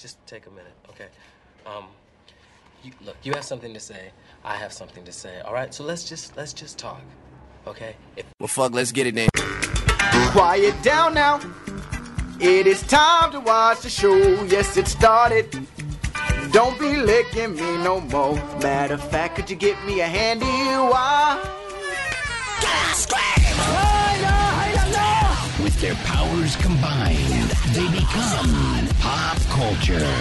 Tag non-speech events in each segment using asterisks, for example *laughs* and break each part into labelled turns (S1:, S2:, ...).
S1: just take a minute, okay? Um, you, look, you have something to say. I have something to say. All right, so let's just let's just talk, okay? If
S2: Well, fuck, let's get it then.
S3: Quiet down now. It is time to watch the show. Yes, it started. Don't be licking me no more. Matter of fact, could you get me a handy wire?
S4: With their powers combined, they become pop culture.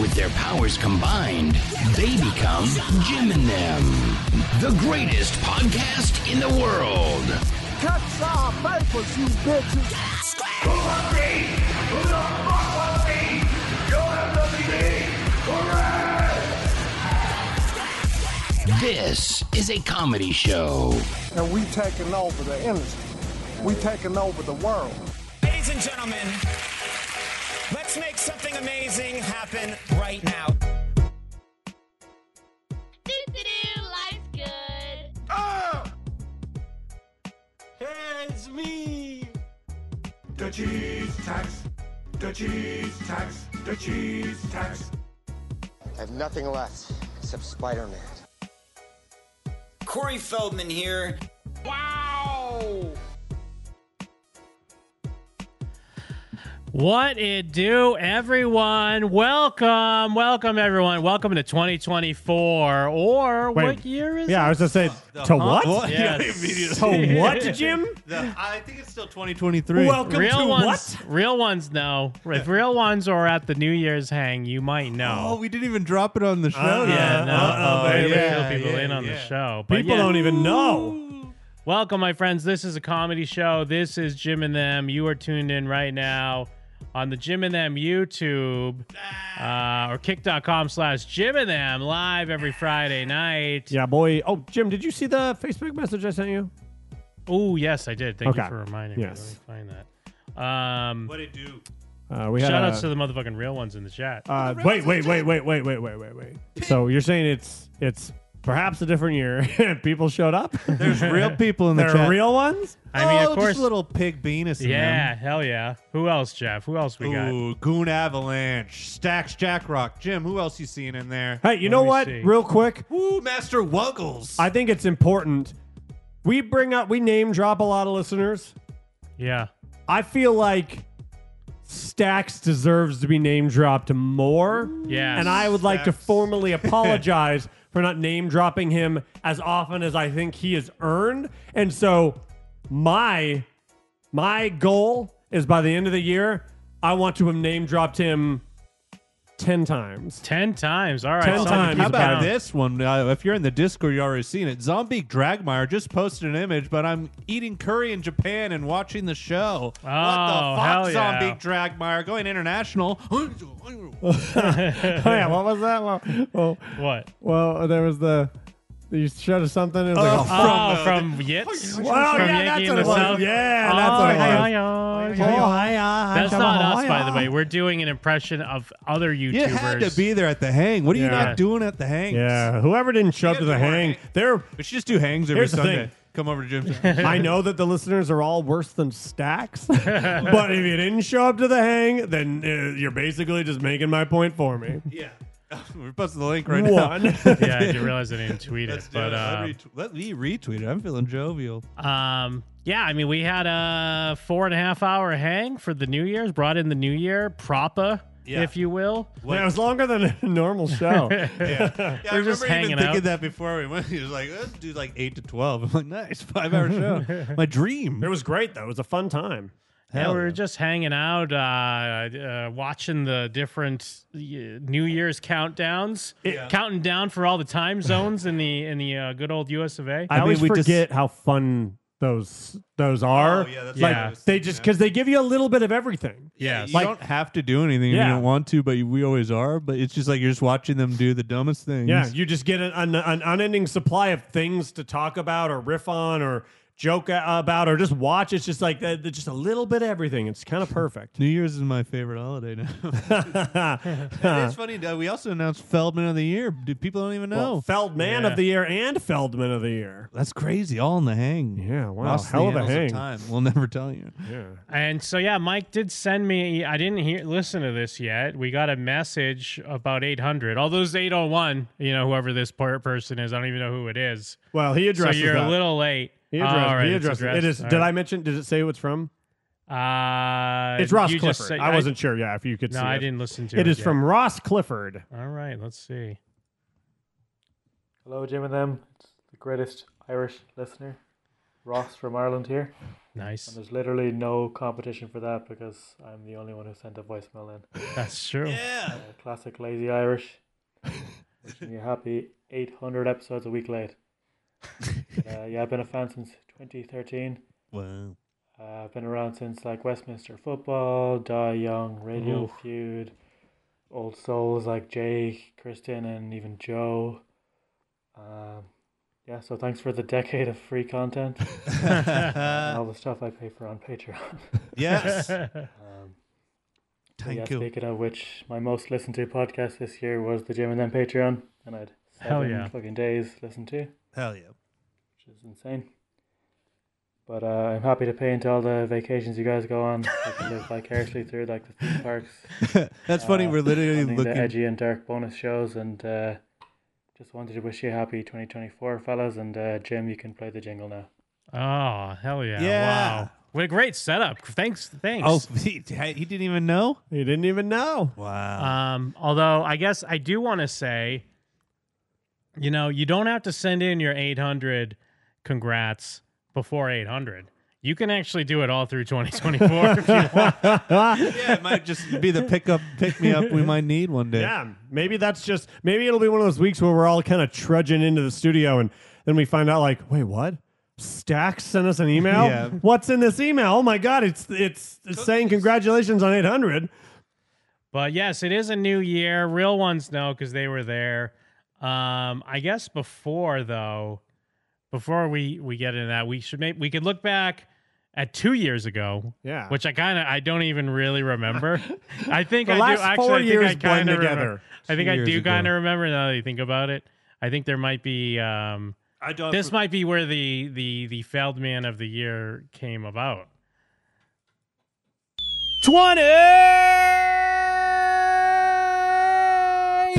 S4: With their powers combined, they become Jim and them, the greatest podcast in the world. This is a comedy show.
S5: and we taking over the industry. We taking over the world.
S6: Ladies and gentlemen, let's make something amazing happen right now.
S7: Doo-doo-doo, life's good.
S6: Oh! It's me.
S8: The cheese tax. The cheese tax. The cheese tax.
S9: I have nothing left except Spider Man.
S10: Corey Feldman here.
S11: What it do, everyone? Welcome, welcome, everyone. Welcome to 2024. Or what year is
S12: Yeah, I
S11: it?
S12: was just saying to what? *laughs*
S11: Yes.
S12: To what, Jim?
S8: I think it's still 2023.
S12: Welcome to
S11: Real ones,
S12: what?
S11: real ones know. If real ones are at the New Year's hang, you might
S8: Oh,
S11: know. Uh-huh.
S8: we didn't even drop it on the show.
S12: Uh-uh.
S11: yeah, no,
S12: Uh-oh,
S11: we
S12: baby.
S11: fill people
S8: yeah,
S11: in on the
S8: yeah.
S11: show. But
S12: People
S11: yeah.
S12: don't even know.
S11: Welcome, my friends. This is a comedy show. This is Jim and Them. You are tuned in right now on the Jim and Them YouTube uh, or kick.com slash Jim and Them live every Friday night.
S12: Yeah, boy. Oh, Jim, did you see the Facebook message I sent you?
S11: Oh, yes, I did. Thank you
S12: Okay.
S11: for reminding
S12: Yes.
S11: me. Let me find that. Um,
S8: What it do?
S12: Uh, we had
S11: shout
S12: a,
S11: outs to the motherfucking real ones in the chat.
S12: uh, wait, wait, wait, wait, wait, wait, wait, wait, wait. So you're saying it's it's perhaps a different year? *laughs* People showed up.
S8: There's *laughs* real
S12: *laughs*
S8: people in the
S12: They're
S8: chat.
S12: real ones.
S11: I mean,
S8: oh,
S11: of course.
S8: just little pig penis. in
S11: yeah,
S8: them.
S11: hell yeah. Who else, Jeff? Who else we got?
S8: Ooh, Goon Avalanche, Stacks, Jack Rock, Jim. Who else you seeing in there?
S12: Hey, you
S11: Let
S12: know
S11: me
S12: what?
S11: see.
S12: Real quick,
S8: Ooh, Master Wuggles.
S12: I think it's important. We bring up, we name drop a lot of listeners.
S11: Yeah.
S12: I feel like Stacks deserves to be name dropped more.
S11: Yes.
S12: And I would like to
S8: Stacks.
S11: *laughs*
S12: formally apologize for not name dropping him as often as I think he has earned. And so my my goal is by the end of the year, I want to have name dropped him ten times.
S11: 10 times. All right.
S12: 10
S11: something
S12: times.
S11: to
S12: How
S8: How
S11: keep
S8: about
S11: count. *laughs*
S8: this one? Uh, if you're in the Discord, you already seen it. Zombie Dragmire just posted an image, but I'm eating curry in Japan and watching the show. what the
S11: Oh,
S8: fuck,
S11: hell yeah.
S8: Zombie Dragmire going
S11: *laughs*
S8: international?
S12: oh, *laughs* yeah, what was that? Well, well,
S11: What?
S12: well, there was the you showed us something. It was like,
S8: Oh,
S11: Oh,
S8: the-
S11: from Yitz?
S12: Wow,
S11: from
S12: yeah, that's
S11: Yankee
S12: what
S11: in the
S12: it was.
S11: South?
S12: Yeah,
S11: Oh,
S12: that's what it
S11: hi,
S12: was. Oh,
S11: hi, hi. That's
S12: That's
S11: not us, by the way. We're doing an impression of other YouTubers.
S8: you had to be there at the hang. What are you
S12: Yeah.
S8: not doing at the hang?
S12: Yeah, whoever didn't show up to the
S8: Yeah,
S12: hang,
S8: right.
S12: they're.
S8: We should just do hangs every
S12: Here's the
S8: Sunday.
S12: thing.
S8: Come over to Jim's.
S12: *laughs* I know that the listeners are all worse than stacks, *laughs* but if you didn't show up to the hang, then uh, you're basically just making my point for me.
S8: yeah. *laughs* We're posting the link right now. *laughs*
S12: One. *laughs*
S11: *laughs* yeah, I didn't realize I didn't tweet it,
S8: Let's do
S11: but
S8: it. I
S11: uh,
S8: retw- Let me retweet it. I'm feeling jovial.
S11: Um, yeah, I mean, we had a four and a half hour hang for the New Year's, brought in the New Year, propa,
S8: Yeah.
S11: if you will.
S12: Yeah, it was longer than a normal show.
S8: *laughs* Yeah, I
S11: We're just
S8: remember even
S11: hanging
S8: thinking
S11: out.
S8: that before we went. *laughs* He was like, let's do like eight to twelve. *laughs* I'm like, nice, five hour
S12: *laughs*
S8: show. My dream.
S12: it was great though. It was a fun time.
S11: Yeah,
S8: Hell
S11: we were
S8: yeah.
S11: just hanging out, uh, uh, watching the different uh, New Year's countdowns, counting down for all the time zones in the in the uh, good old U.S. of A.
S12: I,
S8: mean,
S12: always
S8: we just-
S12: forget how fun those those are.
S8: Oh, yeah, that's
S11: what I
S12: like
S11: was
S12: they just because they give you a little bit of everything.
S11: yeah,
S8: You
S12: like-
S8: don't have to do anything if
S12: Yeah.
S8: you don't want to, but you- we always are. But it's just like you're just watching them do the dumbest things.
S12: Yeah, you just get an, an, an unending supply of things to talk about or riff on or joke a- about or just watch. It's just like that, just a little bit of everything. It's
S8: *laughs*
S12: kind of perfect. *laughs*
S8: New Year's is my favorite holiday now. *laughs*
S12: Well,
S8: It's funny. uh, We also announced Feldman of the Year. Dude, people don't even know.
S12: Feldman
S11: Yeah.
S12: of the year and Feldman of the year.
S8: That's crazy. All in the hang.
S12: Yeah, wow.
S8: Lost in
S12: Hell
S8: the
S12: of a
S8: annals
S12: hang.
S8: time. We'll never tell you.
S11: And so yeah, Mike did send me. I didn't hear listen to this yet. We got a message about 800. All those 801. You know, whoever this per- person is, I don't even know who it is.
S12: Well, he
S11: So
S12: addresses
S11: you're
S12: that.
S11: a little late.
S12: He addressed,
S11: All right,
S12: he
S11: it's
S12: addressed it. It is.
S11: addressed.
S12: did
S11: All
S12: I mention? Did it say who it's from?
S11: right. Uh,
S12: It's Ross
S11: you
S12: Clifford.
S11: just said-
S12: I wasn't sure. Yeah, if you could
S11: No,
S12: see.
S11: I
S12: it.
S11: didn't listen to it.
S12: It is
S11: yet.
S12: from Ross Clifford.
S11: All right, let's see.
S2: Hello, Jim and them. It's the greatest Irish listener, Ross from Ireland here. And
S11: Nice.
S2: there's literally no competition for that because I'm the only one who sent a voicemail in.
S11: That's true.
S2: Uh, classic lazy Irish. Wishing you happy 800 episodes a week late. But, uh, yeah, I've been a fan since 2013.
S8: Wow.
S2: Uh, I've been around since like Westminster football, Die Young, Radio
S11: Oof.
S2: Feud, old souls like Jake, Kristen, and even Joe. Um, yeah, so thanks for the decade of free content Uh, and all the stuff I pay for on Patreon.
S8: *laughs* Yes.
S2: *laughs* Um, but yeah,
S8: Thank you.
S2: speaking of which, my most listened to podcast this year was the Jim and Them Patreon, and I had
S11: Hell
S2: seven
S11: yeah.
S2: fucking days listened to, which
S8: Hell yeah.
S2: is insane. But uh, I'm happy to pay into all the vacations you guys go on. I
S8: *laughs*
S2: can live vicariously through like the theme parks.
S8: That's funny.
S2: uh,
S8: We're literally
S2: running the
S8: looking.
S2: edgy and dark bonus shows, and uh, just wanted to wish you a happy 2024, fellas. And uh, Jim, you can play the jingle now.
S11: Oh hell yeah!
S8: Yeah.
S11: Wow. What a great setup. Thanks. Thanks.
S8: Oh, *laughs* he, he didn't even know.
S12: He didn't even know.
S8: Wow.
S11: Um, although I guess I do want to say, you know, you don't have to send in your 800 congrats before 800. You can actually do it all through 2024
S8: *laughs*
S11: if you want.
S8: yeah, it might just be the pickup, pick
S12: *laughs*
S8: me up we might need one day.
S12: Yeah, maybe that's just maybe it'll be one of those weeks where we're all kind of trudging into the studio and then we find out like, wait, what? Stack sent
S8: *laughs*
S12: us an email.
S8: Yeah.
S12: What's in this email? Oh my god, it's it's, it's saying congratulations on 800.
S11: But yes, it is a new year. Real ones know because they were there. Um, I guess before though, before we we get into that, we should make we could look back at two years ago.
S12: Yeah.
S11: Which I kind of I don't even
S12: *laughs*
S11: really remember. I think
S12: The
S11: I
S12: last
S11: do actually.
S12: four
S11: I think
S12: years
S11: I kind
S12: blend
S11: of
S12: together.
S11: I think
S8: Two
S11: I
S8: years
S11: do
S8: ago.
S11: kind of remember now that you think about it. I think there might be um,
S12: I don't
S11: this might be where the the the Feldman of the year came about.
S12: 20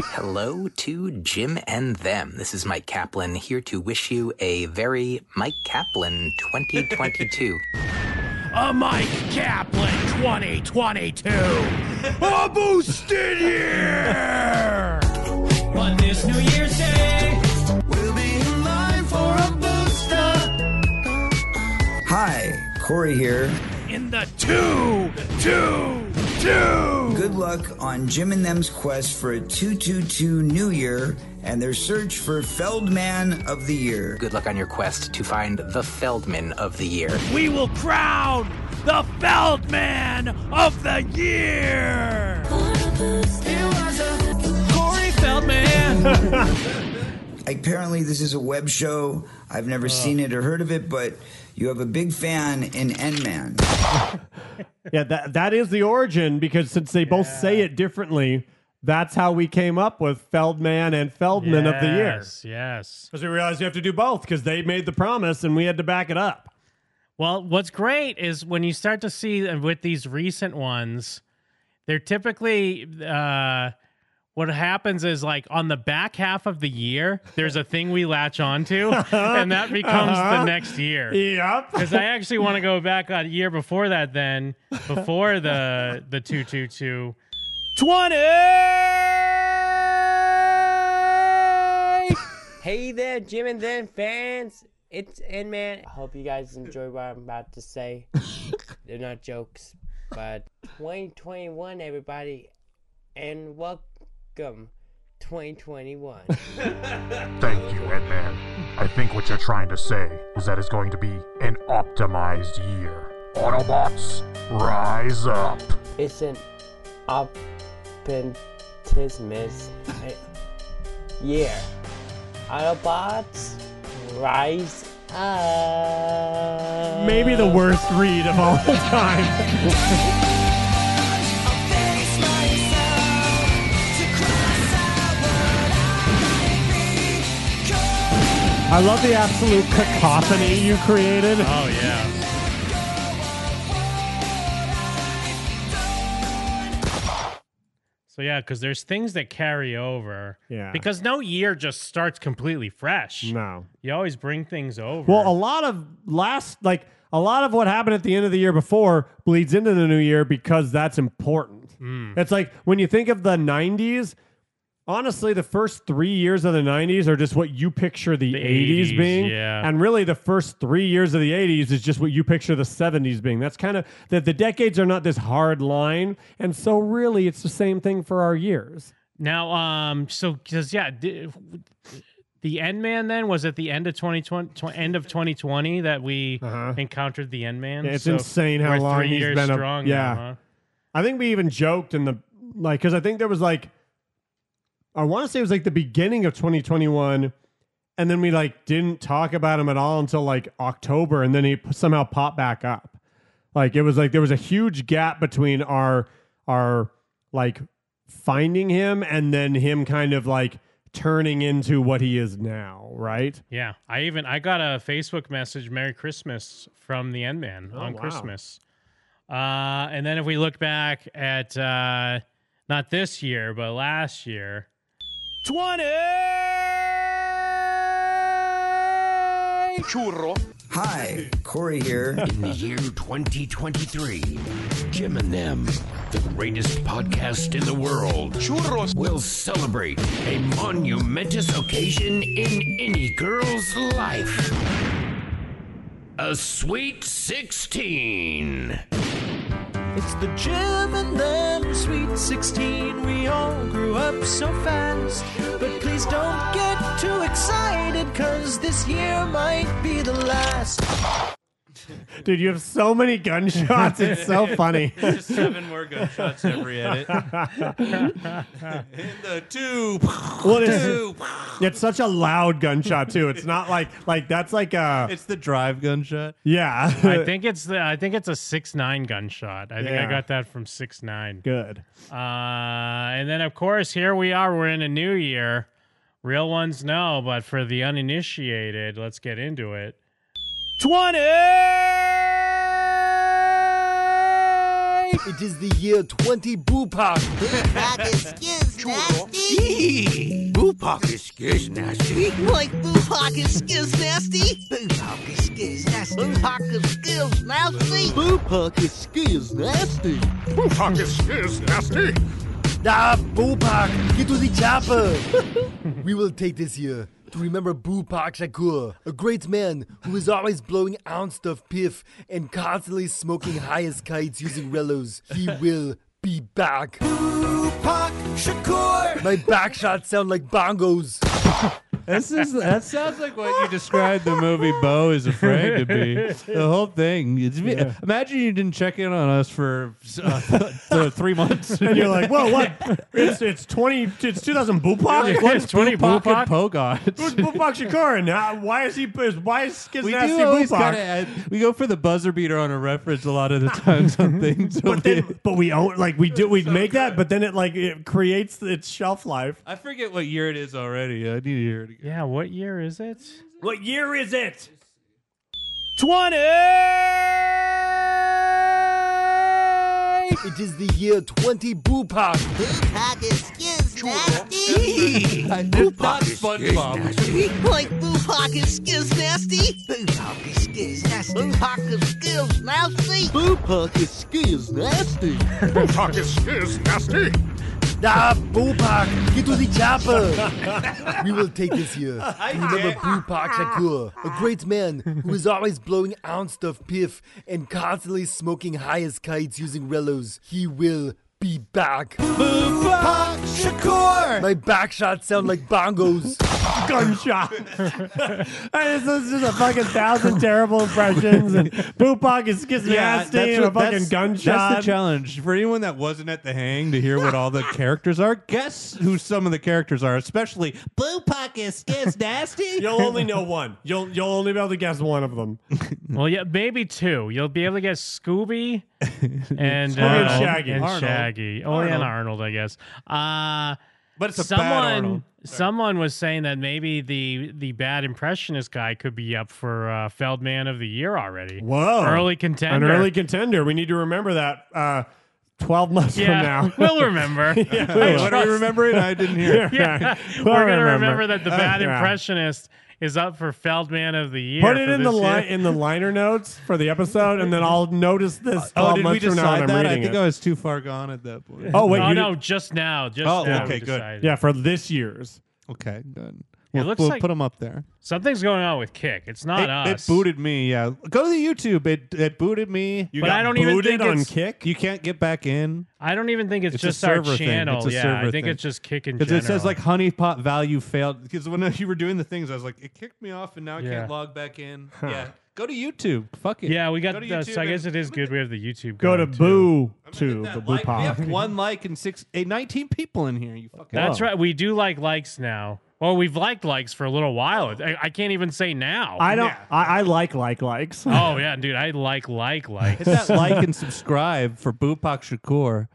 S10: Hello to Jim and them. This is Mike Kaplan here to wish you a very Mike Kaplan 2022.
S4: A Mike Kaplan 2022. A boosted year. But this New Year's Day.
S13: Hi, Corey here.
S4: In the two, two, two.
S13: Good luck on Jim and Them's quest for a 222 New Year and their search for Feldman of the Year.
S10: Good luck on your quest to find the Feldman of the year.
S4: We will crown the Feldman of the year. Corey Feldman.
S13: Apparently, this is a web show. I've
S4: Oh.
S13: never seen it or heard of it, but you have a big fan in N-Man.
S12: Yeah, that that is the origin because since they both say it differently, that's how we came up with Feldman and Feldman of the year.
S11: Yes, yes.
S12: Because we realized you have to do both because they made the promise and we had to back it up.
S11: Well, what's great is when you start to see uh, with these recent ones, they're typically uh, what happens is like on the back half of the year, there's a thing we
S12: *laughs*
S11: latch onto, and that becomes
S12: Uh-huh.
S11: the next year.
S12: Yep.
S11: Because I actually want to go back a year before that, then before the the two two two.
S12: 20!
S14: Hey there, Jim and Then fans. It's N Man. I hope you guys enjoy what I'm about to say. They're not jokes, but 2021, everybody, and welcome 2021.
S15: *laughs* Thank you, Edman. I think what you're trying to say is that it's going to be an optimized year. Autobots, rise up.
S14: It's an optimism year. Autobots, rise
S12: Maybe the worst read of all *laughs* time. I love the absolute cacophony you created.
S11: Oh yeah. So yeah, because there's things that carry over.
S12: Yeah.
S11: Because no year just starts completely fresh.
S12: No.
S11: You always bring things over.
S12: Well, a lot of last like a lot of what happened at the end of the year before bleeds into the new year because that's important.
S11: Mm.
S12: It's like when you think of the 90s, honestly the first 3 years of the 90s are just what you picture the, 80s,
S11: 80s,
S12: being
S11: yeah.
S12: and really the first 3 years of the 80s is just what you picture the 70s being. That's kind of that the decades are not this hard line and so really it's the same thing for our years.
S11: Now, um, so because yeah, the, the End Man then was at the end of 2020, tw- end of 2020 that we encountered the End Man.
S12: Uh-huh. Yeah, it's
S11: So
S12: insane how
S11: we're
S12: long
S11: three
S12: he's
S11: years
S12: been a-
S11: strong.
S12: yeah.
S11: now, huh?
S12: I think we even joked in the like because I think there was like I want to say it was like the beginning of 2021, and then we like didn't talk about him at all until like October, and then he p- somehow popped back up. Like it was like there was a huge gap between our our like finding him and then him kind of like turning into what he is now, right?
S11: Yeah, I even I got a Facebook message "Merry Christmas" from the End Man on
S12: Oh, wow.
S11: Christmas. Uh, and then if we look back at uh, not this year but last year,
S6: 20
S4: Churro.
S13: Hi, Corey here.
S4: *laughs* In the year 2023, Jim and them, the greatest podcast in the world, Churros will celebrate a monumentous occasion in any girl's life. A sweet 16.
S6: It's the Jim and them Sweet 16. We all grew up so fast. But please don't get too excited, cause this year might be the last.
S12: Dude, you have so many gunshots. It's
S16: *laughs*
S12: so funny.
S16: Just seven more gunshots
S12: *laughs*
S16: every edit. In the two.
S12: Well, it's, it's such a loud gunshot too. It's not like like that's like a.
S8: It's the drive gunshot. *laughs*
S12: Yeah, *laughs*
S11: I think it's the I think it's a six nine gunshot. I think I
S12: Yeah.
S11: got that from six nine.
S12: Good.
S11: Uh, and then of course here we are. We're in a new year. Real ones know, but for the uninitiated, let's get into it.
S6: 20!
S17: It is the year 20 Boopak.
S18: Excuse nasty.
S4: Boopak is skiz nasty.
S18: Like Boopak is skills nasty. Boopak is skills nasty. Boopak is skills nasty.
S17: Boopak is skills nasty. Boopak is skills nasty. Ah, Boopak, get to the chopper. we will take this year to remember Boopak Shakur, a great man who is always blowing ounce of piff and constantly smoking high as kites using rellos. He will be back. Boopak Shakur. My back shots sound like bongos.
S8: This is that sounds like what you described the movie Bo is afraid to be. The whole thing. It's,
S12: Yeah.
S8: Imagine you didn't check in on us for uh, th- th- three months,
S12: and you're like, whoa, what? It's it's twenty. It's two thousand Boopak.
S8: Like, what's It's 20 Boopak and Boopak? Pogot?
S12: Who's Boopak Shakur? And how- why is he? is- Why is Skits
S8: We do
S12: nasty
S8: always
S12: Boopak?
S8: kinda add- we go for the buzzer beater on a reference a lot of the times
S12: *laughs*
S8: on things.
S12: but then, but we own like we do we make that, but then it like it creates its shelf life.
S8: I forget what year it is already. I need to hear it again.
S11: Yeah, what year is it?
S12: What year is it?
S6: 20!
S17: It is the year 20 Boopak.
S18: Boopak is skills nasty.
S17: Boopak is
S18: Like Boopak is skills nasty. Boopak is skills nasty. Boopak is skills nasty.
S17: Boopak is skills nasty. Boopak is skills nasty. Ah, Boopak, get to the chopper. we will take this year.
S16: I
S17: to remember
S16: can't-
S17: Boopak Shakur, a great man who is always blowing ounce of piff and constantly smoking high as kites using rellos. He will be back. Boopak Shakur. My back shots sound like bongos. *laughs*
S12: Gunshot. This is just a fucking thousand terrible impressions
S8: *laughs*
S12: and Boopak is skits nasty and a
S8: what-
S12: fucking
S8: that's-
S12: gunshot.
S8: That's the challenge for anyone that wasn't at the hang to hear what all the characters are. Guess who some of the characters are, especially Boopak
S18: Pockets
S11: *laughs*
S18: is nasty.
S12: You'll only know one. You'll you'll only be able to guess one of them.
S11: well, yeah, maybe two. You'll be able to
S12: *laughs*
S11: get Scooby and,
S12: Scooby and
S11: uh,
S12: Shaggy.
S11: and
S12: Arnold.
S11: Shaggy. Oh, and Arnold, I guess. Uh,
S12: but it's a bad
S11: someone.
S12: Arnold.
S11: Someone was saying that maybe the the bad impressionist guy could be up for uh, Feldman of the year already.
S12: Whoa.
S11: early contender.
S12: An early contender. We need to remember that uh, 12 months
S11: *laughs* Yeah,
S12: from now.
S11: we'll remember.
S12: *laughs* yeah,
S11: I
S12: what are
S11: trust-
S12: we remembering? I didn't *laughs* hear.
S11: *laughs* yeah,
S12: We'll
S11: we're gonna remember that the
S12: Uh, *laughs*
S11: bad
S12: yeah.
S11: impressionist is up for Feldman of the year.
S12: Put it
S11: for
S12: in the
S11: this year.
S12: li- in the liner notes for the episode, and then I'll notice this. 12
S8: Oh, did we
S12: months from now when
S8: decide
S12: I'm
S8: that? I
S12: reading
S8: think
S12: it.
S8: I was too far gone at that point.
S12: Oh, wait,
S11: Oh
S12: you
S11: no,
S12: did-
S11: just now, just
S8: Oh,
S11: now.
S8: okay,
S11: we
S8: good.
S11: decided.
S12: Yeah, for this year's.
S8: Okay, good.
S11: It
S8: We'll,
S11: looks
S8: we'll
S11: like-
S8: put them up there.
S11: Something's going on with Kick. It's not
S8: it,
S11: us.
S8: it booted me. Yeah, go to the YouTube. It it booted me.
S11: You But got I don't even booted think on it's-
S8: Kick. You can't get back in.
S11: I don't even think it's,
S8: It's a
S11: just our
S8: server thing.
S11: channel.
S8: It's a
S11: yeah,
S8: server
S11: I think
S8: thing.
S11: it's just Kick in
S8: Because
S11: general.
S8: it says like honeypot value failed. Because when *laughs* you were doing the things, I was like, it kicked me off, and now I
S11: Yeah.
S8: can't log back in.
S11: Huh.
S8: Yeah, go to YouTube. Fuck it.
S11: yeah, we got.
S8: Go to
S11: the,
S8: YouTube
S11: so I
S8: and-
S11: guess it is good. We have the YouTube.
S12: Go to
S11: going, too.
S12: Boo to the Boo
S8: like, we
S12: Pop.
S11: *laughs*
S8: have one like and six, eh, 19 people in here. You fucking.
S11: That's
S8: Whoa.
S11: right. We do like likes now. Well, we've liked likes for a little while. I, I can't even say now.
S12: I don't. I, I like like likes.
S11: Oh yeah, dude, I like like likes.
S8: Hit that like and subscribe for Bupak Shakur.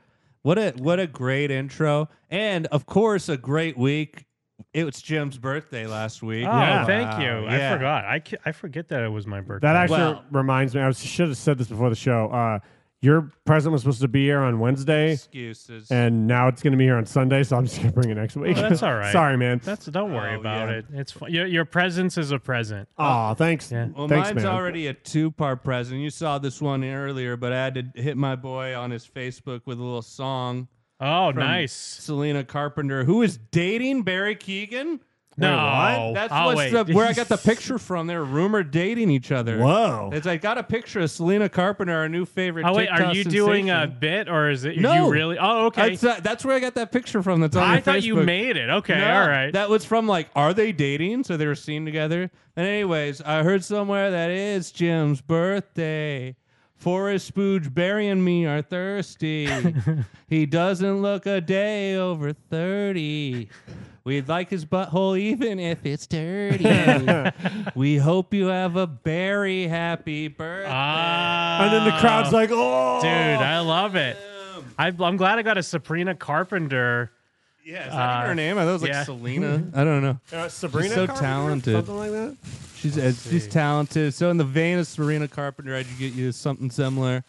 S8: What a what a great intro, and of course a great week. It was Jim's birthday last week.
S11: Oh, thank you.
S8: Wow,
S11: I
S8: yeah.
S11: forgot. I, ca- I forget that it was my birthday.
S12: That actually *laughs* reminds me. I was, should have said this before the show. Uh, your present was supposed to be here on Wednesday.
S8: Excuses.
S12: And now it's going to be here on Sunday, so I'm just going to bring it next week.
S11: Oh,
S12: *laughs*
S11: that's all right.
S12: Sorry, man.
S11: That's don't worry
S8: Oh,
S11: about it. It's fun. Your, your presence is a present.
S12: Aw, thanks.
S8: Well,
S12: thanks,
S8: mine's
S12: man.
S8: already a two part present. You saw this one earlier, but I had to hit my boy on his Facebook with a little song.
S11: Oh,
S8: from
S11: nice.
S8: Selena Carpenter, who is dating Barry Keegan.
S11: No.
S8: Wait, what? that's
S11: Oh,
S8: what's
S11: wait.
S8: the, where I
S11: *laughs*
S8: got the picture from. They're rumored dating each other.
S12: Whoa!
S8: It's I got a picture of Selena Carpenter, our new favorite.
S11: Oh wait, are
S8: TikTok
S11: you doing a
S8: sensation.
S11: bit or is it
S8: No.
S11: you really? Oh okay.
S8: That's, uh, that's where I got that picture from. That's on
S11: I
S8: your
S11: thought you
S8: Facebook.
S11: made it. Okay,
S8: No,
S11: all right.
S8: That was from like, are they dating? So they were seen together. And anyways, I heard somewhere that it's Jim's birthday. Forrest Spooge, Barry, and me are
S11: *laughs*
S8: thirsty. he doesn't look a day over thirty. We'd like his butthole even if it's dirty.
S11: *laughs*
S8: we hope you have a very happy birthday.
S12: and then the crowd's like, oh.
S11: Ah. dude, I love it. I, I'm glad I got a Sabrina Carpenter. uh,
S8: Yeah,
S12: is that even her name? I thought it was, like, Selena. *laughs*
S8: Mm-hmm. I don't know.
S12: Uh, Sabrina
S8: She's so
S12: Carpenter?
S8: talented.
S12: Something like that?
S8: She's uh, she's talented. So in the vein of Serena Carpenter, I'd get you something similar.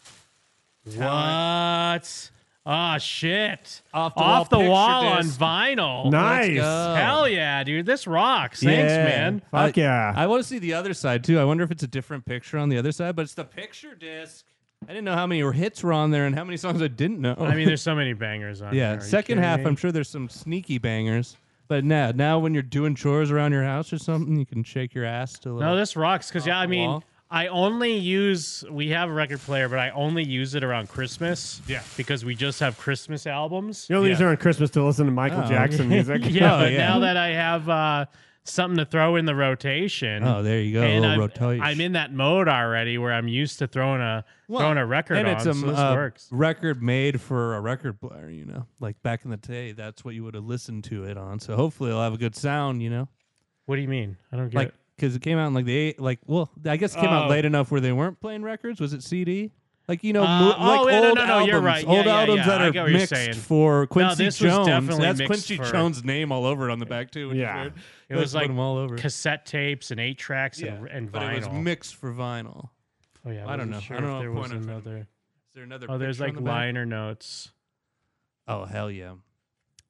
S11: What? Oh shit!
S8: Off the
S11: Off the
S8: wall
S11: wall,
S8: picture
S11: on
S8: disc.
S11: vinyl.
S8: Nice. Let's go.
S11: Hell yeah, dude! This rocks. Thanks, man.
S8: I- I want to see the other side too. I wonder if it's a different picture on the other side, but it's the picture disc. I didn't know how many hits were on there and how many songs I didn't know.
S11: I mean,
S8: *laughs*
S11: there's so many bangers on.
S8: yeah.
S11: there. Are you
S8: Second
S11: kidding
S8: half,
S11: me?
S8: I'm sure there's some sneaky bangers. But now, now when you're doing chores around your house or something, you can shake your ass to a little.
S11: No, this rocks because yeah, I mean,
S8: wall.
S11: I only use we have a record player, but I only use it around Christmas.
S8: Yeah,
S11: because we just have Christmas albums.
S12: You only use her on Christmas to listen to Michael
S11: Oh. *laughs*
S12: Jackson music. Oh,
S11: yeah, but now that I have uh, something to throw in the rotation.
S8: Oh, there you go, a
S11: and
S8: little
S11: I'm,
S8: rotation.
S11: I'm in that mode already where I'm used to throwing a throwing a record
S8: and
S11: on.
S8: it's a
S11: so this
S8: uh,
S11: works.
S8: record made for a record player. You know, like back in the day, that's what you would have listened to it on. So hopefully, it'll have a good sound. You know,
S11: What do you mean? I don't get
S8: like
S11: it.
S8: because it came out in like the eight, like well, I guess it came
S11: Oh.
S8: out late enough where they weren't playing records. Was it CD? Like you know,
S11: Uh,
S8: mo-
S11: oh,
S8: like
S11: yeah, no,
S8: old
S11: no, no,
S8: albums,
S11: you're right.
S8: old
S11: Yeah, yeah,
S8: albums
S11: yeah. I
S8: that
S11: get
S8: are
S11: what you're
S8: mixed
S11: saying.
S8: for
S11: No,
S8: Quincy
S11: this was
S8: Jones.
S11: definitely
S8: That's
S11: mixed
S8: Quincy
S11: for-
S8: Jones' name all over it on the back too. Which
S11: Yeah.
S8: is weird. They
S11: It was
S8: put
S11: like
S8: them all over.
S11: cassette tapes and eight tracks and, and
S8: but
S11: vinyl.
S8: it was mixed for vinyl.
S11: Oh yeah,
S8: I, don't
S11: wasn't
S8: know.
S11: sure
S8: I don't
S11: if
S8: know.
S11: There
S8: what
S11: was
S8: point I'm trying to-
S11: another.
S8: Is there another?
S11: Oh, there's
S8: picture on
S11: like
S8: the back?
S11: liner notes.
S8: Oh hell yeah,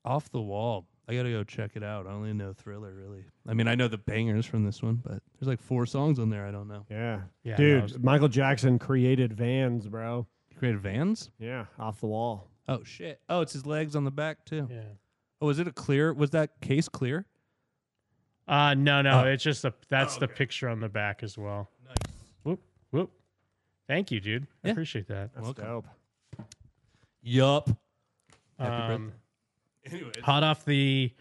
S8: off the wall. I gotta go check it out. I only know Thriller really. I mean, I know the bangers from this one, but there's like four songs on there. I don't know.
S12: Yeah,
S8: Yeah,
S12: dude,
S8: no, it's-
S12: Michael Jackson created Vans, bro.
S8: created Vans?
S12: Yeah, off the wall.
S8: Oh shit. Oh, it's his legs on the back too.
S11: Yeah.
S8: Oh, was it a clear? Was that case clear?
S11: Uh no, no,
S8: Oh.
S11: it's just the that's the picture on the back as well. Nice. Whoop whoop. Thank you, dude. I
S8: Yeah.
S11: appreciate that.
S12: That's dope.
S8: Yup.
S11: Um, hot off the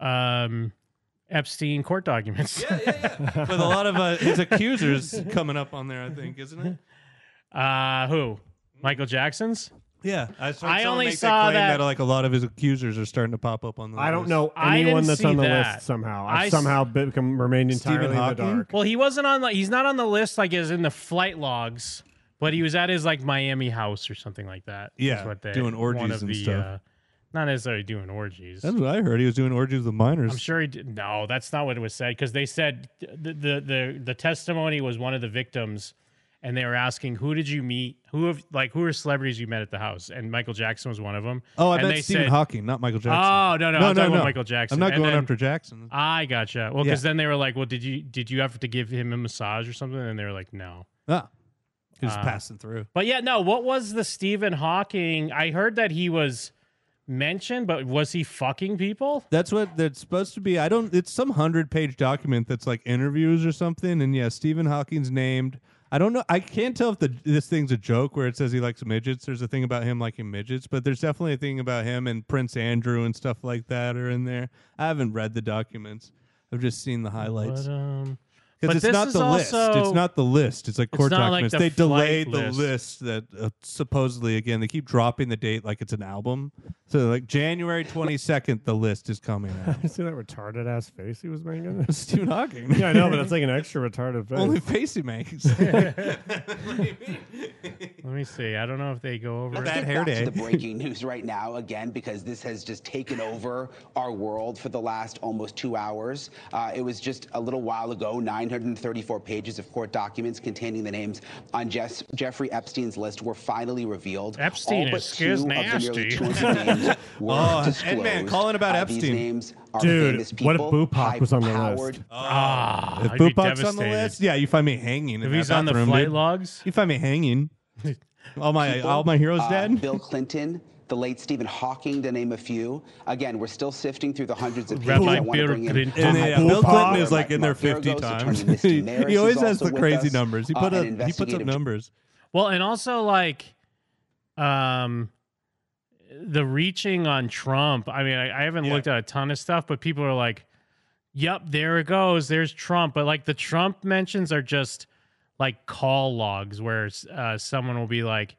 S11: um, Epstein court documents. Yeah, yeah, *laughs*
S8: With a lot of uh, his accusers coming up on there, I think, isn't it?
S11: Uh, who? Michael Jackson's?
S8: Yeah, I, sort of
S11: I
S8: someone
S11: only
S8: makes
S11: saw
S8: that, claim
S11: Uh, that-
S8: that like a lot of his accusers are starting to pop up on the.
S12: I don't
S8: list.
S12: know
S11: I
S12: anyone
S11: didn't
S12: that's
S11: see
S12: on the
S11: that.
S12: list somehow.
S11: I
S12: I've
S11: s-
S12: somehow become remained entirely in the
S8: Hawking?
S12: dark.
S11: Well, he wasn't on. Like, he's not on the list. Like, as in the flight logs, but he was at his like Miami house or something like that. is
S8: Yeah,
S11: what they,
S8: doing
S11: one
S8: orgies
S11: of
S8: and
S11: the,
S8: stuff.
S11: uh, not necessarily doing orgies.
S8: That's what I heard. He was doing orgies with minors.
S11: I'm sure he did. No, that's not what it was said because they said the, the the the testimony was one of the victims, and they were asking who did you meet, who have like who are celebrities you met at the house, and Michael Jackson was one of them.
S8: Oh, I
S11: and
S8: meant Stephen
S11: said-
S8: Hawking, not Michael Jackson.
S11: Oh no no,
S8: no
S11: I'm
S8: no,
S11: talking
S8: no.
S11: about Michael Jackson.
S8: I'm not
S11: And
S8: going
S11: then-
S8: after Jackson.
S11: I gotcha. Well,
S8: Yeah.
S11: because then they were like, well, did you did you have to give him a massage or something? And they were like, no.
S8: Ah, he was
S11: Uh,
S8: passing through.
S11: But yeah, no. What was the Stephen Hawking? I heard that he was mentioned, but was he fucking people?
S8: That's what that's supposed to be. I don't. It's some hundred-page document that's like interviews or something. And yeah, Stephen Hawking's named. I don't know. I can't tell if the this thing's a joke where it says he likes midgets. There's a thing about him liking midgets, but there's definitely a thing about him and Prince Andrew and stuff like that are in there. I haven't read the documents. I've just seen the highlights.
S11: But, um, but
S8: Because it's
S11: this
S8: not
S11: is
S8: the list.
S11: also-
S8: It's not the list. It's like
S11: It's
S8: court
S11: not like
S8: documents.
S11: the
S8: they delayed
S11: flight
S8: the list that uh, supposedly again they keep dropping the date like it's an album. So like January twenty second, the list is coming out.
S12: You see that retarded ass face he was making?
S8: Stephen Hawking.
S12: yeah, I know, but it's like an extra retarded face.
S8: Only face
S12: *laughs*
S8: he
S11: *laughs*
S8: makes. *laughs*
S11: Let me see. I don't know if they go over
S19: Let's
S11: it.
S19: get back to the
S11: *laughs*
S19: breaking news right now again because this has just taken over our world for the last almost two hours. Uh, it was just a little while ago, 934 pages of court documents containing the names on Jess, Jeffrey Epstein's list were finally revealed.
S11: Epstein
S19: All but
S11: is-
S19: two
S11: is
S19: of the nearly
S11: nasty.
S19: 200
S8: *laughs*
S19: names were
S8: Oh,
S19: disclosed.
S8: Edman, calling about
S19: Uh, These
S8: Epstein.
S19: names are
S12: Dude,
S19: famous people,
S12: what if Bupak was on the
S19: high-powered-
S12: list?
S11: Ah,
S8: if
S11: I'd be
S8: Bupak's on the
S11: devastated.
S8: list, yeah, you find me hanging.
S11: If
S8: in
S11: he's
S8: that
S11: on the
S8: bathroom,
S11: flight
S8: dude.
S11: logs,
S8: you find me
S11: *laughs*
S8: hanging. all my
S19: people,
S8: all my heroes
S19: uh,
S8: dead.
S19: Bill Clinton, the late Stephen Hawking, to name a few. Again, we're still sifting through the hundreds of pages.
S8: Rabbi
S19: I wanna
S8: Bill
S19: bring in
S8: Clinton.
S19: Tom
S8: And then, yeah,
S19: Hooper,
S8: Bill Clinton
S19: Mike
S8: is, like, in there 50
S19: Marburgos,
S8: times.
S19: attorney Misty
S8: *laughs* He- he
S19: Maris is
S8: always has
S19: also
S8: the
S19: with
S8: crazy
S19: us,
S8: numbers. He
S19: uh,
S8: put
S19: an
S8: up- he puts up
S19: investigative
S8: numbers.
S11: Well, and also like, um, the reaching on Trump. I mean, I, I haven't looked at a ton of stuff, but people are like, "Yep, there it goes. There's Trump." But like the Trump mentions are just like call logs where uh, someone will be like,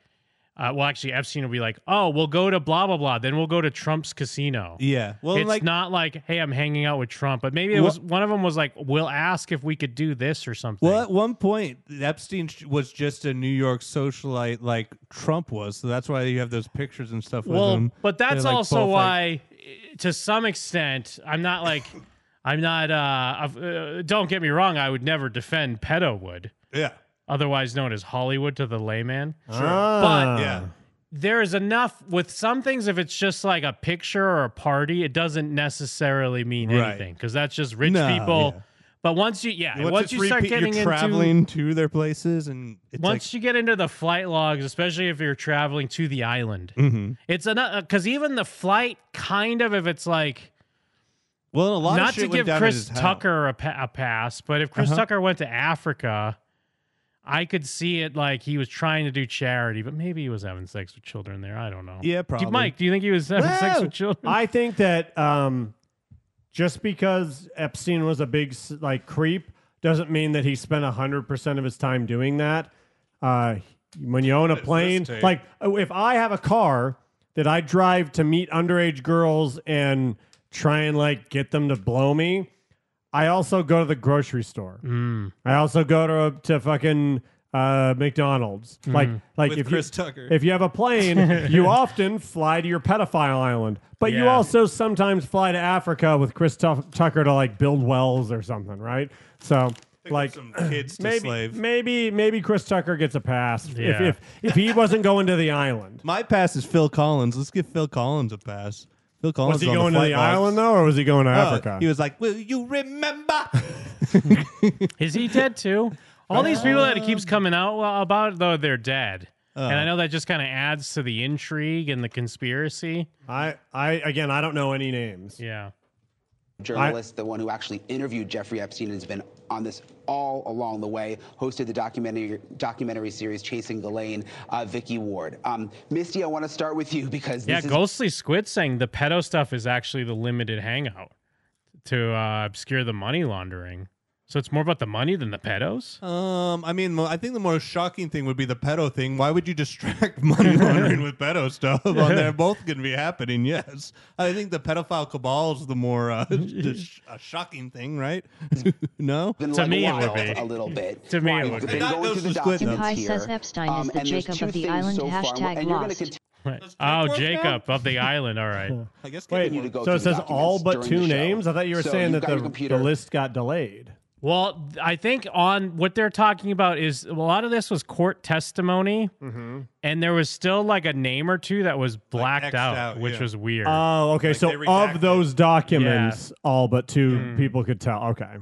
S11: uh, "Well, actually, Epstein will be like, oh, we'll go to blah blah blah, then we'll go to Trump's casino."
S8: Yeah. Well,
S11: it's
S8: like-
S11: not like, "Hey, I'm hanging out with Trump," but maybe it
S8: Wha-
S11: was one of them was like, "We'll ask if we could do this or something."
S8: Well, at one point, Epstein sh- was just a New York socialite like Trump was, so that's why you have those pictures and stuff with
S11: well
S8: him.
S11: but that's
S8: They're, like,
S11: also
S8: both, like-
S11: why eh, to some extent i'm not
S8: *laughs*
S11: like i'm not uh, of- uh don't get me wrong i would never defend pedo wood
S8: yeah
S11: otherwise known as hollywood to the layman
S12: Sure. Ah.
S11: but
S12: Yeah.
S11: there is enough with some things if it's just like a picture or a party it doesn't necessarily mean
S8: Right.
S11: anything because that's just rich
S8: No,
S11: people
S8: yeah.
S11: but once you yeah once,
S8: it's
S11: you start
S8: repeat-
S11: getting
S8: you're
S11: into
S8: traveling to their places, and it's
S11: once you get into the flight logs, especially if you're traveling to the island,
S8: like, Mhm.
S11: it's another because even the flight, kind of, if it's like
S8: well, a lot of
S11: not
S8: shit
S11: to
S8: went
S11: give
S8: down at
S11: Chris
S8: his house.
S11: Tucker a, pa- a pass, but if Chris
S8: Uh-huh.
S11: Tucker went to Africa, I could see it like he was trying to do charity, but maybe he was having sex with children there. I don't know.
S12: Yeah,
S11: Do-
S12: probably.
S11: Mike, do you think he was having sex with children?
S12: I think that um, just because Epstein was a big s- like creep doesn't mean that he spent hundred percent of his time doing that. Uh, when you own a plane,
S8: tape?
S12: like oh, if I have a car that I drive to meet underage girls and try and like get them to blow me, I also go to the grocery store.
S11: Mm.
S12: I also go to to fucking uh, McDonald's.
S11: Mm-hmm.
S12: Like
S8: Mhm.
S12: like
S8: With
S12: if
S8: Chris
S12: you,
S8: Tucker.
S12: If you have a plane,
S11: *laughs*
S12: you often fly to your pedophile island, but you
S8: Yeah.
S12: also sometimes fly to Africa with Chris Tu- Tucker to like build wells or something, right? So. Like
S8: some kids
S12: *clears throat*
S8: to
S12: maybe,
S8: slave.
S12: maybe maybe Chris Tucker gets a pass if,
S8: Yeah.
S12: if if he wasn't going to the island.
S8: My pass is Phil Collins. Let's give Phil Collins a pass. Phil Collins
S12: was he
S8: on the
S12: going to
S8: flight
S12: the
S8: logs.
S12: island though, or was he going to
S8: Oh,
S12: Africa?
S8: He was like, "Will you *laughs* remember?"
S11: Is he dead too? All these people that it
S8: Um,
S11: keeps coming out well, about though they're dead,
S8: Uh.
S11: and I know that just kind of adds to the intrigue and the conspiracy.
S12: I I again I don't know any names.
S11: Yeah.
S19: journalist, the one who actually interviewed Jeffrey Epstein, has been on this all along the way. Hosted the documentary documentary series "Chasing Ghislaine," uh, Vicky Ward. Um, Misty, I want to start with you because
S11: Yeah,
S19: this is
S11: Ghostly Squid saying the pedo stuff is actually the limited hangout to uh, obscure the money laundering. So it's more about the money than the pedos?
S8: Um, I mean, I think the more shocking thing would be the pedo thing. Why would you distract *laughs* money laundering with pedo stuff? On
S12: *laughs*
S8: there, both can be happening. Yes, I think the pedophile cabal is the
S12: *laughs*
S8: more uh, *laughs* just a shocking thing, right? no,
S19: been
S8: to
S19: like
S8: me it would
S19: wild
S8: be.
S19: a little bit.
S8: To me it
S19: We've
S8: would be.
S19: been
S8: That
S19: going
S8: goes
S19: through the
S8: to Squid
S19: documents
S8: Nuts.
S20: Kai
S19: here, um,
S20: says Epstein is the
S19: and there's
S20: Jacob of
S19: two
S20: the
S19: things
S20: island,
S19: so far,
S20: hashtag
S19: and you're gonna
S20: lost.
S19: continue
S11: Oh,
S19: work now?
S11: Jacob of
S8: *laughs*
S11: the island.
S12: *laughs*
S11: All right.
S8: I guess
S12: Wait,
S19: continue to go
S12: so it
S19: through
S12: says
S19: the
S12: all but
S19: documents during
S12: two
S19: the show.
S12: names? I thought you were
S19: So
S12: saying
S19: you've
S12: that
S19: got your
S12: the,
S19: computer.
S12: the list got delayed.
S11: Well, I think on what they're talking about is a lot of this was court testimony,
S12: Mhm.
S11: and there was still like a name or two that was blacked
S8: Mm-hmm. X'd
S11: out,
S8: out,
S11: which
S8: yeah.
S11: was weird.
S12: Oh, okay. so
S8: *laughs*
S12: of those documents, all but two
S19: Mm.
S12: people could tell. Okay.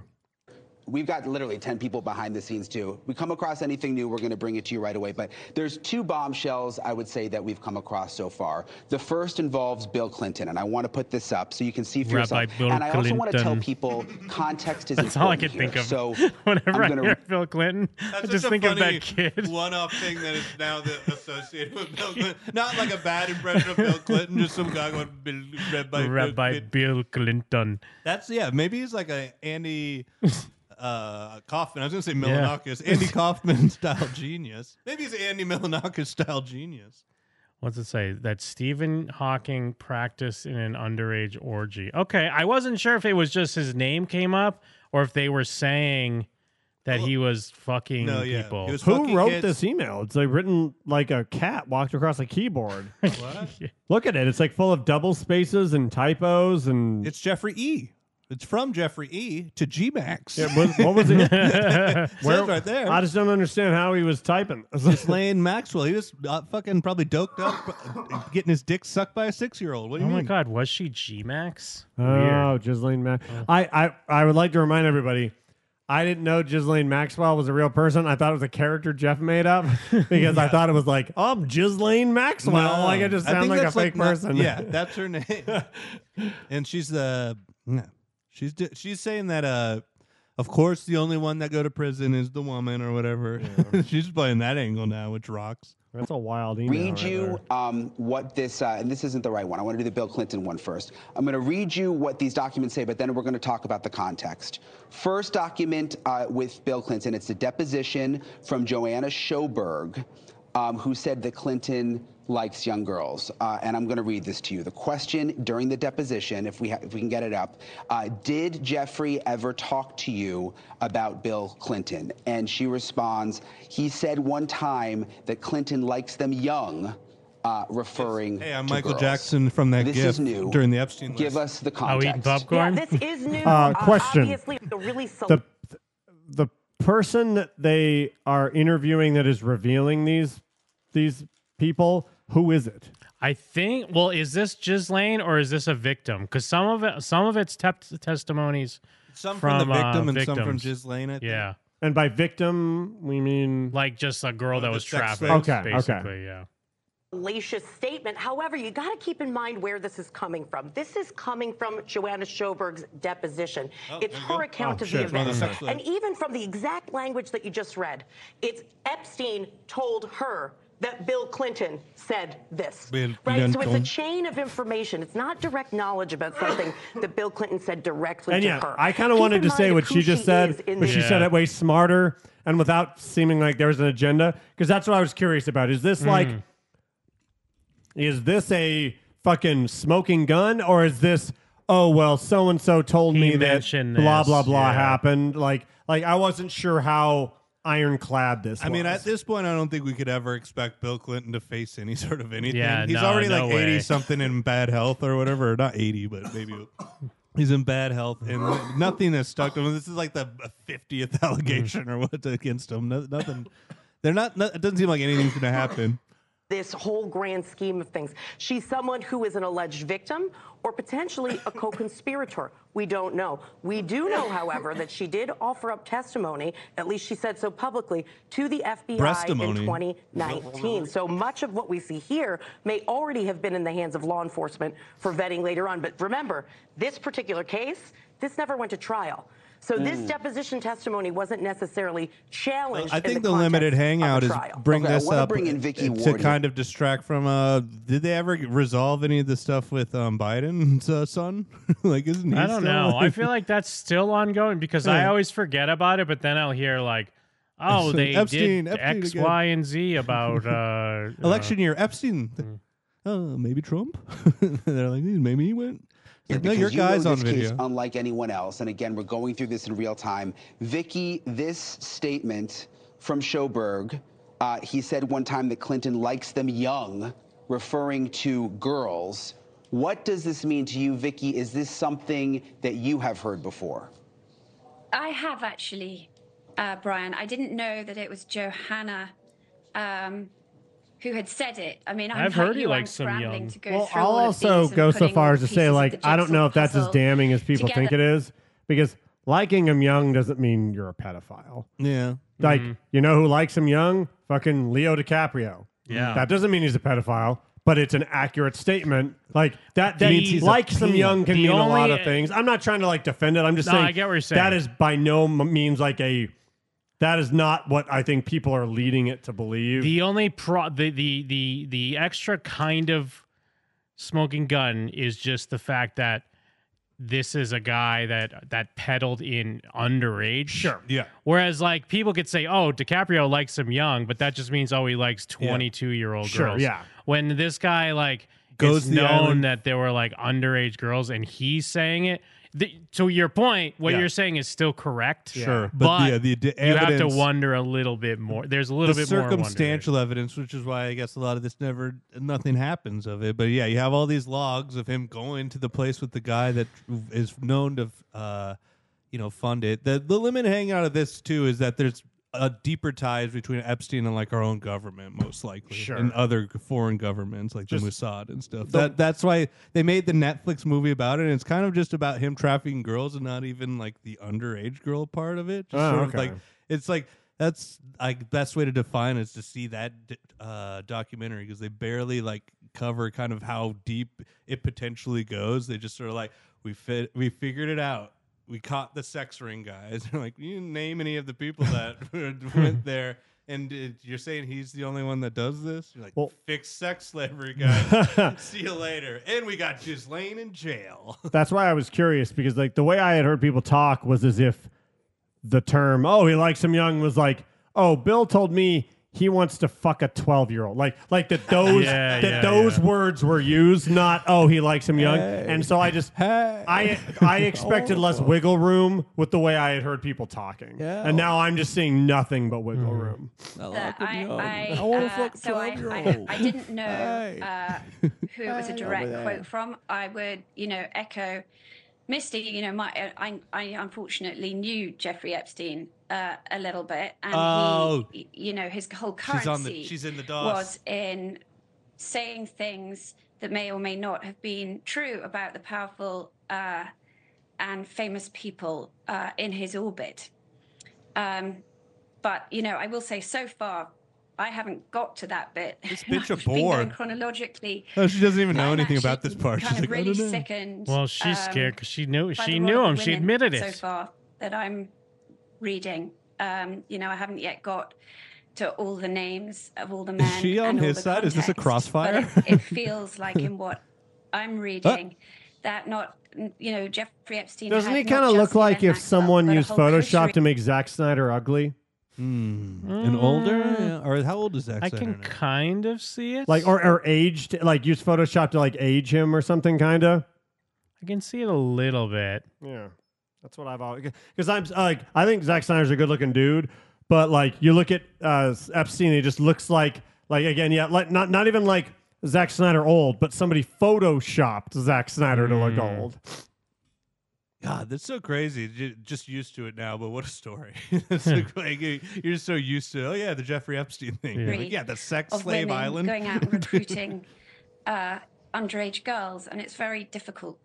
S19: We've got literally 10 people behind the scenes, too. We come across anything new, we're going to bring it to you right away. But there's two bombshells I would say that we've come across so far. The first involves Bill Clinton, and I want to put this up so you can see for
S11: Rabbi
S19: yourself.
S11: Bill
S19: and I also want to tell
S11: Clinton.
S19: people context is
S11: *laughs* That's all I
S19: important. here.
S11: can think of. *laughs*
S19: So
S11: Whenever
S19: I'm
S11: I
S19: gonna-
S11: hear Bill Clinton, I just think of that kid.
S8: one-off thing that is now the, associated with Bill Clinton. Not like a bad
S12: *laughs*
S8: impression of Bill Clinton,
S11: *laughs*
S8: just some guy going "Bill- read by
S11: Rabbi Bill Clinton.
S8: That's yeah. Maybe he's like a Andy uh, Kaufman. I was gonna say
S11: Yeah.
S8: Milanakis. Andy Kaufman style genius. Maybe he's Andy Milanakis style genius.
S11: What's it say? That Stephen Hawking practiced in an underage orgy. Okay, I wasn't sure if it was just his name came up or if they were saying that he was fucking
S8: Oh, No, yeah.
S11: people.
S8: He was
S12: Who wrote this email? It's like written like a cat walked across a keyboard.
S8: What?
S12: Look at it. It's like full of double spaces and typos and
S8: It's Jeffrey E. It's from Jeffrey E. to G Max.
S12: Yeah, what, what was
S8: *laughs*
S12: it?
S8: Where, right there.
S12: I just don't understand how he was typing.
S8: Lane Maxwell. He was uh, fucking probably doped up, uh, getting his dick sucked by a six-year-old. What do
S11: oh
S8: you
S11: my
S8: mean?
S11: god, was she G Max?
S12: Oh, Ghislaine Max. I, I, I would like to remind everybody, I didn't know Ghislaine Maxwell was a real person. I thought it was a character Jeff made up *laughs* because I thought it was like, oh, I'm Ghislaine Maxwell. like I just
S8: I
S12: sound
S8: think
S12: like a
S8: that's
S12: fake
S8: not-
S12: person. *laughs*
S8: yeah, that's her name. and she's the no, she's di- she's saying that uh, of course the only one that go to prison is the woman or whatever. *laughs* she's playing that angle now, which rocks.
S12: That's a wild email.
S19: read you um, what this, uh, and this isn't the right one. I want to do the Bill Clinton one first. I'm going to read you what these documents say, but then we're going to talk about the context. First document uh, with Bill Clinton, it's a deposition from Joanna Schoberg, um, who said that Clinton likes young girls. Uh, and I'm going to read this to you. The question during the deposition, if we, ha- if we can get it up, uh, did Jeffrey ever talk to you about Bill Clinton? And she responds, he said one time that Clinton likes them young, uh, referring
S8: Hey, I'm
S19: to
S8: Michael
S19: girls.
S8: Jackson from that
S19: This
S8: gift
S19: is new.
S8: during the Epstein.
S19: Give us the
S8: Oh,
S19: context.
S8: eating popcorn?
S21: Yeah, this is new.
S12: Uh, question.
S21: Obviously, the really sol-
S12: The, the person that they are interviewing that is revealing these these people, who is it?
S11: I think. Well, is this Ghislaine or is this a victim? Because some of it, some of it's tep- testimonies.
S8: Some from the
S11: uh,
S8: victim and some from
S11: victims.
S8: Ghislaine, I think.
S11: Yeah,
S12: And by victim, we mean
S11: like just a girl that was
S12: sex
S11: trafficked.
S12: slaves? Okay, okay.
S11: basically, yeah.
S21: salacious statement. However, you got to keep in mind where this is coming from. This is coming from Joanna Schoberg's deposition. it's her account
S22: Oh,
S21: of
S22: shit,
S21: the
S22: it's one of
S21: event.
S22: the sex
S21: And
S22: slaves.
S21: even from the exact language that you just read, it's Epstein told her that Bill Clinton said this.
S22: Bill
S21: right? So it's a
S22: Clinton.
S21: chain of information. It's not direct knowledge about something that Bill Clinton said directly
S12: and
S21: to
S12: yeah,
S21: her.
S12: I kind
S21: Keep
S12: of wanted
S21: in
S12: to
S21: mind
S12: say what
S21: who
S12: she just
S21: is
S12: said,
S21: in
S12: but
S21: this
S12: she said it way smarter and without seeming like there was an agenda. Because that's what I was curious about. Is this like,
S21: Mm.
S12: is this a fucking smoking gun, or is this? Oh well, so and so told me that
S11: mentioned
S12: blah
S11: this,
S12: blah blah
S11: yeah.
S12: happened. Like, like I wasn't sure how ironclad this.
S8: I mean,
S12: was.
S8: at this point, I don't think we could ever expect Bill Clinton to face any sort of anything.
S11: Yeah,
S8: he's
S11: no,
S8: already
S11: no
S8: like
S11: way.
S8: eighty something in bad health or whatever. Not eighty, but
S12: *laughs*
S8: maybe he's in bad health
S19: *laughs*
S8: and nothing has stuck to him. This is like the fiftieth *laughs* allegation or what against him. No, nothing. They're not. No, it doesn't seem like anything's going to happen.
S21: this whole grand scheme of things. She's someone who is an alleged victim or potentially a co conspirator. We don't know. We do know, however, that she did offer up testimony, at least she said so publicly, to the FBI in
S8: Breastimony.
S21: 2019. So much of what we see here may already have been in the hands of law enforcement for vetting later on. But remember, this particular case, this never went to trial. So this deposition testimony wasn't necessarily challenged.
S8: Hmm. I
S21: in
S8: think the,
S21: context
S8: limited
S21: of a
S8: hangout is
S21: trial.
S8: bring
S19: Okay, I
S8: this
S19: wanna
S8: up
S19: bring in Vicky
S8: to
S19: Ward
S8: kind of distract from. Uh, did they ever resolve any of the stuff with um, Biden's uh, son? *laughs* like, isn't he
S11: I don't
S8: still,
S11: know.
S8: *laughs*
S11: I feel like that's still ongoing because I
S8: Yeah.
S11: always forget about it, but then I'll hear like,
S8: *laughs*
S11: "Oh,
S8: Epstein-
S11: they
S8: Epstein,
S11: did
S8: Epstein
S11: X,
S8: again."
S11: Y, and Z
S8: *laughs*
S11: about uh,
S8: election year Epstein.
S11: Mm.
S8: Uh, maybe Trump. *laughs* They're like, maybe he went. It's like, no,
S19: because
S8: your
S19: you know
S8: guy's on
S19: this
S8: video.
S19: Case, um, unlike anyone else, and again, we're going through this in real time. Vicky, this statement from Schoberg, uh, he said one time that Clinton likes them young, referring to girls. What does this mean to you, Vicky? Is this something that you have heard before?
S20: I have actually, uh, Brian. I didn't know that it was Johanna um, who had said it. I mean, I'm
S11: I've
S20: like
S11: heard he
S20: you, I'm
S11: likes some
S20: scrambling
S11: young.
S20: To go
S11: Well,
S20: through
S12: I'll
S20: all of
S12: also
S20: these and
S12: go so
S20: putting
S12: far
S20: all
S12: as
S20: the
S12: to say,
S20: pieces of
S12: like,
S20: the
S12: I don't know if
S20: jigsaw
S12: that's as
S20: puzzle
S12: damning as people think it
S20: together.
S12: is, because liking him young doesn't mean you're a pedophile.
S8: Yeah.
S12: Like,
S11: Mm-hmm.
S8: Mhm.
S12: you know who likes him young? Fucking Leo DiCaprio.
S8: Yeah.
S12: That doesn't mean he's a pedophile, but it's an accurate statement. Like, that, that
S11: The- Means he's a
S12: likes him
S11: pedo.
S12: young can
S11: The
S12: mean a lot
S11: only-
S12: of things. I'm not trying to, like, defend it. I'm just
S11: No,
S12: saying
S11: I get what you're saying.
S12: that is by no m- means like a. That is not what I think people are leading it to believe.
S11: The only pro the the the the extra kind of smoking gun is just the fact that this is a guy that that peddled in underage. Sure.
S8: Yeah.
S11: Whereas like people could say, "Oh, DiCaprio likes him young," but that just means oh he likes 22-year-old
S12: Sure,
S11: girls.
S12: yeah.
S11: When this guy like
S8: Goes
S11: Goes
S8: to
S11: it's
S8: the
S11: known
S8: island.
S11: that there were like underage girls and he's saying it. The, to your point, what
S8: Yeah.
S11: you're saying is still correct.
S8: Sure.
S11: But,
S8: But, yeah, the- the
S11: you have to
S8: evidence-
S11: wonder a little bit more. There's a little
S8: Mm. the
S11: bit more wonder there.
S8: circumstantial evidence, which is why I guess a lot of this never nothing happens of it. But yeah, you have all these logs of him going to the place with the guy that is known to, uh, you know, fund it. The the limit hangout of this too is that there's a deeper ties between Epstein and like our own government, most likely,
S12: Sure.
S8: and other foreign governments like the Mossad and stuff.
S12: the-
S8: that that's why they made the Netflix movie about it. And it's kind of just about him trafficking girls and not even like the underage girl part of it. Just
S12: Oh,
S8: sort of
S12: okay.
S8: like it's like that's like best way to define is to see that d- uh, documentary because they barely like cover kind of how deep it potentially goes. They just sort of like we fit we figured it out. We caught the sex ring guys. *laughs* They're like you didn't name any of the people that
S12: *laughs*
S8: went there. And uh, you're saying he's the only one that does this? You're like, fix sex slavery,
S12: *laughs*
S8: guys. See you later. And we got Ghislaine in jail.
S12: That's why I was curious because like the way I had heard people talk was as if the term "oh he likes him young" was like "oh Bill told me he wants to fuck a twelve year old" like like
S8: *laughs*
S12: that those
S11: Yeah,
S12: that
S11: yeah,
S12: those words were used, not "oh he likes him young."
S11: Hey.
S12: And so I just I I
S8: Oh.
S12: expected less wiggle room with the way I had heard people talking,
S8: Yeah. Mm-hmm.
S12: and now I'm just seeing nothing but wiggle room.
S20: that I, I,
S8: I wanna
S20: uh,
S8: fuck
S20: so I, I,
S8: 12-year-old.
S20: I didn't know
S8: Hey.
S20: uh, who it was a
S8: Hey.
S20: direct
S8: Over there.
S20: quote from. I would, you know, echo Misty. You know, my I, I unfortunately knew Jeffrey Epstein uh, a little bit, and
S8: Oh.
S20: he, you know, his whole currency
S8: She's on the- she's in the DOS.
S20: was in saying things that may or may not have been true about the powerful uh, and famous people uh, in his orbit. Um, but you know, I will say so far, I haven't got to that bit. *laughs* This
S8: bitch a
S20: I've been going
S8: bore.
S20: chronologically.
S8: Oh, she doesn't even know
S20: I'm
S8: anything
S20: actually
S8: about this part.
S20: Kind
S8: She's
S20: of
S8: like, I
S20: really
S8: don't know.
S20: sickened.
S11: Well, she's
S20: um,
S11: scared because she knew
S20: by
S11: she
S20: the
S11: knew
S20: role
S11: him.
S20: of
S11: She
S20: women
S11: admitted
S20: So
S11: it.
S20: far that I'm reading, um, you know, I haven't yet got to all the names of all the men.
S8: Is she on
S20: and all
S8: his
S20: the
S8: side? Is this Uh. a
S20: context,
S8: crossfire? *laughs*
S20: But it, it feels like in what I'm reading that not, you know, Jeffrey Epstein.
S12: Doesn't
S20: had
S12: he
S20: not
S12: kind of
S20: just
S12: look like
S20: been
S12: if
S20: that
S12: someone
S20: but a
S12: used
S20: whole country
S12: Photoshop to make Zack Snyder ugly?
S8: An older?
S20: Mm.
S8: Yeah. Or how old is that?
S11: I can kind of see it.
S12: like or, or aged like use photoshop to like age him or something kind of
S11: I can see it a little bit.
S12: yeah that's what i've always because i'm like i think Zack snyder's a good looking dude but like you look at uh epstein he just looks like like again yeah like not not even like Zack snyder old but somebody photoshopped Zack snyder to look
S8: Mm.
S12: old
S8: God, that's so crazy. Ju- Just used to it now, but what a story. *laughs* It's
S11: *laughs*
S8: like, like, you- you're just so used to, oh, yeah, the Jeffrey Epstein thing. You're like,
S20: breed
S8: yeah, the sex
S20: of
S8: slave
S20: women
S8: island. *laughs*
S20: going out and recruiting uh, underage girls, and it's very difficult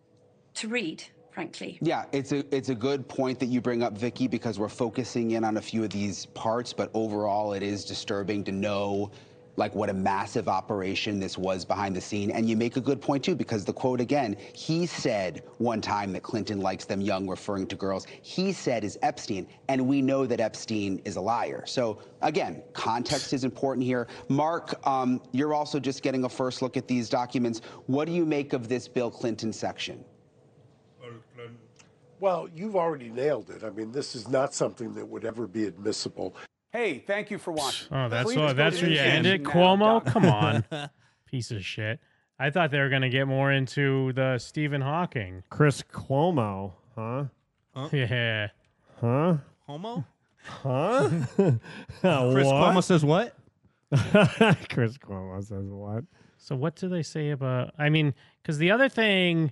S20: to read, frankly.
S19: Yeah, it's a it's a good point that you bring up, Vicky, because we're focusing in on a few of these parts, but overall, it is disturbing to know like what a massive operation this was behind the scene. And you make a good point too, because the quote again, he said one time that Clinton likes them young, referring to girls. He said is Epstein, and we know that Epstein is a liar. So again, context is important here. Mark, um, you're also just getting a first look at these documents. What do you make of this Bill Clinton section?
S1: Well, you've already nailed it. I mean, this is not something that would ever be admissible.
S22: Hey, thank you for watching.
S11: Oh, that's
S22: Please
S11: what.
S22: go
S11: That's
S22: to
S11: where you
S22: the
S11: end it,
S22: end now,
S11: Cuomo.
S22: Doc.
S8: *laughs*
S11: Come on, piece of shit. I thought they were gonna get more into the Stephen Hawking.
S12: Chris Cuomo, huh?
S8: Oh.
S11: *laughs* Yeah.
S12: Huh?
S8: Homo? *laughs*
S12: Huh?
S8: Chris Cuomo says what?
S12: *laughs* Chris Cuomo says what?
S11: So what do they say about? I mean, because the other thing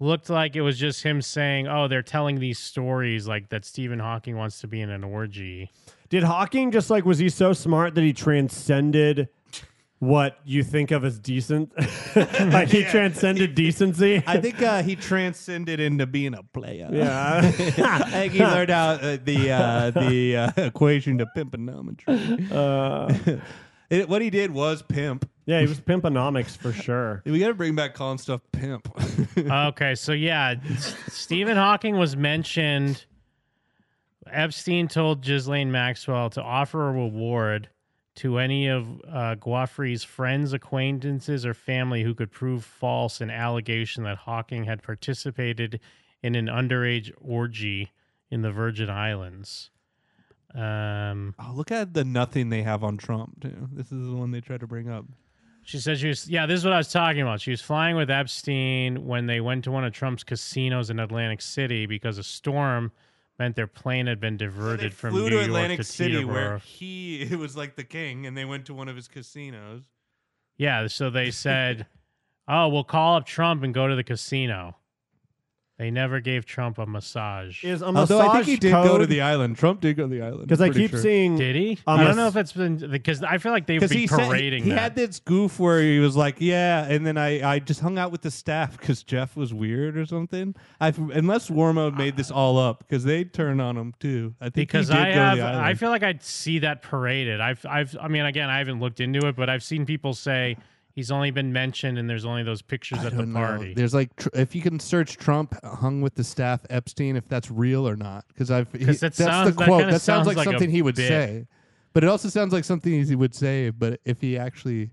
S11: looked like it was just him saying, "Oh, they're telling these stories like that Stephen Hawking wants to be in an orgy."
S12: Did Hawking just like was he so smart that he transcended what you think of as decent? *laughs* like
S8: *laughs*
S12: he transcended decency.
S8: I think uh, he transcended into being a player.
S12: Yeah.
S8: *laughs* I think he learned out uh, the uh,
S11: *laughs*
S8: the uh, *laughs* equation to
S12: *laughs*
S8: pimpanometry.
S12: Oh,
S8: Uh, *laughs* it, what he did was pimp.
S12: Yeah, he was pimponomics for sure.
S8: *laughs* We got to bring back calling stuff pimp.
S11: okay, so yeah, S- Stephen Hawking was mentioned. Epstein told Ghislaine Maxwell to offer a reward to any of uh, Guaffrey's friends, acquaintances, or family who could prove false an allegation that Hawking had participated in an underage orgy in the Virgin Islands. Um,
S8: oh, look at the nothing they have on Trump too. This is the one they tried to bring up.
S11: She said she was, yeah, this is what I was talking about. She was flying with Epstein when they went to one of Trump's casinos in Atlantic City because a storm meant their plane had been diverted from
S8: Flew
S11: New
S8: to
S11: York
S8: Atlantic
S11: to
S8: City where
S11: Teterboro.
S8: he *laughs* it was like the king, and they went to one of his casinos.
S11: Yeah, so they said, *laughs* oh, we'll call up Trump and go to the casino. They never gave Trump a massage.
S12: Is a
S8: Although I think he
S12: massage
S8: did go to
S12: code-
S8: the island. Trump did go to the island.
S12: 'Cause I
S8: pretty
S12: keep seeing-
S11: Did he?
S12: a
S11: I
S12: mas-
S11: don't know if it's been because I feel like they've
S8: Because
S11: been
S8: he said-
S11: parading
S8: he
S11: that.
S8: had this goof where he was like, "Yeah," and then I, I just hung out with the staff because Jeff was weird or something. I unless Warmo made this all up because they turn on him too. Ah. I think he
S11: because
S8: did
S11: I
S8: go
S11: have,
S8: To the
S11: I
S8: island.
S11: feel like I'd see that paraded. I've, I've, I mean, again, I haven't looked into it, but I've seen people say he's only been mentioned and there's only those pictures at the
S8: don't know.
S11: party.
S8: There's like tr- if you can search Trump hung with the staff Epstein if that's real or not because I've he-
S11: 'Cause that
S8: that's
S11: sounds-
S8: the
S11: that
S8: quote
S11: kinda
S8: that sounds
S11: sounds
S8: like,
S11: like a
S8: something he would
S11: bit.
S8: say, but it also sounds like something he would say. But if he actually,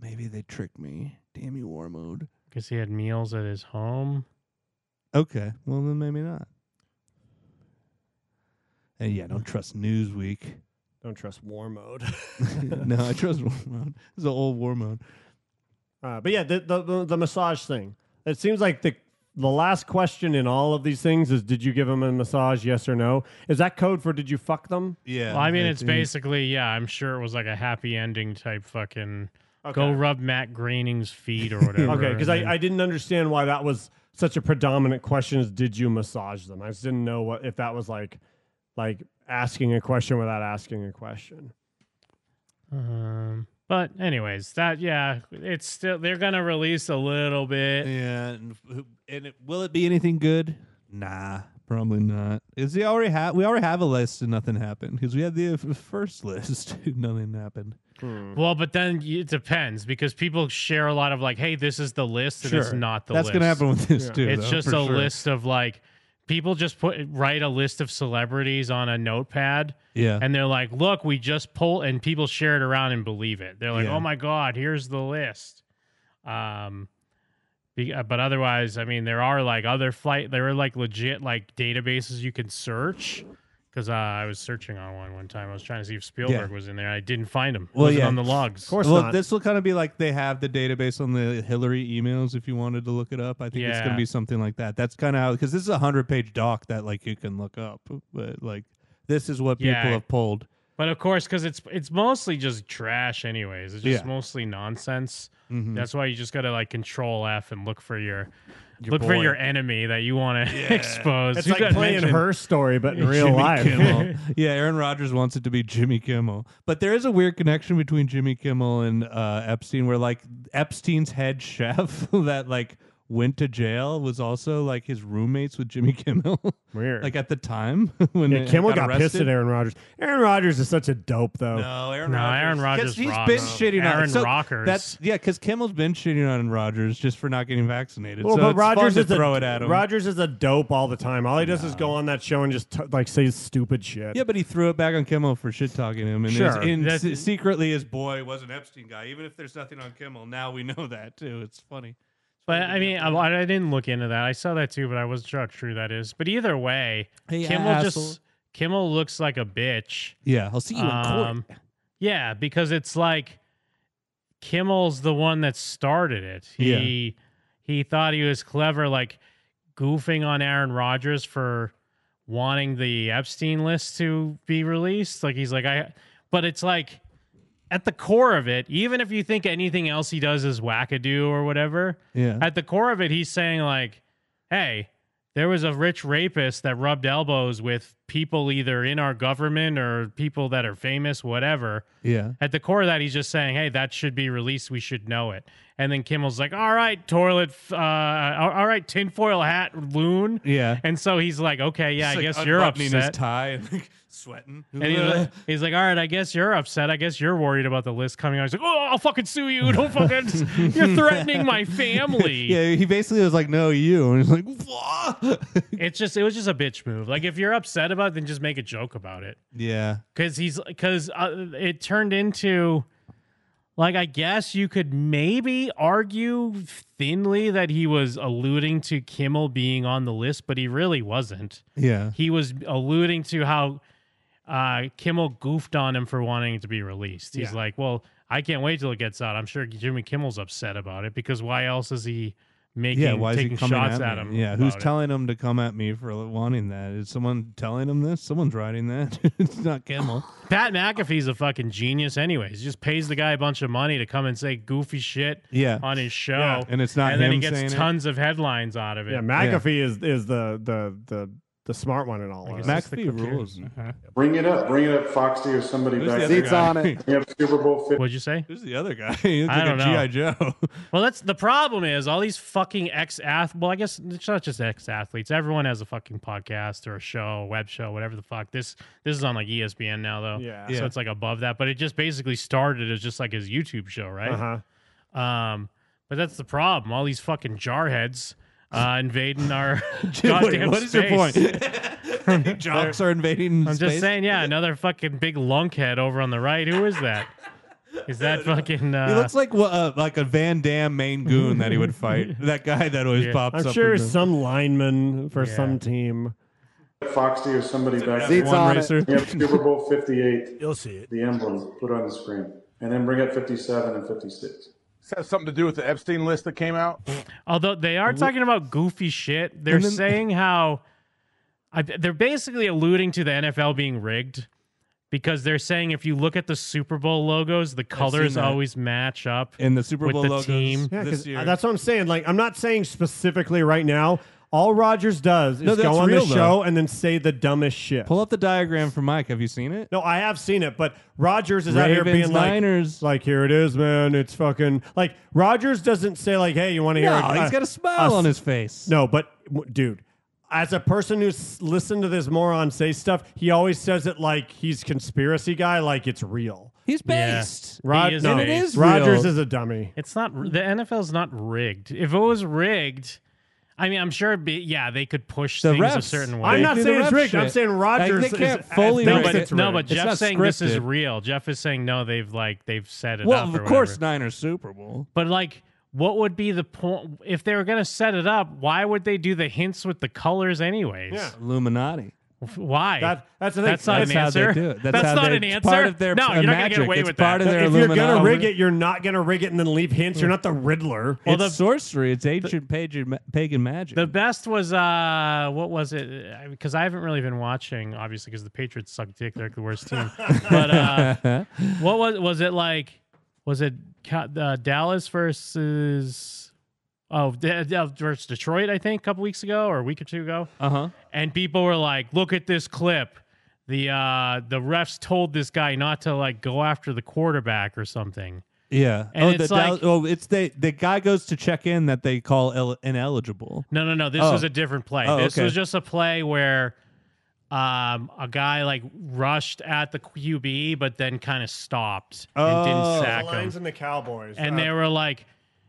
S8: maybe they tricked me. Damn you, war mode.
S11: Because he had meals at his home.
S8: Okay, well then maybe not. And eh, yeah, don't trust Newsweek.
S12: Don't trust war mode.
S8: *laughs* no, I trust war mode. This is an old war mode.
S12: Uh, but yeah, the, the the the massage thing. It seems like the the last question in all of these things is, did you give them a massage? Yes or no? Is that code for did you fuck them?
S11: Well, I mean, it's basically, yeah, I'm sure it was like a happy ending type fucking go
S12: Okay.
S11: rub Matt Groening's
S8: *laughs*
S11: feet or *laughs* whatever.
S12: okay, because I,
S11: and then-
S12: I didn't understand why that was such a predominant question. Is did you massage them? I just didn't know what if that was like like asking a question without asking a question.
S11: Um, but anyways, that yeah, it's still they're gonna release a little bit.
S8: Yeah, and, and it, will it be anything good? Nah, probably not. Is he already have? We already have a list and nothing happened because we had the uh, f- first list. *laughs* and nothing happened. Mm-hmm.
S11: Well, but then y- it depends because people share a lot of like, hey, this is the list and it's
S8: Sure.
S11: not the
S8: That's
S11: list.
S8: gonna happen with this Yeah. too,
S11: It's
S8: though,
S11: just a
S8: for sure.
S11: list of like people just put write a list of celebrities on a notepad.
S8: Yeah.
S11: And they're like, look, we just pull and people share it around and believe it. They're like,
S8: Yeah.
S11: oh my God, here's the list. Um be- uh, but otherwise, I mean, there are like other flight, there are like legit like databases you can search. Because uh, I was searching on one one time, I was trying to see if Spielberg was in there. I didn't find him. It
S8: Well,
S11: wasn't
S8: yeah,
S11: on the logs.
S8: well, this will kind of be like they have the database on the Hillary emails. If you wanted to look it up, I think it's gonna
S11: Yeah.
S8: be something like that. That's kind of how because this is a hundred page doc that like you can look up, but like this is what people
S11: Yeah.
S8: have pulled.
S11: But of course, because it's it's mostly just trash, anyways. It's just
S8: Yeah.
S11: mostly nonsense.
S12: Mm-hmm.
S8: Mhm.
S11: That's why you just gotta like Control F and look for your,
S8: Your
S11: look for
S8: boy.
S11: your enemy that you *laughs* want to expose.
S12: It's
S11: Who
S12: like
S11: got
S12: playing
S11: mentioned?
S12: her story,
S11: *laughs*
S12: but in real
S8: Jimmy
S12: life. *laughs*
S8: Kimmel. yeah, Aaron Rodgers wants it to be Jimmy Kimmel. But there is a weird connection between Jimmy Kimmel and uh, Epstein where like Epstein's head *laughs* chef that like went to jail was also like his roommates with Jimmy *laughs* Kimmel.
S11: Weird.
S8: like at the time *laughs* *laughs* when
S12: Yeah,
S8: they
S12: Kimmel got, pissed at
S8: arrested.
S12: Aaron Rodgers. Aaron Rodgers is such a dope, though.
S8: No, Aaron
S11: No,
S8: Rodgers.
S11: Aaron
S8: 'Cause
S11: Rodgers
S8: He's
S11: rocked.
S8: been shitting on
S11: Aaron
S8: so
S11: rockers.
S8: That's yeah, because Kimmel's been shitting on Rodgers just for not getting vaccinated.
S12: Well,
S8: so
S12: but
S8: it's
S12: Rodgers
S8: fun
S12: is
S8: to throw
S12: a,
S8: it at him.
S12: Rodgers is a dope all the time. All he does is go on that show and just t- like say stupid shit.
S8: yeah, but he threw it back on Kimmel for shit talking him, and
S12: Sure.
S8: his- and
S12: That's-
S8: se- secretly his boy was an Epstein guy. Even if there's nothing on Kimmel, now we know that too. It's funny.
S11: But I mean, I, I didn't look into that. I saw that too, but I wasn't sure how true that is. But either way,
S8: Hey,
S11: Kimmel
S8: asshole.
S11: just Kimmel looks like a bitch. Um,
S8: Yeah, I'll see you in court.
S11: Yeah, because it's like Kimmel's the one that started it. He he thought he was clever, like goofing on Aaron Rodgers for wanting the Epstein list to be released. Like he's like I, but it's like at the core of it, even if you think anything else he does is wackadoo or whatever,
S8: Yeah.
S11: at the core of it, he's saying like, "Hey, there was a rich rapist that rubbed elbows with people either in our government or people that are famous, whatever."
S8: Yeah.
S11: At the core of that, he's just saying, "Hey, that should be released. We should know it." And then Kimmel's like, "All right, toilet, f- uh, all all right, tinfoil hat loon."
S8: Yeah.
S11: And so he's like, "Okay, yeah,
S8: Just,
S11: I
S8: like,
S11: guess you're
S8: unbuttoning
S11: upset."
S8: his tie and *laughs* like, sweating.
S11: And
S8: *laughs*
S11: he's like, he's like, all right, I guess you're upset. I guess you're worried about the list coming out. He's like, oh, I'll fucking sue
S8: *laughs*
S11: you. Don't fucking, you're threatening my family.
S8: yeah, he basically was like, "No, you," and he's like,
S11: It's just, it was just a bitch move. Like, if you're upset about it, then just make a joke about it.
S8: "Yeah,
S11: Cause he's, cause uh, it turned into, like, I guess you could maybe argue thinly that he was alluding to Kimmel being on the list, but he really wasn't.
S8: yeah."
S11: he was alluding to how uh, Kimmel goofed on him for wanting it to be released. He's
S8: Yeah.
S11: like, "Well, I can't wait till it gets out. I'm sure Jimmy Kimmel's upset about it because why else is he making
S8: yeah, why is he
S11: taking
S8: coming
S11: shots
S8: at,
S11: at,
S8: me?
S11: him?
S8: Yeah, who's
S11: about it?
S8: telling him to come at me for wanting that? Is someone telling him this? Someone's writing that. *laughs* it's
S11: *laughs*
S8: not Kimmel.
S11: Pat McAfee's a fucking genius, anyways. He just pays the guy a bunch of money to come and say goofy shit
S8: Yeah.
S11: on his show,
S8: Yeah. And it's not
S11: and then he
S8: him saying
S11: gets
S8: it.
S11: tons of headlines out of it.
S12: Yeah, McAfee is is the the the the smart one in all of
S11: guess it's
S12: this.
S11: the Uh-huh. McAfee computer. rules.
S3: Bring it up. Bring it up, Foxy or somebody
S12: Who's
S3: back
S12: the other Seats guy? on
S8: *laughs*
S12: it.
S3: Bring up Super Bowl 50.
S11: What'd you say?
S8: Who's the other guy? *laughs* He looks
S11: I
S8: like
S11: don't know.
S8: a GI Joe. *laughs*
S11: Well, that's the problem is all these fucking ex ath. Well, I guess it's not just ex athletes. Everyone has a fucking podcast or a show, web show, whatever the fuck. This this is on like E ESPN now though.
S12: Yeah.
S11: So
S12: Yeah.
S11: it's like above that, but it just basically started as just like his YouTube show, right? Uh-huh. Um, but that's the problem. All these fucking jarheads
S8: *laughs*
S11: uh, invading our *laughs* goddamn
S8: Wait, what is your point? *laughs*
S11: point?
S8: Jocks are invading.
S11: I'm just
S8: space?
S11: saying, yeah, another fucking big lunkhead over on the right. Who is that?
S8: *laughs*
S11: Is that fucking? Uh,
S8: he looks like wha- uh, like a Van Damme main goon that he would
S11: *laughs*
S8: fight. That guy that always pops up.
S12: I'm sure
S8: in the-
S12: some lineman for some team.
S3: Foxy or somebody back
S12: Seats on it.
S3: Bring up Super Bowl 58.
S17: You'll see it.
S3: The emblem put on the screen. And then bring up 57 and 56.
S5: This has something to do with the Epstein list that came out.
S11: Although they are talking about goofy shit, they're
S5: And then-
S11: saying how I, they're basically alluding to the NFL being rigged because they're saying if you look at the Super Bowl logos, the colors
S8: that.
S11: always match up
S8: in the Super Bowl
S11: with the
S8: logos
S11: team.
S12: Yeah, 'cause, uh, that's what I'm saying. Like, I'm not saying specifically right now. All Rogers does is
S8: No, that's
S12: go on
S8: real,
S12: the
S8: though.
S12: show and then say the dumbest shit.
S8: Pull up the diagram for Mike. Have you seen it?
S12: No, I have seen it, but Rogers is out here
S8: Ravens,
S12: being like,
S8: Niners.
S12: like, here it is, man. It's fucking like Rogers doesn't say like, hey, you want to hear?
S8: No, he's got a smile on his face.
S12: No, but w- dude, as a person who's listened to this moron say stuff, he always says it like he's conspiracy guy, like it's real.
S8: He's
S11: Yeah.
S8: based.
S12: Rod-
S11: He is
S12: no,
S11: based.
S12: it is Rogers real. is a dummy.
S11: It's not the NFL's not rigged. If it was rigged, I mean, I'm sure. it'd Be, yeah, they could push
S8: The
S11: things a
S8: refs.
S11: certain way.
S12: I'm not saying it's rigged. I'm saying Rogers
S8: Like, they can't
S12: is
S8: fully
S11: no,
S8: rig
S11: but,
S8: it.
S11: no, but
S8: It's not
S11: Jeff's saying this is
S8: scripted.
S11: real. Jeff is saying no. They've like they've set it
S8: Well,
S11: up.
S8: of
S11: or
S8: course,
S11: whatever.
S8: Niners Super Bowl.
S11: But like, what would be the point if they were going to set it up? Why would they do the hints with the colors anyways?
S8: Yeah. Illuminati.
S11: Why?
S12: That- that's the thing.
S11: That's not
S12: That's
S11: an
S12: how they
S11: answer.
S12: do it.
S8: That's how
S11: not
S8: they-
S11: an
S8: it's
S11: answer.
S8: part of their,
S11: no,
S8: uh,
S11: you're not gonna get
S8: magic.
S11: away
S8: It's
S11: with
S8: part
S11: that.
S8: of their
S12: if you're gonna
S8: Illuminati.
S12: rig it, you're not gonna rig it and then leave hints. You're not the Riddler.
S11: Well,
S8: it's
S11: the-
S8: sorcery. It's ancient pagan, pagan magic.
S11: The best was uh, what was it? Because I haven't really been watching, obviously, because the Patriots suck dick. They're like the worst team. but uh, what was was it like? Was it Ca- uh, Dallas versus oh D- D- versus Detroit? I think a couple weeks ago or a week or two ago.
S8: Uh
S12: Uh-huh.
S8: huh.
S11: Uh-huh. And people were like, "Look at this clip." The uh, the refs told this guy not to like go after the quarterback or something.
S8: Yeah.
S11: And
S8: oh,
S11: it's
S8: the
S11: like-
S8: Dallas- oh, it's the the guy goes to check in that they call el- ineligible.
S11: No, no, no. This
S8: Oh.
S11: was a different play.
S8: Oh,
S11: this
S8: okay.
S11: was just a play where um, a guy like rushed at the QB, but then kind of stopped and
S12: Oh.
S11: didn't
S12: The
S11: sack him.
S12: Lions and the Cowboys.
S11: And
S12: Uh,
S11: they were like,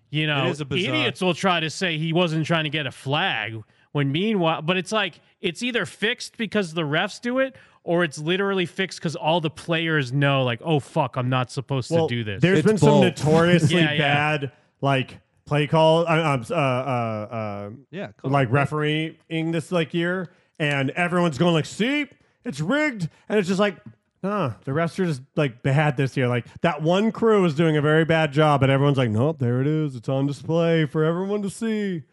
S11: you know,
S12: is a bizarre-
S11: idiots will try to say he wasn't trying to get a flag. When meanwhile, but it's like it's either fixed because the refs do it, or it's literally fixed because all the players know, like, oh fuck, I'm not supposed
S12: Well,
S11: to do this.
S12: There's
S11: There's
S12: been some *laughs*
S8: *laughs*
S12: notoriously bad like play call. I, I'm, uh, uh, uh,
S8: yeah,
S12: like refereeing this like year, and everyone's going like, "See, it's rigged," and it's just like. Nah, the refs are just like bad this year. Like that one crew is doing a very bad job, and everyone's like, "Nope, there it is. It's on display for everyone to see."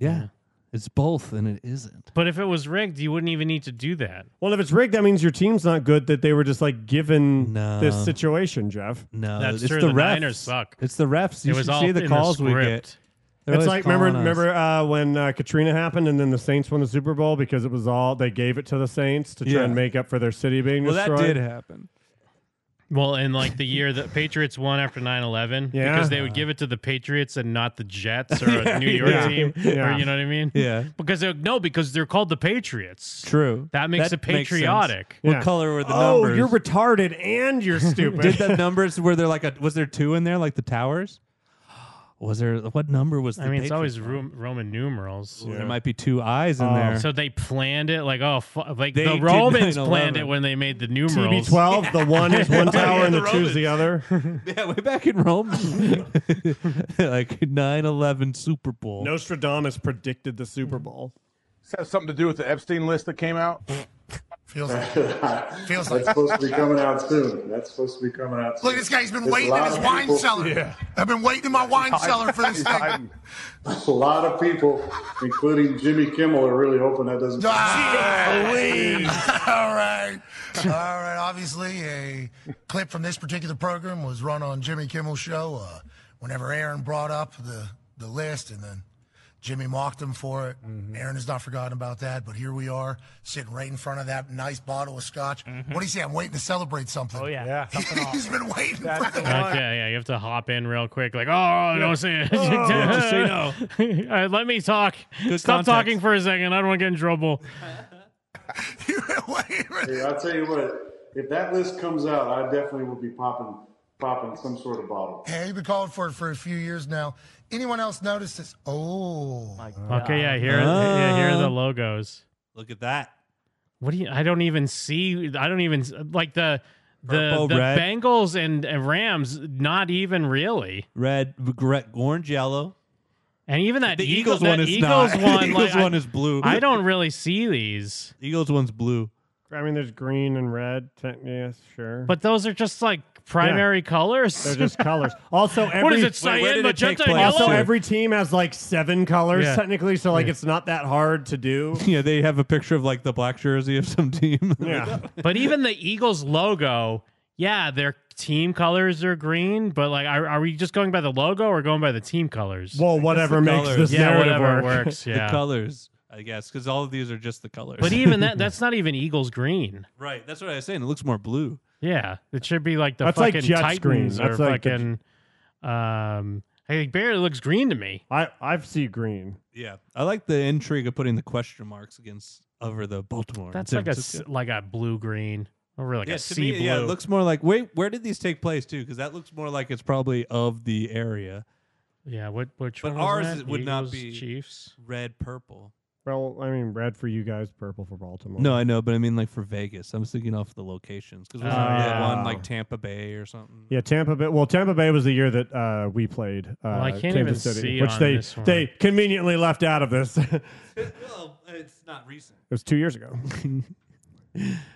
S8: Yeah, it's both, and it isn't.
S11: But if it was rigged, you wouldn't even need to do that.
S12: Well, if it's rigged, that means your team's not good. That they were just like given this situation, Jeff.
S8: No,
S11: That's
S8: it's
S11: true.
S8: The,
S11: The
S8: refs.
S11: Niners suck.
S8: It's the refs. You
S11: It was
S8: should
S11: all
S8: see
S11: in
S8: the
S11: the
S8: calls we
S11: script.
S8: get. They're
S12: it's like
S8: always
S12: remember
S8: calling us.
S12: remember uh, when uh, Katrina happened, and then the Saints won the Super Bowl because it was all they gave it to the Saints to try
S8: Yeah.
S12: and make up for their city being
S8: Well, that
S12: destroyed.
S8: did happen.
S11: Well, in like the year the Patriots won after
S8: *laughs*
S11: 9-11,
S12: Yeah.
S11: because they would give it to the Patriots and not the Jets or a New York
S8: yeah.
S11: team,
S8: Yeah.
S11: or you know what I mean?
S8: Yeah.
S11: because they're no, because they're called the Patriots.
S8: True.
S11: that makes
S8: sense.
S11: it patriotic.
S8: What color were the
S12: oh,
S8: numbers?
S12: you're retarded and
S8: *laughs*
S12: you're stupid.
S8: Did the numbers were there like a was there two in there like the towers? Was there what number was? The
S11: I mean, it's
S8: Patriots
S11: always
S8: one?
S11: Rom- Roman numerals.
S8: there might be two eyes in
S11: Oh.
S8: there.
S11: So they planned it like oh fu- like
S8: They
S11: the
S8: did
S11: Romans
S8: 9/11.
S11: planned it when they made the numerals.
S12: TB12, the one
S11: *laughs*
S12: is one
S8: Yeah,
S12: tower and
S8: the
S12: the two is the other.
S8: yeah, way back in Rome, *laughs* like 9-11 Super Bowl.
S12: Nostradamus predicted the Super Bowl.
S5: Does that have something to do with the Epstein list that came
S12: *laughs*
S5: out?
S3: *laughs*
S7: Feels
S3: Feels That's supposed to be
S12: *laughs*
S3: coming out soon. That's supposed to be coming out soon.
S7: Look, this guy's been
S3: There's a
S7: waiting in
S3: lot
S7: his
S3: of
S7: wine
S3: people-
S7: cellar. I've been waiting
S5: *laughs*
S7: in my wine cellar for this thing.
S3: A lot of people, including Jimmy Kimmel, are really hoping that doesn't.
S11: *laughs*
S7: All right. All right. Obviously, a clip from this particular program was run on Jimmy Kimmel's show uh, whenever Aaron brought up the, the list, and then Jimmy mocked him for it. Aaron has not forgotten about that, but here we are sitting right in front of that nice bottle of scotch. What do you say? I'm waiting to celebrate something. Oh, yeah. yeah *laughs* He's been waiting for
S11: Okay, yeah, you have to hop in real quick. Like, oh, don't say it. *laughs*
S7: Oh,
S8: just say
S7: no.
S11: All right, let me talk.
S8: Good
S11: Stop
S8: context.
S11: talking for a second. I don't want to get in trouble.
S3: *laughs* Hey, I'll tell you what. If that list comes out, I definitely will be popping, popping some sort of bottle.
S7: Yeah, you've been calling for it for a few years now. Anyone else notice this? Oh.
S11: Okay, yeah, here, yeah, here are the logos.
S8: Oh. Look at that.
S11: What do you? I don't even see. I don't even like the the,
S8: Purple,
S11: the
S8: red.
S11: Bengals and and Rams. Not even really.
S8: Red, gre- orange, yellow.
S11: And even that
S8: The
S11: Eagle-
S8: Eagles one
S11: that
S8: is
S11: Eagles
S8: not. *laughs*
S11: one,
S8: Eagles
S11: like, I-
S8: one is blue.
S11: I don't really see these.
S8: Eagles one's blue.
S12: I mean, there's green and red. tech- Yes, sure.
S11: But those are just like primary colors.
S12: They're just
S11: *laughs*
S12: colors. Also, every,
S11: what is it? Cyan, magenta, and yellow.
S12: Also,
S11: *laughs*
S12: every team has like seven colors
S8: Yeah.
S12: technically, so like
S8: Yeah.
S12: it's not that hard to do.
S8: *laughs* Yeah, they have a picture of like the black jersey of some team. *laughs*
S12: Yeah.
S11: but even the Eagles logo, yeah, their team colors are green. But like, are, are we just going by the logo or going by the team colors?
S12: Well, whatever makes this
S11: yeah,
S12: narrative
S11: whatever
S12: work.
S11: works. Yeah,
S8: *laughs* the colors, I guess, because all of these are just the colors.
S11: But
S8: *laughs*
S11: even that—that's not even Eagles green.
S8: right. That's what I was saying. It
S11: *laughs*
S8: looks more blue.
S11: Yeah, it should be like the
S8: That's like
S11: fucking
S8: Jets
S11: Titans
S8: green.
S11: or
S8: That's like the-
S11: fucking. um, I think barely looks green to me.
S12: I I see green.
S8: Yeah, I like the intrigue of putting the question marks against over the Baltimore. and
S11: That's
S8: San
S11: like a s-
S8: Francisco.
S11: like a blue green or like
S8: yeah,
S11: a
S8: to
S11: sea
S8: me,
S11: blue.
S8: yeah, it looks more like wait, where did these take place too? Because that looks more like it's probably of the area.
S11: Yeah, what which
S8: But
S11: one was
S8: ours
S11: that?
S8: is- would not
S11: Eagles,
S8: be
S11: Chiefs.
S8: red purple.
S12: Well, I mean, red for you guys, purple for Baltimore.
S8: No, I know, but I mean like for Vegas, I was thinking off the locations because wasn't there that
S12: Oh.
S8: one like Tampa Bay or something?
S12: Yeah, Tampa Bay. Well, Tampa Bay was the year that uh, we played. Uh,
S8: Well, I can't
S12: Kansas
S8: even
S12: City,
S8: see
S12: which
S8: on
S12: they
S8: this one.
S12: they conveniently left out of
S8: *laughs*
S12: this. it
S8: well, it's not recent.
S12: was two years ago.
S8: *laughs*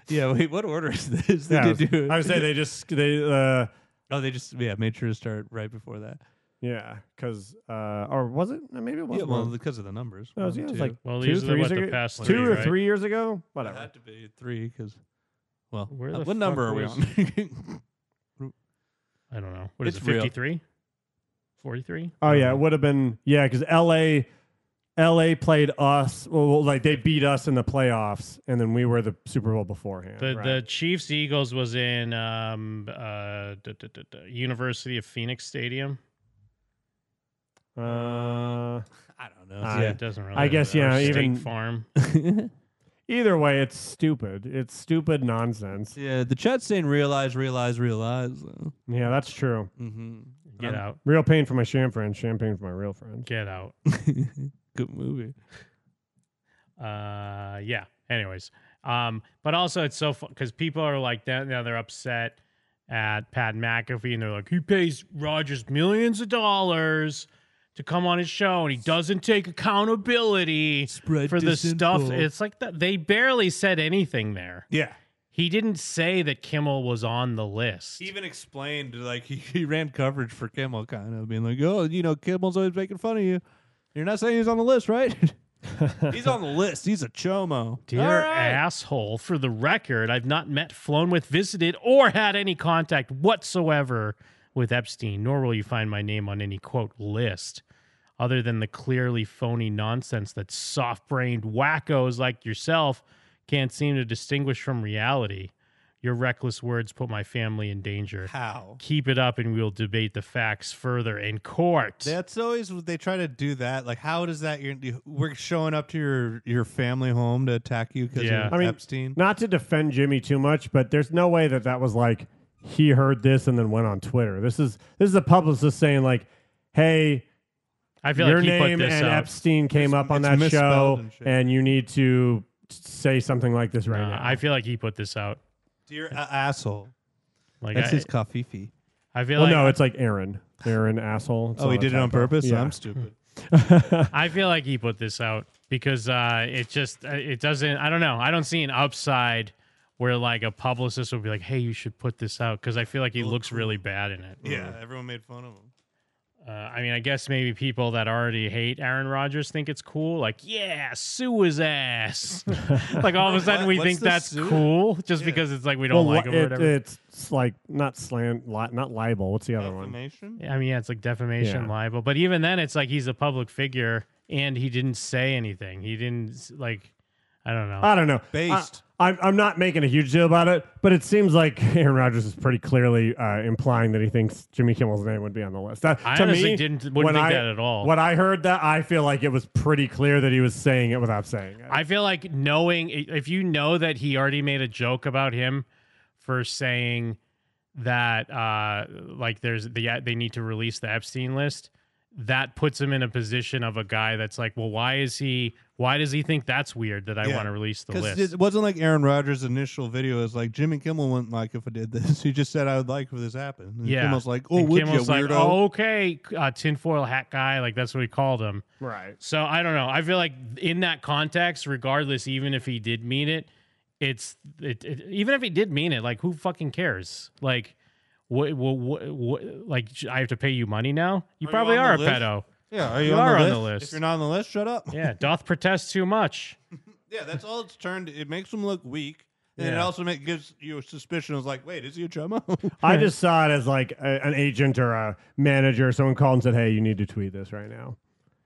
S8: Yeah, wait, what order is this?
S12: Yeah, I
S8: They
S12: was- I would say they just they uh,
S8: oh they just yeah made sure to start right before that.
S12: yeah, because uh, or was it? No, Maybe it
S8: Yeah,
S12: wasn't.
S8: well because of the numbers.
S12: That was, yeah,
S8: One,
S12: it was
S8: two.
S12: like two, three years ago, two or three years ago, whatever.
S8: It had to be three because, well,
S11: Where
S8: uh,
S11: the
S8: what number
S11: fuck
S8: are we
S11: was-
S12: *laughs*
S8: on?
S11: *laughs*
S8: *laughs*
S11: I don't know. What is
S8: It's
S11: it?
S8: real.
S11: 53? 43?
S12: Oh yeah, it would have been yeah, because L.A. LA played us. Well, like they beat us in the playoffs, and then we were the Super Bowl beforehand.
S11: The
S12: right?
S11: the Chiefs Eagles was in um uh duh, duh, duh, duh, University of Phoenix Stadium.
S8: *laughs*
S12: Uh, I
S11: don't
S12: know.
S11: Yeah, Uh, it doesn't really.
S12: I guess
S11: or
S12: yeah.
S11: State
S12: Even *laughs*
S11: Farm.
S8: *laughs*
S12: either way, it's stupid. It's stupid nonsense.
S8: Yeah, the chat's saying realize, realize, realize. though.
S12: Yeah, that's true.
S8: Mhm.
S11: Mm-hmm. Get out.
S12: Real pain for my sham friend. Champagne for my real friend.
S11: Get out.
S8: *laughs* Good movie.
S11: Uh, yeah. Anyways, um, but also it's so because people are like that now they're upset at Pat McAfee and they're like he pays Rogers millions of dollars to come on his show and he doesn't take accountability for the stuff.
S8: disinfo.
S11: It's like that they barely said anything there.
S12: Yeah.
S11: He didn't say that Kimmel was on the list.
S8: He even explained like he, he ran coverage for Kimmel, kind of being like, "Oh, you know, Kimmel's always making fun of you. You're not saying he's on the list, right? he's on the list. He's a chomo.
S11: Dear
S8: All right.
S11: asshole, for the record, I've not met, flown with, visited, or had any contact whatsoever with Epstein, nor will you find my name on any quote list other than the clearly phony nonsense that soft brained wackos like yourself can't seem to distinguish from reality. Your reckless words put my family in danger.
S8: How?
S11: Keep it up and we'll debate the facts further in court.
S8: That's always what they try to do that. Like, how does that? You're, we're showing up to your your family home to attack you because
S11: Yeah.
S8: of
S12: I mean,
S8: Epstein.
S12: not to defend Jimmy too much, but there's no way that that was like he heard this and then went on Twitter. This is this is a publicist saying like, "Hey,
S11: I feel
S12: your
S11: like he put
S12: name
S11: this
S12: and
S11: up.
S12: Epstein came up on
S11: it's
S12: that
S11: misspelled
S12: show,
S11: and shit.
S12: and, you need to say something like this right
S11: Uh,
S12: now."
S11: I feel like he put this out.
S8: Dear asshole.
S11: Like
S8: That's
S11: I-
S8: his kafifi.
S11: I feel
S12: Well,
S11: like
S12: no, it's like Aaron, Aaron asshole. It's
S8: Oh, he
S12: not a
S8: did it on
S12: typo.
S8: purpose.
S12: Yeah.
S8: I'm stupid.
S11: I feel like he put this out because uh, it just uh, it doesn't. I don't know. I don't see an upside where like a publicist would be like, "Hey, you should put this out," because I feel like he looks really bad in it.
S8: Yeah, everyone made fun of him.
S11: Uh, I mean, I guess maybe people that already hate Aaron Rodgers think it's cool. Like, yeah, sue
S12: *laughs*
S11: his ass. like all of a sudden, we
S8: What's
S11: think
S8: the
S11: that's
S8: sue?
S11: cool just because it's *laughs* like we don't
S12: Well,
S11: like him or
S12: it-
S11: whatever.
S12: It's like not slant, li- not libel. What's the other
S8: one?
S11: Yeah, I mean, yeah, it's like defamation,
S12: Yeah.
S11: libel. But even then, it's like he's a public figure and he didn't say anything. He didn't like. I don't know.
S12: I don't know. I, I'm I'm not making a huge deal about it, but it seems like *laughs* Aaron Rodgers is pretty clearly uh, implying that he thinks Jimmy Kimmel's name would be on the list. That,
S11: I
S12: to
S11: honestly
S12: me,
S11: didn't- wouldn't
S12: when
S11: think
S12: I-
S11: that at all.
S12: When I heard that, I feel like it was pretty clear that he was saying it without saying it.
S11: I feel like knowing if you know that he already made a joke about him for saying that uh like there's the uh, they need to release the Epstein list that puts him in a position of a guy that's like well why is he why does he think that's weird that I
S8: Yeah.
S11: want to release the
S8: Because
S11: list
S8: it wasn't like Aaron Rodgers' initial video is like Jimmy Kimmel wouldn't like if I did this. *laughs* He just said I would like if this happened. And
S11: yeah
S8: Kimmel's like, oh,
S11: And
S8: would
S11: Kimmel's
S8: you
S11: like,
S8: weirdo?
S11: oh okay uh, tinfoil hat guy like that's what we called him
S12: Right.
S11: So I don't know. I feel like in that context, regardless, even if he did mean it, it's it, it- even if he did mean it, like who fucking cares? Like what, what, what, like j- I have to pay you money now? You
S8: you
S11: probably
S8: on
S11: are a
S8: the list?
S11: pedo.
S8: Yeah, are you on
S11: are
S8: the
S11: on the
S8: list?
S11: list?
S8: If you're not on the list, shut up.
S11: yeah, doth protest too much.
S8: Yeah, that's all it's turned. It makes him look weak. And it
S11: Yeah.
S8: also make, gives you a suspicion. It's like, wait, is he a chummo?
S12: I just saw it as like a, an agent or a manager. Someone called and said, "Hey, you need to tweet this right now."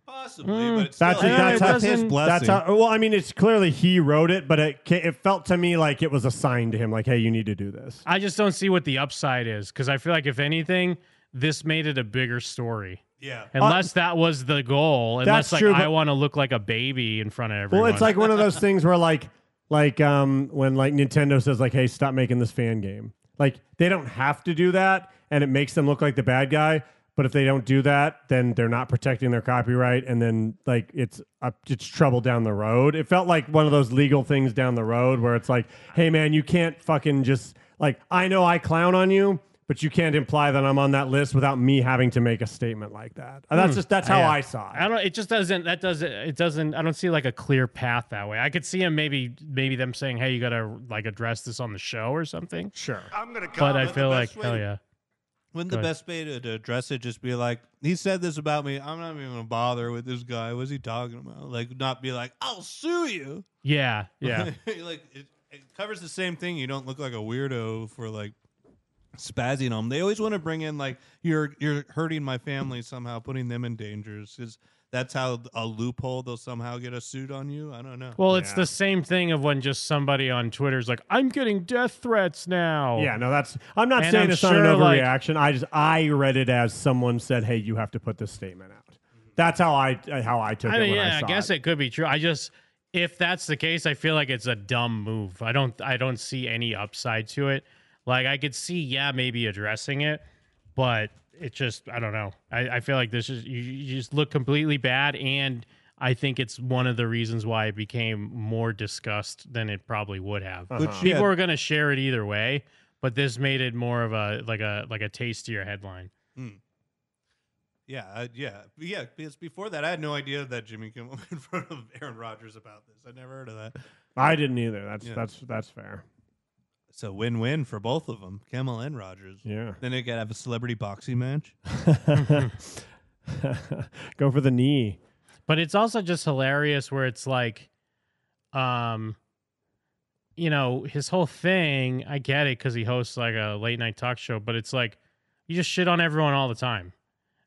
S8: possibly, but it's
S12: That's
S8: still,
S12: that's,
S8: that's
S12: how-
S8: his blessing.
S12: That's how, well, I mean, it's clearly he wrote it, but it ca- it felt to me like it was assigned to him. Like, hey, you need to do this.
S11: I just don't see what the upside is because I feel like if anything, this made it a bigger story.
S8: Yeah.
S11: Unless that was the goal.
S12: That's
S11: Unless like
S12: true,
S11: I
S12: but-
S11: want to look like a baby in front of everyone.
S12: Well, it's like one of those things where like like um when like Nintendo says like hey stop making this fan game. Like they don't have to do that and it makes them look like the bad guy, but if they don't do that, then they're not protecting their copyright and then like it's up it's trouble down the road. It felt like one of those legal things down the road where it's like, "Hey man, you can't fucking just like I know I clown on you, but you can't imply that I'm on that list without me having to make a statement like that." And That's
S11: Hmm.
S12: just that's how
S11: Yeah.
S12: I saw it.
S11: I don't. It just doesn't. That doesn't. It doesn't. I don't see like a clear path that way. I could see him maybe maybe them saying, "Hey, you gotta like address this on the show or something."
S12: Sure.
S8: I'm gonna
S11: But I
S8: comment.
S11: feel
S8: The
S11: like
S8: best way
S11: hell
S8: to-
S11: yeah.
S8: Wouldn't
S11: Go
S8: the
S11: ahead.
S8: best way to, to address it just be like, he said this about me. I'm not even going to bother with this guy. What's he talking about? Like, not be like, "Oh." I'll sue you.
S11: Yeah, yeah.
S8: *laughs* like, it, it covers the same thing. You don't look like a weirdo for like spazzing on them. They always want to bring in like you're you're hurting my family somehow, putting them in dangers because that's how a loophole they'll somehow get a suit on you. I don't know.
S11: Well, it's the same thing of when just somebody on Twitter's like, "I'm getting death threats now."
S12: Yeah, no, that's. I'm not
S11: Oh. And
S12: saying
S11: I'm
S12: it's
S11: sure,
S12: not an
S11: like-
S12: overreaction. I just I read it as someone said, "Hey, you have to put this statement out." That's how I how I took
S11: I
S12: it
S11: mean,
S12: when
S11: yeah,
S12: I
S11: I,
S12: saw
S11: guess it. could be true. I just, if that's the case, I feel like it's a dumb move. I don't, I don't see any upside to it. Like I could see, yeah, maybe addressing it, but it just, I don't know. I, I feel like this is you, you just look completely bad, and I think it's one of the reasons why it became more discussed than it probably would have.
S12: Which, Uh-huh.
S11: People
S12: yeah.
S11: are gonna share it either way, but this made it more of a like a like a tastier headline.
S8: Yeah, uh, yeah, yeah. Because before that, I had no idea that Jimmy Kimmel *laughs* in front of Aaron Rodgers about this. I never heard of that.
S12: I didn't either. That's
S8: Yeah.
S12: that's *laughs* that's fair.
S8: It's a win-win for both of them, Kimmel and Rodgers.
S12: Yeah.
S8: Then they could have a celebrity boxing
S11: *laughs*
S8: match. *laughs*
S12: Go for the knee.
S11: but it's also just hilarious where it's like um you know his whole thing i get it because he hosts like a late night talk show but it's like you just shit on everyone all the time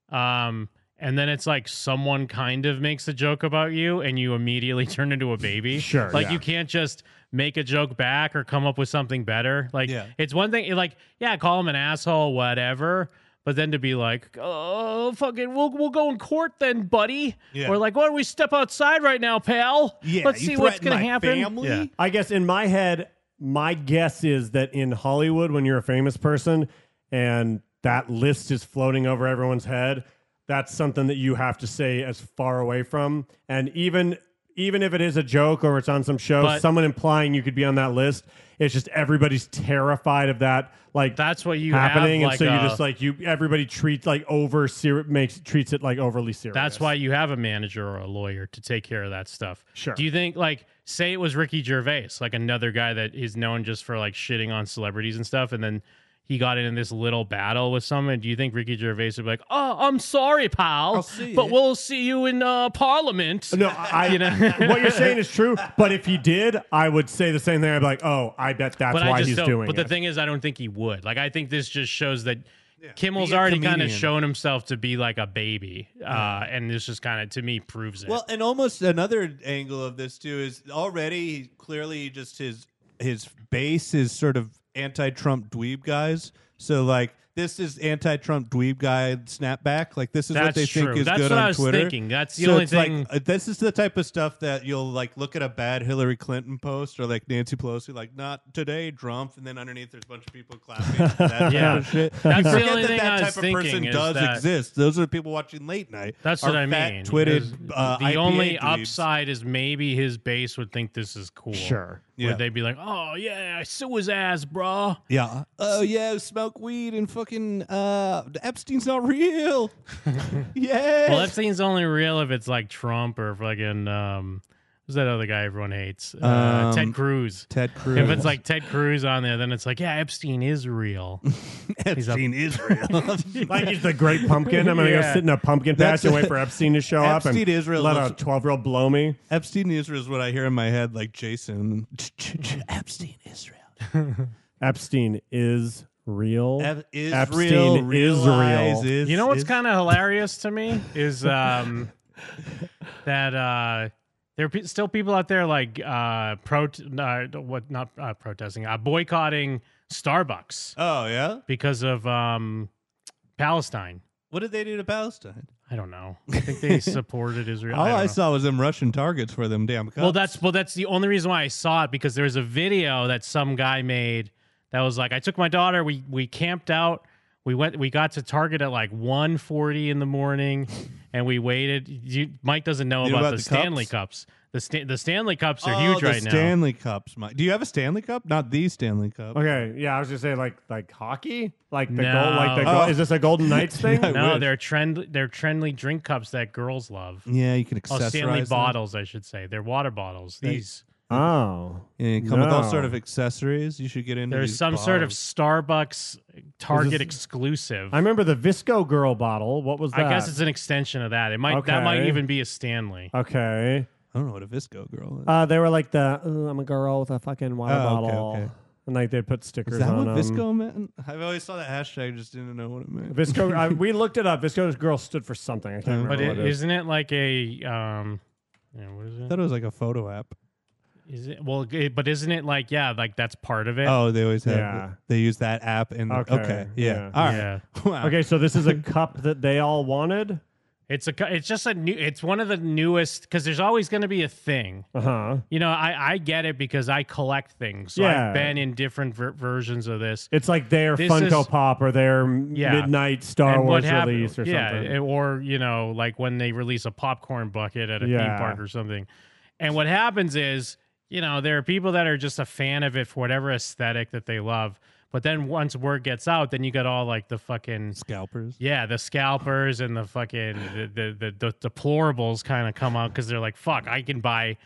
S11: um and then it's like someone kind of makes a joke about you and you immediately *laughs* turn into a baby
S12: Sure,
S11: like
S12: yeah.
S11: you can't just make a joke back or come up with something better like it's one thing like yeah call him an asshole whatever but then to be like oh fucking we'll, we'll go in court then buddy
S12: Yeah.
S11: or like why don't we step outside right now pal let's see what's gonna happen Yeah.
S12: I guess in my head, my guess is that in Hollywood, when you're a famous person and that list is floating over everyone's head, that's something that you have to say as far away from. And even even if it is a joke or it's on some show,
S11: But-
S12: someone implying you could be on that list, it's just everybody's terrified of that. Like
S11: that's what you have,
S12: happening,
S11: like, uh,
S12: and so you
S11: a-
S12: just like you everybody treats like over ser- makes treats it like overly serious.
S11: That's why you have a manager or a lawyer to take care of that stuff.
S12: Sure.
S11: Do you think like say it was Ricky Gervais, like another guy that is known just for like shitting on celebrities and stuff, and then he got into this little battle with someone. Do you think Ricky Gervais would be like, "Oh, I'm sorry, pal, but we'll see you in uh, Parliament"?
S12: No, I,
S11: *laughs* you
S12: *laughs*
S11: know
S12: what you're
S11: *laughs*
S12: saying is true. But if he did, I would say the same thing. I'd be like, oh, I bet that's
S11: but I
S12: why
S11: just
S12: he's
S11: don't,
S12: doing
S11: But
S12: it.
S11: the thing is, I don't think he would. Like, I think this just shows that Kimmel's
S8: Be a
S11: already kind of
S8: comedian.
S11: shown himself to be like a baby, uh, and this just kind of to me proves it.
S8: Well, and almost another angle of this too is already clearly just his his base is sort of anti-Trump dweeb guys. So like this is anti-Trump dweeb guy snapback. Like this is what
S11: That's
S8: they think
S11: true.
S8: is
S11: That's
S8: good
S11: what
S8: on
S11: I was
S8: Twitter.
S11: thinking. That's the
S8: So
S11: only
S8: it's like,
S11: thing-
S8: uh, this is the type of stuff that you'll like look at a bad Hillary Clinton post or like Nancy Pelosi, like not today, Trump, and then underneath there's a bunch of people clapping.
S12: *laughs*
S8: and That type
S11: Yeah.
S8: of shit.
S11: *laughs* That's
S8: you
S11: the
S8: forget
S11: only
S8: that
S11: thing
S8: that
S11: I was
S8: type of person
S11: thinking is
S8: does
S11: that-
S8: exist. Those are the people watching late night.
S11: That's
S8: Our
S11: what I
S8: fat
S11: mean.
S8: Twitted,
S11: There's-
S8: uh,
S11: the
S8: IPA
S11: only
S8: dweebs.
S11: upside is maybe his base would think this is cool.
S12: Sure.
S11: Where
S8: Yeah.
S11: they'd be like, oh, yeah, I sue his ass, bro.
S8: Yeah. Oh yeah, smoke weed and fucking uh Epstein's not
S11: *laughs*
S8: real. yeah.
S11: Well, Epstein's only real if it's like Trump or fucking, um, who's that other guy everyone hates? Uh,
S8: Um,
S11: Ted Cruz.
S8: Ted
S11: If
S8: Cruz.
S11: it's like Ted Cruz on there, then it's like, yeah, Epstein
S8: *laughs*
S11: is real.
S8: Epstein is
S11: *laughs*
S8: real. *laughs*
S12: like he's the great pumpkin. I'm gonna go
S11: Yeah.
S12: sit in a pumpkin patch
S8: That's-
S12: and wait for Epstein to show up and
S8: Epstein is real.
S12: let a 12 year old blow me.
S8: Epstein Israel is what I hear in my head, like
S11: *laughs*
S8: Jason. Epstein Israel.
S12: Epstein is real.
S8: Ep- is real,
S12: Epstein is
S8: realize
S12: real.
S8: is-
S11: You know what's kind of hilarious to me is um, *laughs* that uh, there are pe- still people out there like uh, pro uh, what not uh, protesting, uh, boycotting Starbucks.
S8: Oh yeah,
S11: because of um, Palestine.
S8: What did they do to Palestine?
S11: I don't know. I think
S8: *laughs*
S11: they supported Israel.
S8: All
S11: I don't
S8: I,
S11: know.
S8: saw was them Russian targets for them damn cups.
S11: Well, that's well, that's the only reason why I saw it because there was a video that some guy made that was like, I took my daughter, we we camped out, we went, we got to Target at like 1.40 in
S8: *laughs*
S11: the morning, and we waited. You, Mike doesn't know
S8: You know
S11: about,
S8: about
S11: the,
S8: the
S11: Stanley cups. The Stan the Stanley cups are
S8: Oh,
S11: huge
S8: the
S11: right now.
S8: Stanley Cups. Mike. Do you have a Stanley Cup? Not the Stanley Cup.
S12: Okay, yeah, I was just saying like like hockey, like the
S11: No.
S12: gold, like the gold.
S8: Oh.
S12: is this a Golden
S8: *laughs*
S12: Knights thing?
S11: no, they're trend they're trendy drink cups that girls love.
S8: Yeah, you can
S11: Oh,
S8: accessorize
S11: Stanley
S8: them.
S11: bottles, I should say. They're water bottles.
S8: They-
S11: These.
S12: Oh,
S8: and come with all
S12: no.
S8: sort of accessories. You should get into.
S11: There's
S8: these
S11: some sort of
S8: bottles.
S11: Starbucks Target
S12: this-
S11: exclusive.
S12: I remember the Visco girl bottle. What was that?
S11: I guess it's an extension of that. It might that might
S12: Okay.
S11: even be a Stanley.
S12: Okay.
S8: I don't know what a Visco girl is.
S12: Uh, they were like the "Ooh, I'm a girl with a fucking water
S8: Oh, okay,
S12: bottle.
S8: okay.
S12: and like they put stickers
S8: Is that
S12: on
S8: what
S12: them.
S8: Visco meant? I've always saw that hashtag, just didn't know what it meant. *laughs* Oh,
S12: Visco, I, we looked it up. Visco girl stood for something. I can't remember
S11: But
S12: what
S11: it,
S12: it is.
S11: isn't it like a um? yeah, what is it?
S8: thought it was like a photo app.
S11: Is it well? It, but isn't it like yeah? Like that's part of it.
S8: Oh, they always have.
S11: Yeah.
S8: They use that app and okay, yeah. All right. *laughs* Wow.
S12: Okay, so this is a cup that they all wanted.
S11: It's a. cu- It's just a new. It's one of the newest because there's always going to be a thing.
S12: Uh huh.
S11: You know, I I get it because I collect things. So
S12: Yeah.
S11: I've been in different ver- versions of this.
S12: It's like their
S11: This
S12: Funko
S11: is-
S12: Pop or their m-
S11: Yeah.
S12: Midnight Star
S11: And what
S12: Wars
S11: hap-
S12: release or
S11: yeah,
S12: something.
S11: it- or you know, like when they release a popcorn bucket at a
S12: Yeah.
S11: theme park or something. And what happens is, you know, there are people that are just a fan of it for whatever aesthetic that they love. But then once word gets out, then you got all like the fucking
S8: scalpers.
S11: Yeah, the scalpers and the fucking the the, the, the deplorables kind of come out because they're like, fuck, I can buy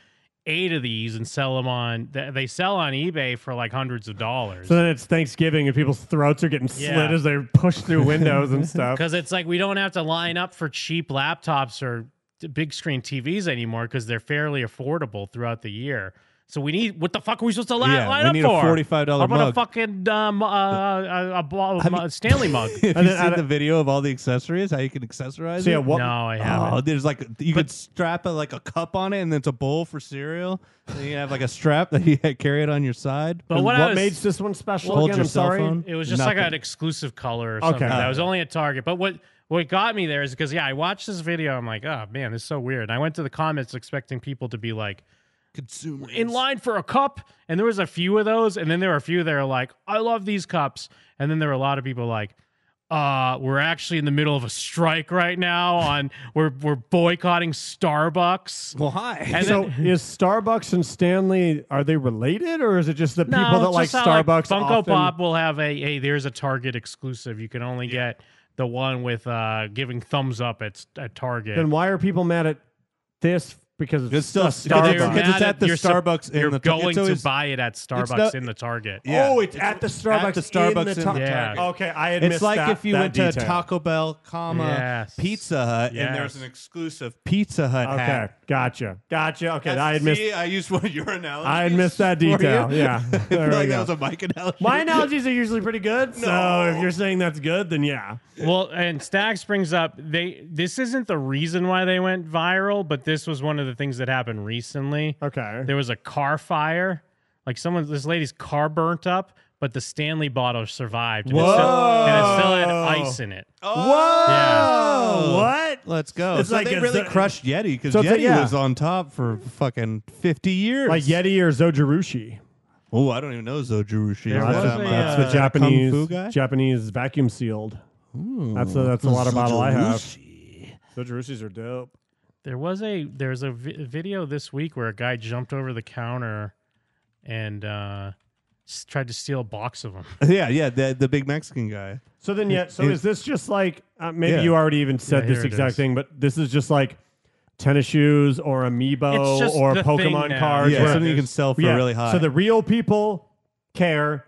S11: eight of these and sell them on. th- They sell on eBay for like hundreds of dollars.
S12: so then it's Thanksgiving and people's throats are getting
S11: Yeah.
S12: slit as they're pushed through windows and stuff.
S11: Because it's like we don't have to line up for cheap laptops or t- big screen TVs anymore because they're fairly affordable throughout the year. So we need what the fuck are we supposed to li-
S8: Yeah,
S11: line
S8: we
S11: up
S8: need a
S11: for?
S8: $45
S11: How about a
S8: mug.
S11: fucking um, uh, a, a, bo- mu-
S8: *laughs*
S11: Stanley mug?
S8: Have you seen the video of all the accessories? How you can accessorize
S11: See,
S8: it?
S11: at what- No, I haven't.
S8: Oh, there's like you could strap a, like a cup on it, and then it's a bowl for cereal. and you have like a strap that you *laughs* carry it on your side.
S11: But what, I was-
S12: made this one special
S8: Hold again? your I'm cell sorry. phone?
S11: It was just like
S8: Nothing.
S11: an exclusive color or
S8: Okay.
S11: something. That
S8: Uh,
S11: was only at Target. But what what got me there is because yeah, I watched this video. I'm like, oh man, this is so weird. And I went to the comments expecting people to be like,
S8: consumer
S11: in line for a cup. And there was a few of those, and then there were a few that are like, I love these cups. And then there were a lot of people like. Uh, we're actually in the middle of a strike right now. On we're we're boycotting Starbucks.
S8: Well, hi.
S11: *laughs* And
S12: so
S11: then-
S12: is Starbucks and Stanley are they related or is it just the people
S11: No,
S12: that
S11: it's
S12: like
S11: just how,
S12: Starbucks?
S11: Funko
S12: often-
S11: Pop will have a hey, there's a Target exclusive. You can only get the one with uh giving thumbs up at at Target.
S12: Then why are people mad at this? Because it's,
S8: still
S12: a
S8: s- because
S12: Starbucks.
S8: they're Because mad it's at at the your sup- Starbucks in
S11: You're
S8: the Tar-
S11: going
S8: it's always-
S11: to buy it at Starbucks
S8: not-
S11: in the Target.
S8: Yeah.
S12: Oh, it's at the Starbucks.
S8: At the
S12: in
S8: Starbucks
S12: the
S8: in the
S12: Tar-
S8: Target.
S12: Okay, I had
S8: it's
S12: missed
S8: like
S12: that-
S8: if you
S12: that
S8: went to
S12: detail.
S8: Taco Bell, comma
S12: Yes.
S8: Pizza Hut, and
S12: Yes.
S8: there's an exclusive Pizza Hut
S12: Okay,
S8: hat. *laughs*
S12: gotcha, gotcha. Okay, I had
S8: See,
S12: missed.
S8: I used one of your analogies.
S12: I had missed that detail.
S8: For you?
S12: Yeah,
S8: *laughs* I feel
S12: There we
S8: like
S12: go.
S8: that was a mic analogy.
S12: My analogies are usually pretty good, so if you're saying that's good, then yeah.
S11: well, and Stacks brings up they this isn't the reason why they went viral, but this was one of the things that happened recently.
S12: Okay.
S11: There was a car fire. Like someone this lady's car burnt up, but the Stanley bottle survived. And It still, and it still had
S12: Whoa.
S11: ice in it.
S12: Whoa!
S11: Yeah.
S12: What?
S8: Oh. Let's go.
S12: It's
S8: so
S12: like
S8: they
S12: a-
S8: really crushed Yeti because
S12: So it's a-
S8: Yeti
S12: yeah.
S8: was on top for fucking 50 years.
S12: Like Yeti or Zojirushi.
S8: Oh, I don't even know Zojirushi.
S12: There
S8: Is
S12: was
S8: that
S12: a,
S8: my-
S12: that's
S8: uh,
S12: the Japanese
S8: Kung Fu guy?
S12: Japanese vacuum sealed.
S8: Ooh.
S12: that's a, that's a water bottle I have.
S11: Sojarushis are dope. There was a there's a vi- video this week where a guy jumped over the counter and uh, s- tried to steal a box of them.
S8: Yeah, yeah, the, the big Mexican guy.
S12: So then, yeah. So
S8: It-
S12: is this just like uh, maybe
S8: Yeah.
S12: you already even said
S8: Yeah,
S12: this
S8: here it
S12: exact
S8: is.
S12: thing, but this is just like tennis shoes or
S8: It's
S12: amiibo
S8: just
S12: or
S8: the thing
S12: Pokemon
S8: now.
S12: cards,
S8: Yeah,
S12: where-
S8: something you can sell for really high.
S12: So the real people care,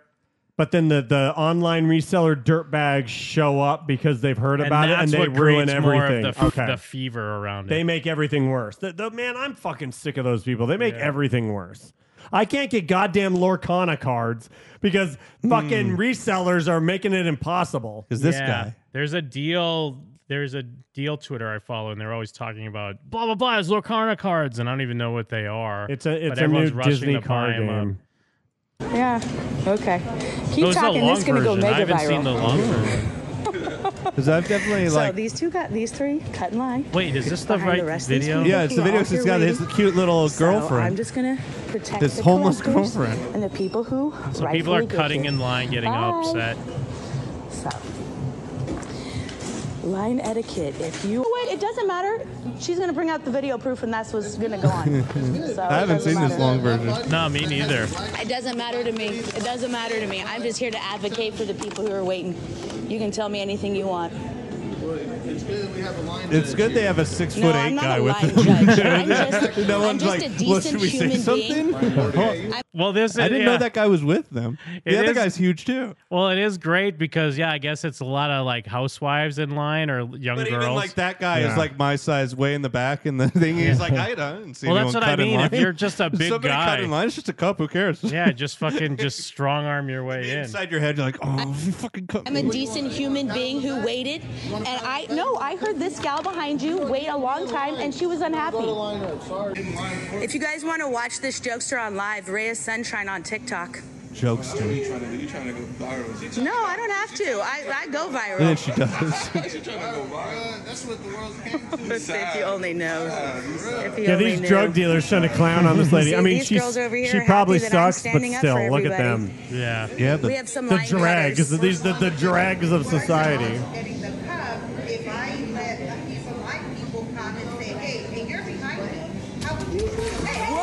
S12: but then the the online reseller dirtbags show up because they've heard
S11: And
S12: about it and
S11: that's
S12: they
S11: what
S12: ruin
S11: creates more of
S12: everything.
S11: the f-
S12: okay.
S11: the fever around it.
S12: They make everything worse. The, the- man, I'm fucking sick of those people. They make everything worse. I can't get goddamn Lorcana cards because fucking resellers are making it impossible.
S11: Yeah. There's a deal. There's a deal Twitter I follow, and they're always talking about blah blah blah. It's Lorcana cards, and I don't even know what they are.
S12: It's a
S11: but
S12: it's a new
S11: everyone's rushing
S12: Disney
S11: to buy
S12: card
S11: 'em up.
S12: game.
S2: Yeah. Okay. Keep
S11: No, it's the
S2: talking. This is
S11: long
S2: gonna go
S11: version. I
S2: mega
S11: haven't
S2: viral.
S11: seen the
S2: *laughs*
S11: long version.
S8: Because I've definitely
S2: so
S8: like.
S2: these two got these three cut in line.
S11: Wait, is this the
S2: behind
S11: right
S2: rest of these
S11: video?
S2: people
S8: Yeah, it's the
S2: looking
S8: video.
S2: off
S8: It's
S2: your
S8: got his
S2: lady.
S8: cute little
S2: So I'm
S8: girlfriend.
S2: just gonna protect
S8: This
S2: the
S8: homeless
S2: collectors
S8: girlfriend.
S2: and the people who.
S11: So people are
S2: rightfully get
S11: cutting
S2: it.
S11: in line, getting
S2: Bye.
S11: upset.
S2: So. Line etiquette. If you wait, it doesn't matter. She's gonna bring out the video proof, and that's what's gonna
S11: *laughs*
S2: go on. so
S8: I haven't seen this long version.
S11: No, me neither.
S2: It doesn't matter to me. It doesn't matter to me. I'm just here to advocate for the people who are waiting. You can tell me anything you want.
S8: It's good they have a six foot
S2: No, I'm
S8: eight
S2: not
S8: guy
S2: a
S8: with
S2: lying
S8: them. *laughs*
S2: judge. I'm just-
S8: no
S2: I'm
S8: one's
S2: just
S8: like,
S2: a
S8: well, should
S2: decent
S8: we say
S2: human being."
S8: something? *laughs*
S2: I'm-
S11: Well, this
S8: I
S11: is-
S8: didn't
S11: yeah.
S8: know that guy was with them.
S11: It
S8: the other
S11: is-
S8: guy's huge too.
S11: Well, it is great because yeah, I guess it's a lot of like housewives in line or young
S8: But
S11: girls.
S8: even like that guy
S11: Yeah.
S8: is like my size, way in the back, and the *laughs* thing
S11: Yeah.
S8: he's like, I don't see
S11: Well,
S8: anyone
S11: that's what I
S8: cut in
S11: mean. If
S8: line. *laughs*
S11: you're just a big
S8: Somebody
S11: guy.
S8: cut in line, it's just a cup. Who cares?
S11: yeah, just fucking just strong arm your way in.
S8: Inside your head, you're like, oh, you fucking cut.
S2: I'm a decent human being who waited, and I no, I heard this gal behind you wait a long time, and she was unhappy. If you guys want to watch this jokester on live, Reyes Sunshine on TikTok.
S8: Jokes to me. *laughs*
S2: No, I don't have to. I, I go viral.
S8: And she
S2: *laughs*
S8: does.
S2: if you only know. If you
S12: Yeah,
S2: only
S12: these
S2: knew.
S12: drug dealers trying to clown
S2: *laughs*
S12: on this lady.
S2: See,
S12: I mean,
S2: these
S12: she's,
S2: girls over here
S12: she
S2: are
S12: probably
S2: happy that I'm
S12: sucks, but
S2: standing up for
S12: still, look at
S2: everybody.
S12: them.
S11: Yeah,
S8: yeah. The,
S2: We have some
S12: the
S2: line
S12: drags,
S2: cutters.
S12: these the, the drags of society.
S9: If I let a piece of white people come and say, hey, and you're behind me, how would you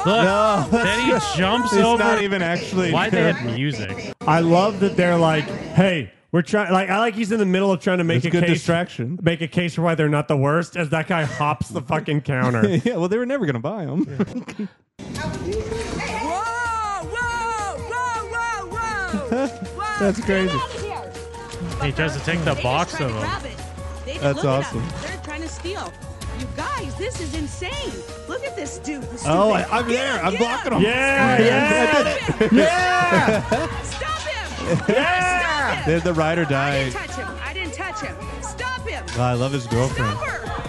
S11: Look, then
S12: *laughs*
S11: he jumps
S12: It's
S11: over.
S12: not even actually-
S8: *laughs*
S11: Why they had music?
S12: I love that they're like, hey, we're trying. Like, I like he's in the middle of trying to make
S8: It's
S12: a
S8: good
S12: case,
S8: distraction.
S12: make a case for why they're not the worst. As that guy hops the fucking counter.
S8: yeah, well, they were never gonna buy them.
S12: Oh,
S11: *laughs*
S12: That's
S8: crazy.
S11: He tries to take the box of him.
S9: They just
S11: That's
S9: look at us.
S11: awesome.
S9: They're trying to steal. You guys, this is insane. Look at this dude. who's
S8: Oh, I,
S9: stupid.
S8: I'm there. I'm blocking them.
S12: Yeah, yeah,
S8: *laughs*
S12: yeah.
S9: Stop him.
S8: yeah. They're the ride or die.
S9: Touch him. I didn't touch him. Stop him.
S8: Oh, *laughs* I love his girlfriend.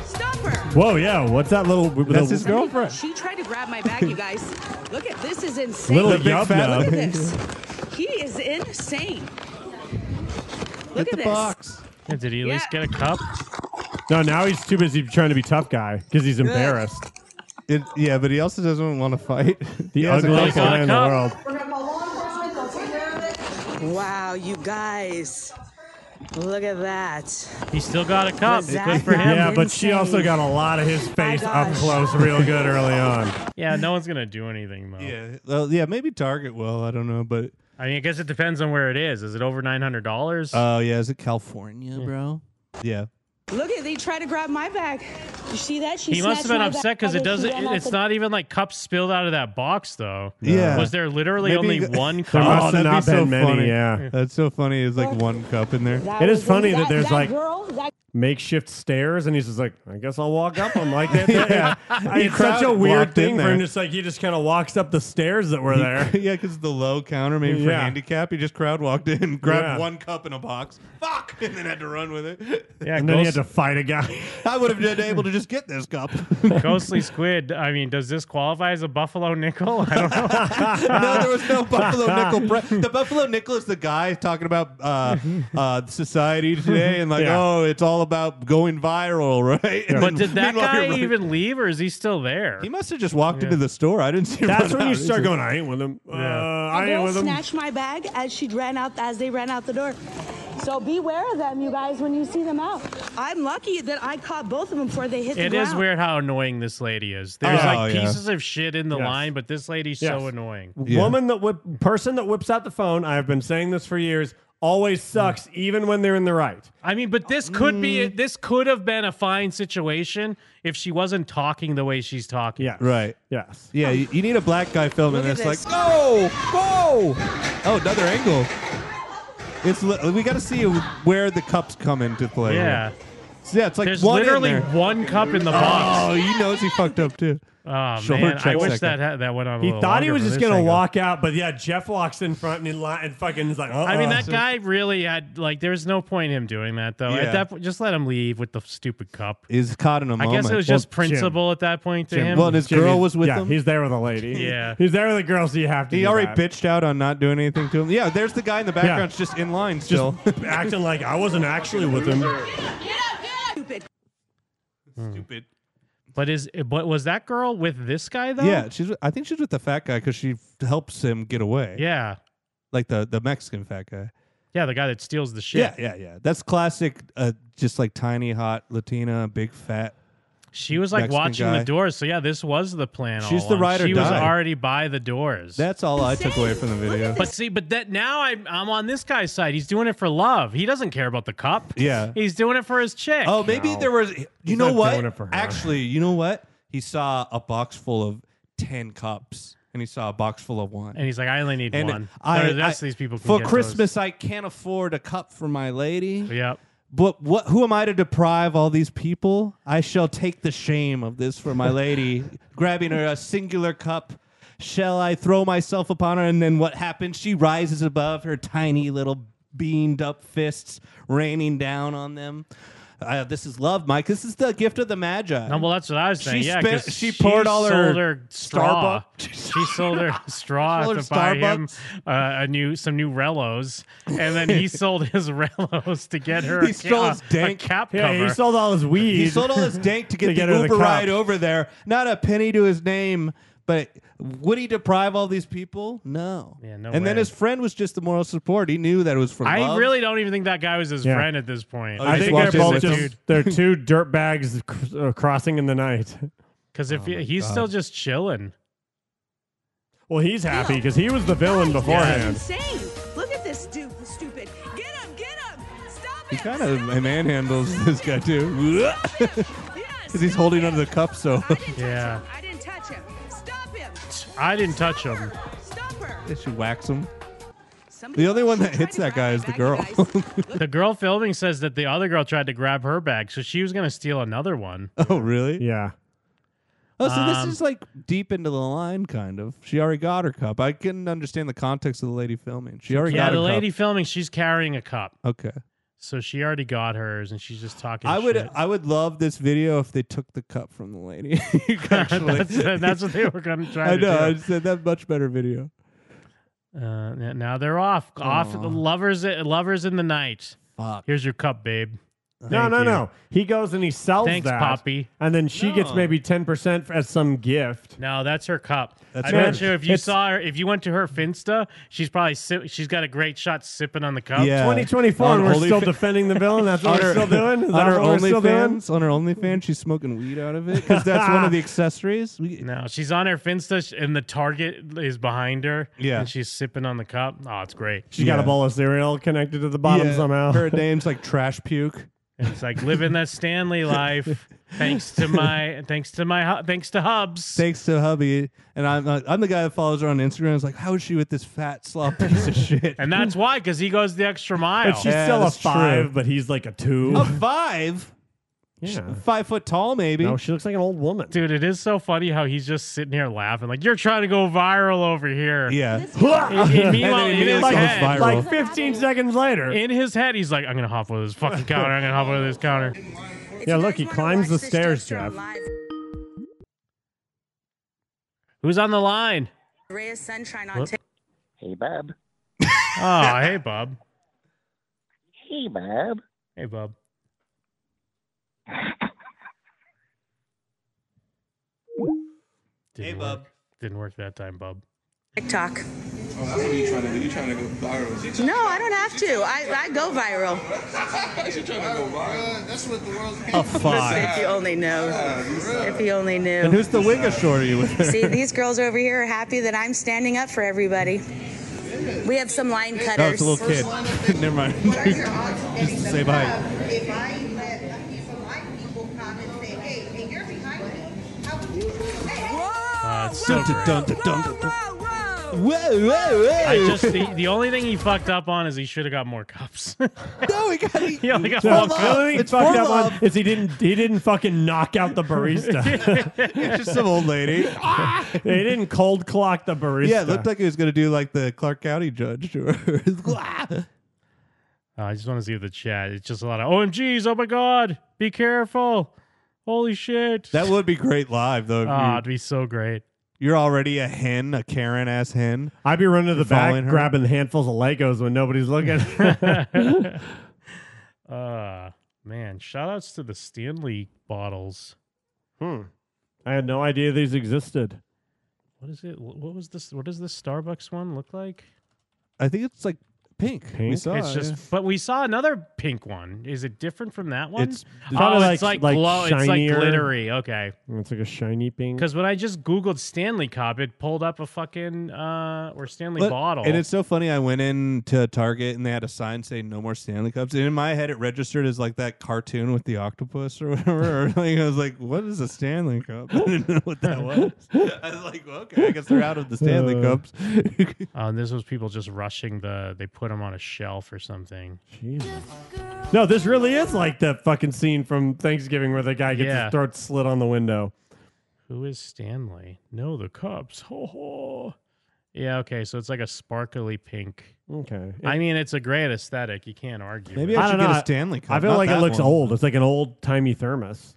S9: Stop her.
S12: Whoa, yeah. What's that little?
S8: That's his girlfriend.
S9: She tried to grab my
S8: *laughs*
S9: bag, you guys. Look at this is insane.
S12: Little
S9: Look
S12: yub nub.
S9: at this. He is insane. Look at this.
S11: Yeah, did he at least get a cup?
S12: No, now he's too busy trying to be tough guy because he's embarrassed.
S8: It, yeah, but he also doesn't want to fight.
S12: The
S8: He has a
S12: ugliest
S8: couple.
S12: guy in the world.
S9: Wow, you guys. Look at that.
S11: He still got a cup.
S9: Was
S11: Good for
S9: that
S11: him.
S12: Yeah, but she also got a lot of his face up close, real good early on.
S11: *laughs* Yeah, no one's gonna do anything though. Yeah,
S8: *laughs* Well, yeah, maybe Target will. I don't know, but
S11: I mean, I guess it depends on where it is. Is it over nine hundred dollars?
S8: oh
S12: Uh,
S8: yeah, is it California, bro? Yeah.
S2: Look at they try to grab my bag. You see that? She
S11: he must
S2: snatched
S11: have been
S2: my
S11: upset
S2: bag
S11: because it
S2: and she
S11: doesn't.
S2: ran out
S11: It's
S2: the-
S11: not even like cups spilled out of that box though.
S8: Yeah.
S11: Was there literally
S8: Maybe-
S11: only
S12: *laughs*
S11: one cup?
S12: There must have not
S8: Oh, That'd be
S12: been many.
S8: funny.
S12: Yeah,
S8: *laughs* that's so funny. Is like one cup in there.
S12: It is funny that there's
S2: that
S12: like
S2: girl, that
S12: makeshift stairs, and he's just like, I guess I'll walk
S8: *laughs*
S12: up. I'm like, that. yeah.
S8: He
S12: it's such a
S8: crowd
S12: weird
S8: walked in
S12: thing for him.
S8: there.
S12: Just like he just kind of walks up the stairs that were there.
S8: *laughs* yeah, because the low counter, maybe for
S12: Yeah.
S8: handicap, he just crowd walked in, *laughs* grabbed
S12: Yeah.
S8: one cup in a box, fuck, *laughs* and then had to run with it.
S11: Yeah,
S12: and then he had
S11: ghost-
S12: to fight
S11: *laughs*
S12: a guy.
S8: I would have been able to just get this *laughs* cup.
S11: Ghostly squid. I mean, does this qualify as a buffalo nickel? *laughs* I don't
S12: *laughs*
S11: know.
S8: no, there was no Buffalo Nickel. Bre- the Buffalo Nickel is the guy talking about *laughs* uh, uh, society today and like,
S11: Yeah.
S8: oh, it's all about going viral, *laughs* right? And then
S11: But did that
S8: meanwhile,
S11: guy
S8: you're-
S11: even leave, or is he still there?
S8: He must have just walked into the store. I didn't see. him
S12: That's
S8: run
S12: when you
S8: out.
S12: start going, I ain't with him. Uh, I
S2: the
S12: ain't
S2: girl
S12: with him.
S2: snatched my bag as she ran out as they ran out the door. So beware of them, you guys, when you see them out. I'm lucky that I caught both of them before they hit the
S11: It
S2: ground.
S11: is weird how annoying this lady is. There's
S12: Oh,
S11: like
S12: yeah.
S11: pieces of shit in the
S12: Yes.
S11: line, but this lady's so
S12: Yes.
S11: annoying.
S12: Woman that whip, person that whips out the phone. I've been saying this for years.
S11: Mm.
S12: Always sucks, even when they're in the right.
S11: I mean, but this could be
S2: Mm.
S11: this could have been a fine situation if she wasn't talking the way she's talking.
S12: Yeah.
S8: Right.
S12: Yes.
S8: Yeah, you, you need a black guy filming
S11: Look at
S8: this. Like,
S11: this.
S8: go, go. Oh, another angle. It's li- we got to see where the cups come into play. here.
S11: Yeah.
S8: So, yeah, it's like
S11: There's
S8: one in
S11: literally
S8: there.
S11: one cup in the box.
S8: Oh, he knows he fucked up too.
S11: Oh
S8: Shoulder
S11: man, I
S8: check
S11: wish
S8: second.
S11: that had, that went on. A
S12: He
S11: little
S12: thought he
S11: longer
S12: was
S11: for
S12: just
S11: this
S12: gonna
S11: angle.
S12: walk out, but yeah, Jeff walks in front and he li- and fucking is like,
S11: I mean,
S12: "Uh-uh."
S11: that guy really had like. There was no point in him doing that though.
S12: Yeah.
S11: At that point, just let him leave with the stupid cup.
S8: Is caught in a
S11: I guess
S8: moment.
S11: it was just
S8: Well, Jim.
S11: principle at that point to
S8: Jim.
S11: him.
S8: Well, and his girl was with
S12: yeah,
S8: him.
S12: He's there with a
S8: *laughs*
S12: lady.
S11: Yeah.
S12: he's there with a girl, so you have to.
S8: He
S12: do
S8: already
S12: that.
S8: bitched out on not doing anything to him. Yeah, there's the guy in the
S12: Yeah.
S8: background, just in line still.
S12: *laughs* acting like I wasn't actually with him.
S9: Stupid.
S12: Mm.
S8: Stupid.
S11: But is but was that girl with this guy though?
S8: Yeah, she's. I think she's with the fat guy because she f- helps him get away.
S11: Yeah,
S8: like the the Mexican fat guy.
S11: yeah, the guy that steals the shit.
S8: Yeah, yeah, yeah. That's classic. Uh, just like tiny, hot Latina, big fat.
S11: She was like
S8: Mexican
S11: watching
S8: guy.
S11: the doors. So yeah, this was the plan.
S8: She's
S11: all
S8: the
S11: along.
S8: ride or
S11: She was
S8: die.
S11: already by the doors.
S8: That's all I took away from the video.
S11: But see, but that now I'm I'm on this guy's side. He's doing it for love. He doesn't care about the cup.
S8: Yeah.
S11: He's doing it for his chick.
S8: Oh, maybe there was. You
S11: He's
S8: know
S11: not
S8: what?
S11: doing it for her.
S8: Actually, you know what? He saw a box full of ten cups, and he saw a box full of one.
S11: And he's like, I only need
S8: And
S11: one.
S8: I-
S11: the rest
S8: I-
S11: of these people can
S8: for
S11: get those.
S8: Christmas. I can't afford a cup for my lady.
S11: Yep.
S8: But what? Who am I to deprive all these people? I shall take the shame of this for
S12: *laughs*
S8: my lady, grabbing her a singular cup. Shall I throw myself upon her? And then what happens? She rises above her tiny little beamed up fists, raining down on them. Uh, this is love, Mike. This is the gift of the Magi.
S11: No, well, that's what I was saying.
S8: She
S11: yeah,
S8: spent-
S11: 'cause
S8: she poured all her
S11: sold her straw. She
S8: *laughs*
S11: sold her straw
S8: Sold her
S11: to buy him uh, a new some new Rellos, and
S8: *laughs*
S11: then he sold his *laughs* Rellos to get her.
S8: He
S11: a, ca-
S8: stole
S11: a-
S8: his *laughs* dank
S11: a cap
S12: Yeah,
S11: cover.
S12: he sold all his weed.
S8: He sold all *laughs*
S11: *laughs*
S8: his dank to get
S12: To get her
S8: the
S12: the
S8: Uber ride
S12: cups.
S8: over there. Not a penny to his name, but would he deprive all these people? No. Yeah,
S11: no
S8: and then
S11: way.
S8: his friend was just the moral support. He knew that it was from
S11: I
S8: love. Oh,
S11: really don't even think that guy was his
S12: Yeah.
S11: friend at this point.
S12: I think they're both just they're two dirt bags cr- uh, crossing in the night. *laughs*
S11: because
S8: Oh
S11: if he, he's
S12: God.
S11: still just chilling.
S12: Well, he's happy because he was the villain beforehand.
S2: Insane. Look at this dude, stupid. Get him, get him. Stop
S8: He kind of manhandles *laughs* this guy
S2: *laughs*
S8: too, because he's holding onto the cup. So
S11: yeah,
S2: I didn't touch him. Stop him.
S11: I didn't touch him.
S8: they should wax him. The only one that hits that guy is the girl.
S11: The girl filming says that the other girl tried to grab her bag, so she was going to steal another one.
S8: *laughs* oh, really?
S12: Yeah.
S8: Oh, so
S11: Um,
S8: this is like deep into the line, kind of. She already got her cup. I couldn't understand the context of the lady filming. She already
S11: yeah,
S8: got her
S11: the
S8: cup.
S11: lady filming, she's carrying a cup.
S8: Okay.
S11: So she already got hers, and she's just talking.
S8: I would
S11: shit.
S8: I would love this video if they took the cup from the lady. *laughs* Actually,
S11: *laughs* That's- that's what they were gonna try
S8: I
S11: to
S8: know. I
S11: do.
S8: said that much better video.
S11: Uh, n- now they're off, off
S12: Aw.
S11: lovers, lovers in the night. Here's your cup, babe.
S12: no,
S11: Thank
S12: no,
S11: you.
S12: no. He goes and he sells
S11: Thanks,
S12: that,
S11: Poppy.
S12: and then she gets
S11: No.
S12: maybe ten percent as some gift.
S11: No, that's her cup.
S12: That's
S11: I
S12: right.
S11: bet you if you
S12: It's-
S11: saw her, if you went to her Finsta, she's probably si- she's got a great shot sipping on the cup.
S12: 2024, and we're still defending the villain.
S8: *laughs*
S12: That's what
S8: On
S12: we're
S8: her-
S12: still doing. Is
S8: on
S12: that
S8: her
S12: what we're still doing?
S8: OnlyFans, on her OnlyFans, she's smoking weed out of it because that's one
S11: *laughs*
S8: of the accessories. We,
S11: No, she's on her Finsta, sh- and the target is behind her.
S8: Yeah.
S11: and she's sipping on the cup. Oh, it's great.
S12: She got a bowl of cereal connected to the bottom
S8: Yeah,
S12: somehow.
S8: Her name's like trash
S11: *laughs*
S8: puke.
S11: It's like living that
S12: *laughs*
S11: Stanley life, thanks to my, thanks to my, hu- thanks to Hubs.
S8: Thanks to hubby, and I'm uh, I'm the guy that follows her on Instagram. Is like, how is she with this fat slop piece
S11: *laughs*
S8: of shit?
S11: And that's why, because he goes the extra mile.
S12: But she's still a
S8: that's true. Oh.
S12: five, but he's like a two. *laughs*
S11: *laughs*
S8: a five,
S12: Yeah.
S8: five foot tall maybe.
S12: No, she looks like an old woman.
S11: Dude, it is so funny how he's just sitting here laughing, like you're trying to go viral over here.
S8: Yeah.
S11: *laughs* And- and meanwhile, in his
S12: like,
S11: head,
S12: like 15 seconds later.
S11: in his head, he's like, "I'm gonna hop over this fucking counter. I'm gonna hop over this counter."
S12: yeah, look, he climbs the stairs, Jeff.
S11: Who's on the line?
S2: Reyes Sunshine on
S11: What?
S2: tape.
S11: Hey, Bob. Oh, hey, Bob.
S10: Hey, Bob.
S11: Hey, Bob. Didn't hey, Bob. Didn't work that time, Bob.
S2: TikTok.
S15: Oh, that's what you trying to do. You trying to go viral.
S2: No, I don't have to. I, I go viral.
S15: You trying to go viral? That's what the world's
S8: A
S2: if
S8: five.
S2: you only knew. If you only knew.
S8: And who's the wigga shorty with her?
S2: See,
S8: *laughs*
S2: these girls over here are happy that I'm standing up for everybody. We have some line cutters.
S8: No, Oh, it's a little kid. *laughs* Never mind. Say bye.
S9: If I let a piece of my people come and say, hey, hey, you're behind me, how would you feel? Hey,
S11: Uh, it's so great.
S8: Whoa, whoa, whoa.
S11: I just the, the only thing he fucked up on is he should have got more cups. *laughs* Uh,
S8: no, he got. He
S11: only got
S12: So,
S11: one
S12: the
S11: cup.
S12: only thing he fucked up on is he didn't he didn't fucking knock out the
S8: *laughs*
S12: barista.
S8: Just some old lady.
S12: *laughs*
S8: *laughs*
S12: they didn't cold clock the barista.
S8: Yeah, it looked like he was gonna do like the Clark County judge to her.
S11: Uh, I just want to see the chat. It's just a lot of OMGs. Oh my God. Be careful. Holy shit.
S8: *laughs* that would be great live though. if
S11: Ah,
S8: you-
S11: it'd be so great.
S8: You're already a hen, a Karen ass hen.
S12: I'd be running to the back
S8: Following her.
S12: grabbing handfuls of Legos when nobody's
S8: *laughs*
S12: looking.
S11: Uh, man, shout outs to the Stanley bottles.
S12: hmm. I had no idea these existed.
S11: What is it? Wh- What was this? What does this Starbucks one look like?
S8: I think it's like pink. We saw
S11: it's
S8: it,
S11: just,
S8: yeah.
S11: but we saw another pink one. Is it different from that one?
S12: It's
S11: oh,
S12: probably
S11: it's like,
S12: like- like
S11: glow. It's like
S12: shinier.
S11: glittery. Okay.
S12: It's like a shiny
S8: *laughs*
S12: pink.
S11: Because when I just googled Stanley Cup, it pulled up a fucking uh or Stanley
S8: But-
S11: bottle.
S8: And it's so *laughs* funny. I went in to Target and they had a sign saying "No more Stanley Cups," and in my head it registered as like that cartoon with the octopus or whatever. *laughs* Or like, I was like, "What is a Stanley Cup?" *laughs* I didn't know what that was. I
S11: *laughs*
S8: was like, well, "Okay, I guess they're out of the Stanley
S11: Uh.
S8: Cups." *laughs*
S11: Oh, and this was people just rushing the. They put them on a shelf or something.
S12: No, this really is like that fucking scene from Thanksgiving where the guy gets
S11: Yeah.
S12: his throat slit on the window.
S11: Who is Stanley? No, the Cubs. Ho ho. Yeah. Okay. So it's like a sparkly pink.
S12: Okay.
S11: I mean, it's a great aesthetic. You can't argue.
S8: Maybe
S11: with
S8: I
S11: it.
S8: should get a Stanley Cup.
S12: I feel
S8: not
S12: like it
S8: that
S12: looks
S8: one.
S12: old. It's like an old timey thermos.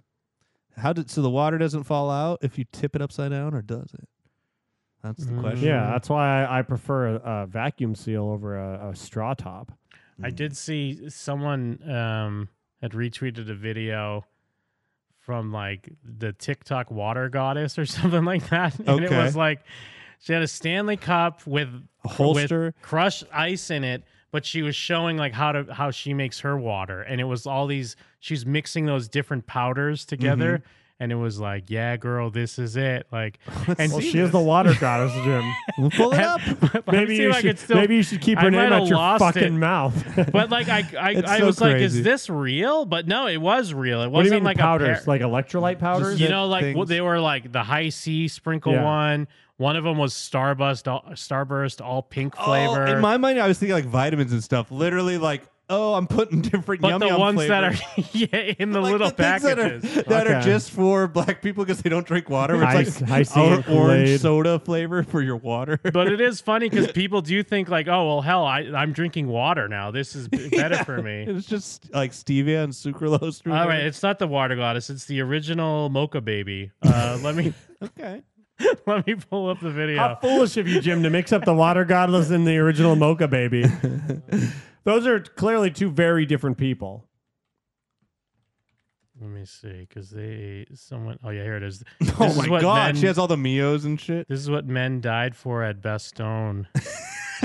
S8: How did so the water doesn't fall out if you tip it upside down, or does it? That's
S12: Mm.
S8: the question.
S12: Yeah, that's why I, I prefer a, a vacuum seal over a, a straw top.
S11: I
S12: Mm.
S11: did see someone um, had retweeted a video from like the TikTok water goddess or *laughs* something like that, and it
S8: Okay.
S11: was like she had a Stanley cup with
S8: A holster?
S11: with crushed ice in it, but she was showing like how to how she makes her water, and it was all these she's mixing those different powders together.
S12: Mm-hmm.
S11: And it was like, yeah, girl, this is it.
S12: *laughs*
S11: Like, and
S12: well,
S11: she
S12: she is the water goddess, Jim.
S8: Pull it up.
S11: *laughs*
S12: *laughs*
S11: Let me
S12: maybe
S11: see
S12: you
S11: if I can
S12: should,
S11: still-
S12: maybe you should keep
S11: I
S12: her
S11: might
S12: name
S11: have
S12: out your
S11: lost
S12: fucking *laughs*
S11: it.
S12: mouth.
S11: *laughs* but like I, I,
S12: It's
S11: I
S12: so
S11: was like, is
S12: crazy.
S11: this real? But no, it was real. It wasn't
S12: what do you mean
S11: like
S12: powders?
S11: a
S12: like electrolyte powders?
S11: You know, like well, they were like the high C sprinkle
S12: Yeah.
S11: one. One of them was Starburst, all, Starburst all pink
S8: Oh,
S11: flavor.
S8: in my mind, I was thinking like vitamins and stuff. Literally, like, oh, I'm putting *laughs* different
S11: but
S8: yum
S11: the
S8: yum
S11: ones
S8: flavor. *laughs*
S11: that are *laughs* yeah in the little
S8: things that are,
S11: packages
S8: *laughs* that are just for black people because they don't drink water. but
S12: Ice-
S8: It's like
S12: icy
S8: or-
S12: and
S8: orange
S12: Kool-Aid.
S8: soda flavor for your water. *laughs*
S11: But it is funny because people do think like, oh well, hell, I, I'm drinking water now. This is
S8: *laughs*
S11: b- better for me.
S8: It's just like stevia and sucralose. or
S11: All right,
S8: whatever.
S11: it's not the water goddess. It's the original mocha baby. Uh, let me
S8: *laughs*
S11: *laughs*
S8: okay.
S11: Let me pull up the video.
S12: How foolish of you, Jim, to mix up the water godless and the original mocha
S13: *laughs*
S12: baby. Those are clearly two very different people.
S11: Let me see, because they *laughs* someone. Oh yeah, here it is.
S8: *laughs* Oh
S11: This is
S8: my
S11: what
S8: god,
S11: men-
S8: she has all the Mios and shit. *laughs*
S11: This is what men died for at Bastogne.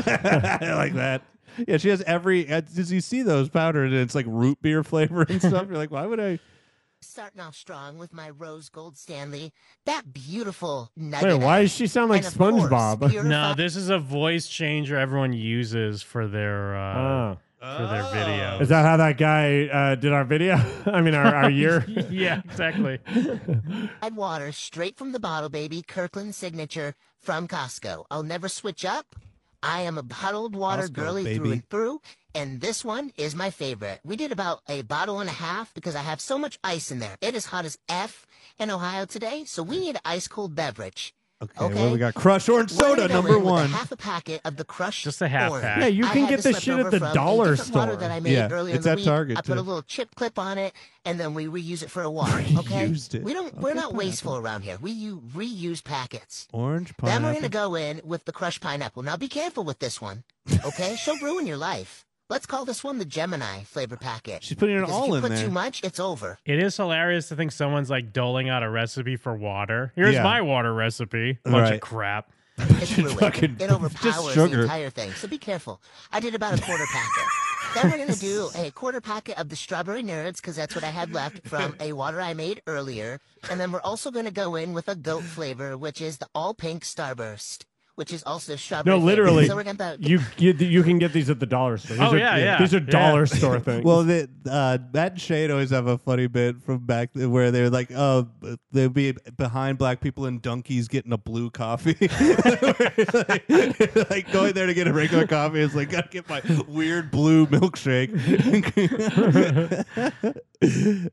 S8: I like that. Yeah, she has every. uh, Did you see those powders? And it's like root beer flavor and stuff. You're like, why *laughs* would I?
S13: Starting off strong with my rose gold Stanley. That beautiful nugget.
S12: Wait, why does she sound like
S13: And of course,
S12: SpongeBob?
S11: no, this is a voice changer everyone uses for their
S8: Ah.
S11: uh, for their
S13: Oh.
S12: *laughs*
S11: videos.
S12: Is that how that guy uh, did our video? *laughs* I mean, our, our
S13: *laughs*
S12: year?
S11: yeah, exactly.
S13: Add water straight from the bottle, baby. Kirkland signature from Costco. I'll never switch up. I am a bottled water
S8: Costco,
S13: girly through
S8: baby.
S13: and through, and this one is my favorite. We did about a bottle and a half because I have so much ice in there. It is hot as F in Ohio today, so we need an ice cold beverage.
S8: Okay, what do we got? Crush orange
S13: We're
S8: soda
S13: gonna go
S8: number
S13: in with a
S8: one.
S13: half a packet of the crushed
S11: Just a half
S13: orange.
S11: pack.
S12: Yeah, you
S13: I
S12: can
S13: had
S12: get
S13: this
S12: this
S13: left
S12: shit
S13: over
S12: at the
S13: from a
S12: dollar
S13: different water
S12: store.
S13: That I made
S12: Yeah,
S13: earlier in
S12: it's
S13: the
S12: at
S13: week.
S12: Target,
S13: I put a
S12: too.
S13: little chip clip on it, and then we reuse it
S8: *laughs*
S13: for a while. Okay,
S8: Reused it.
S13: we don't. we're
S8: Okay,
S13: not wasteful
S8: pineapple.
S13: around here. We u- reuse packets.
S8: Orange
S13: Then we're
S8: pineapple.
S13: gonna go in with the crushed pineapple. Now be careful with this one,
S8: *laughs*
S13: okay? She'll ruin your life. Let's call this one the Gemini flavor packet.
S8: She's putting it
S13: because
S8: all
S13: if you
S8: in
S13: put
S8: there.
S13: Too much, it's over.
S11: It is hilarious to think someone's like doling out a recipe for water. Here's
S8: Yeah.
S11: my water recipe. Bunch of
S8: Right.
S11: crap.
S13: It's
S12: *laughs*
S13: ruined.
S8: Fucking-
S13: it overpowers
S8: just sugar.
S13: the entire thing. So be careful. I did about a quarter packet. then we're gonna do a quarter packet of the strawberry nerds because that's what I had left from a water I made earlier. And then we're also gonna go in with a goat flavor, which is the all pink starburst, which is also
S12: *laughs*
S13: strawberry.
S12: No,
S13: flavored.
S12: literally,
S13: So we're gonna about
S12: you, you you can get these at the dollar store. These
S11: Oh,
S12: are,
S11: yeah, yeah,
S12: These are
S11: yeah. *laughs*
S12: dollar store
S13: *laughs*
S12: things.
S8: Well, the, uh, Matt and Shane always have a funny bit from back th- where they're like, "Oh, b- they'd be behind black people and donkeys getting a blue coffee." *laughs* like, like going there to get a regular coffee is like, "Gotta get my weird blue milkshake." *laughs*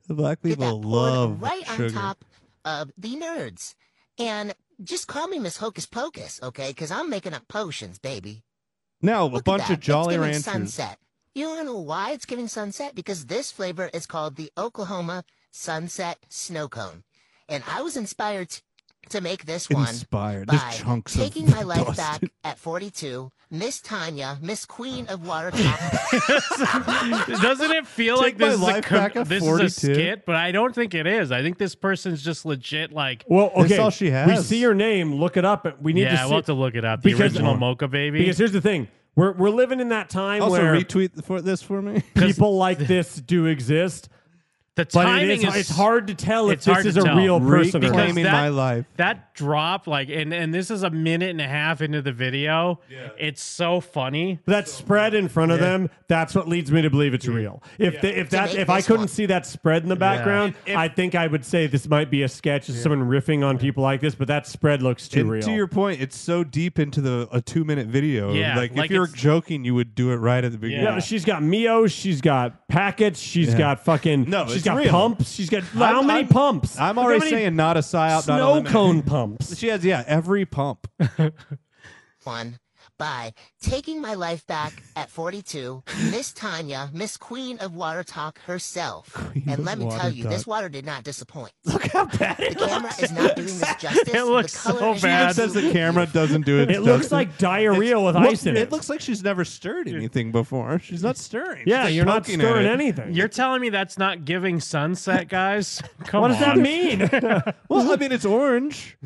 S8: black people
S13: poured
S8: love
S13: right on
S8: sugar.
S13: top of the nerds. And just call me Miss Hocus Pocus, okay? Because I'm making up potions, baby.
S8: Now a
S13: Look at
S8: bunch
S13: that.
S8: of Jolly
S13: it's giving
S8: Ranchers.
S13: Sunset. You want to know why it's giving sunset? Because this flavor is called the Oklahoma Sunset Snow Cone, and I was inspired t- to make this one
S8: Inspired.
S13: by
S8: There's chunks of
S13: taking
S8: *laughs*
S13: my life
S8: dust.
S13: back at 42. Miss Tanya, Miss Queen of
S8: *laughs*
S13: Watertown.
S11: Doesn't it feel like
S13: Take my
S11: this, is a,
S13: life
S11: com-
S13: back at
S11: this is a
S13: 42?
S11: skit? But I don't think it is. I think this person's just legit like.
S12: Well, okay. We see your name. Look it up. We need
S11: yeah,
S12: to see.
S11: we'll have to look it up. The
S12: Because-
S11: original Mocha Baby.
S12: Because here's the thing: We're we're living in that time
S8: Also,
S12: where
S8: retweet for this for
S11: *laughs*
S8: me.
S12: people like this do exist.
S11: The
S12: but it
S11: timing is-
S12: it's hard to tell if
S11: it's hard
S12: this is
S11: to
S12: a
S11: tell.
S12: real person or not.
S8: Reclaiming my life.
S11: That drop, like, and and this is a minute and a half into the video. Yeah. It's so funny.
S12: That spread in front of them, that's what leads me to believe it's real. If the, if
S11: To
S12: that
S11: make
S12: if I
S11: this
S12: couldn't
S11: one.
S12: see that spread in the background,
S11: If-
S12: I think I would say this might be a sketch, it's someone riffing on people like this, but that spread looks too
S8: And
S12: real.
S8: to your point, it's so deep into the a two minute video.
S12: Yeah,
S8: like,
S12: like
S8: if you were
S12: it's-
S8: joking, you would do it right at the
S12: yeah.
S8: beginning.
S12: she's got Mio, she's got packets, she's
S8: Yeah.
S12: got fucking
S8: No,
S12: she's
S8: it's
S12: got
S8: real.
S12: pumps, she's got how
S8: I'm-
S12: many
S8: I'm-
S12: pumps? Look
S8: I'm
S12: how
S8: already
S12: many
S8: saying not a psyop. not a
S12: Snow
S8: limit.
S12: cone
S8: *laughs*
S12: pumps.
S8: She has yeah every *laughs* pump.
S13: one by taking my life back at 42, Miss Tanya, Miss Queen of Water Talk
S8: *laughs*
S13: herself.
S4: of
S13: and let me
S4: Water
S13: tell you, this
S4: Talk.
S13: water did not disappoint. Look how bad it The camera is not doing this justice.
S12: It looks
S13: the color
S12: so
S13: is
S12: bad.
S8: It says the camera doesn't do it.
S12: It looks like diarrhea with ice in
S8: It looks like she's never stirred anything before. She's not stirring. She's just poking at it.
S11: You're telling me that's not giving sunset,
S8: *laughs*
S11: guys? Come
S8: What does that
S11: on. *laughs*
S8: mean? well, I mean it's orange.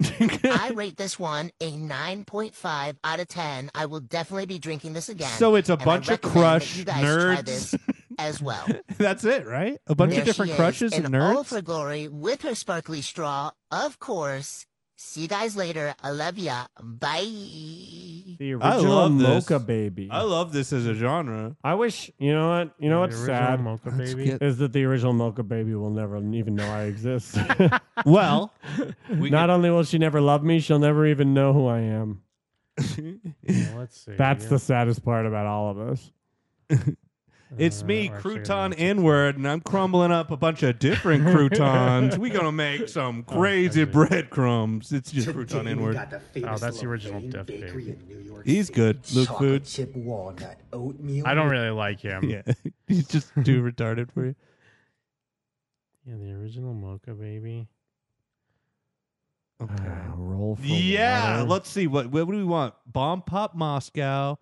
S13: I rate this one a 9.5 out of 10. I will definitely be drinking this again.
S8: So it's a
S13: and I
S8: bunch of
S13: recommend that
S8: crushed
S13: you guys try
S8: nerds.
S13: this as well.
S8: *laughs* That's it, right? A bunch
S13: There
S8: of
S13: she
S8: different
S13: is,
S8: crushes and
S13: in All of
S8: nerds.
S13: her glory with her sparkly straw, of course. See you guys later. I love ya. Bye.
S12: The original
S8: I love this.
S12: mocha baby.
S8: I love this as a genre.
S12: I wish you know what you know
S8: The
S12: what's
S8: original
S12: sad
S8: Mocha Let's Baby? get-
S12: is that the original Mocha Baby will never even know I exist.
S8: *laughs* Well,
S12: not only will she never love me, she'll never even know who I am.
S11: Yeah, let's see.
S12: That's
S11: Yeah.
S12: the saddest part about all of
S8: *laughs*
S12: us.
S8: It's me, crouton inward, and I'm crumbling up a bunch of different croutons. *laughs* we gonna make some crazy breadcrumbs. It's just crouton inward.
S11: Oh, that's the original Def Baby.
S8: He's good. Luke
S11: Chocolate
S8: Food.
S11: chip
S8: walnut
S11: oatmeal. I don't really like him.
S8: Yeah, *laughs* he's just too retarded for you.
S11: Yeah, the original Mocha Baby. Uh,
S8: Okay.
S12: roll for
S8: yeah,
S12: water.
S8: let's see what what do we want? Bomb pop Moscow,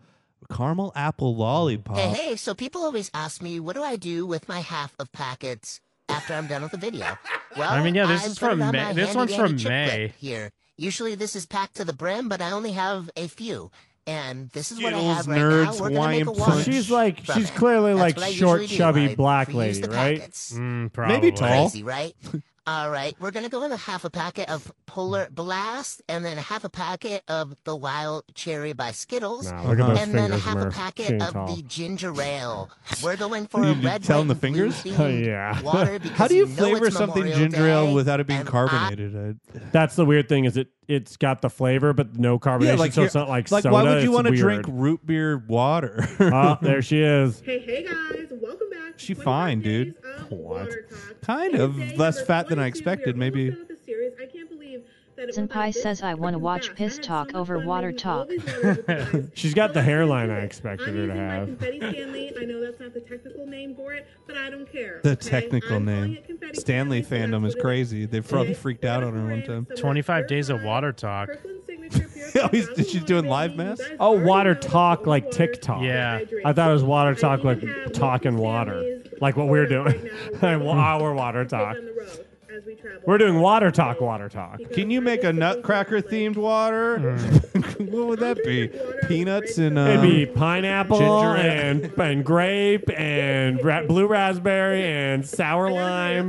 S8: caramel apple lollipop.
S13: Hey, hey, so people always ask me, what do I do with my half of packets after I'm done with
S11: *laughs*
S13: the video? *laughs* Well,
S11: I mean, yeah, this
S13: I'm
S11: is
S13: putting
S11: from
S13: on
S11: May-
S13: my
S11: this one's
S13: handy-dandy
S11: from
S13: chiplet
S11: May.
S13: Here. Usually this is packed to the brim, but I only have a few. And this is what I
S8: Skittles,
S13: have right now.
S8: nerds,
S13: We're gonna make a
S8: wine
S13: walnut
S8: punch.
S12: She's like
S13: from
S12: she's
S13: it.
S12: clearly
S13: That's
S12: like
S13: what I
S12: short,
S13: usually do.
S12: chubby
S13: I
S12: black
S13: freeze
S12: lady,
S13: the
S12: right?
S13: packets.
S11: Mm,
S8: Maybe tall.
S13: Crazy, right? *laughs* All right, we're gonna go with a half a packet of Polar Blast, and then a half a packet of the Wild Cherry by Skittles,
S12: Nah, look at those
S13: and then a
S12: fingers,
S13: half
S12: Murph.
S13: a
S12: She
S13: packet
S12: ain't
S13: of
S12: tall.
S13: the
S12: *laughs*
S13: Ginger Ale. We're going for
S8: You
S13: a
S8: just
S13: red,
S8: telling
S13: white,
S8: the fingers?
S13: blue
S12: Oh, *laughs*
S13: themed
S12: yeah. *laughs*
S13: water
S8: How
S13: because
S8: do you,
S13: know it's
S8: flavor something
S13: Memorial
S8: ginger ale
S13: Day,
S8: without it being
S13: and I-
S8: carbonated? I-
S12: That's the weird thing is it it's got the flavor but no carbonation, so
S8: here-
S12: it's not like
S8: like
S12: soda.
S8: why would
S12: it's
S8: you want to
S12: weird.
S8: drink root beer water? *laughs*
S12: Oh, there she is.
S14: Hey, hey guys, welcome back.
S8: She fine, dude.
S14: What?
S8: Kind of less fat than I expected. Maybe
S14: *laughs* Senpai says I want to watch piss talk over water talk.
S12: She's got the hairline I expected her to have.
S14: Confetti Stanley, I know that's not the technical name for it, but I don't care.
S8: the
S14: okay?
S8: technical
S14: I'm calling
S8: name
S14: it confetti
S8: Stanley fandom is crazy. They probably freaked out on her one time.
S11: Twenty five days of water talk.
S8: *laughs* oh, he's, she's doing live mass.
S12: Oh, water talk like TikTok.
S11: Yeah.
S12: I thought it was water talk like talking water, like what we're *laughs* doing. Our water talk. We're doing water talk, water talk.
S8: Can you make a nutcracker themed water? *laughs* what would that be? Peanuts and um,
S12: It'd be pineapple
S8: ginger ale.
S12: and,
S8: *laughs*
S12: and grape and ra- blue raspberry and sour lime,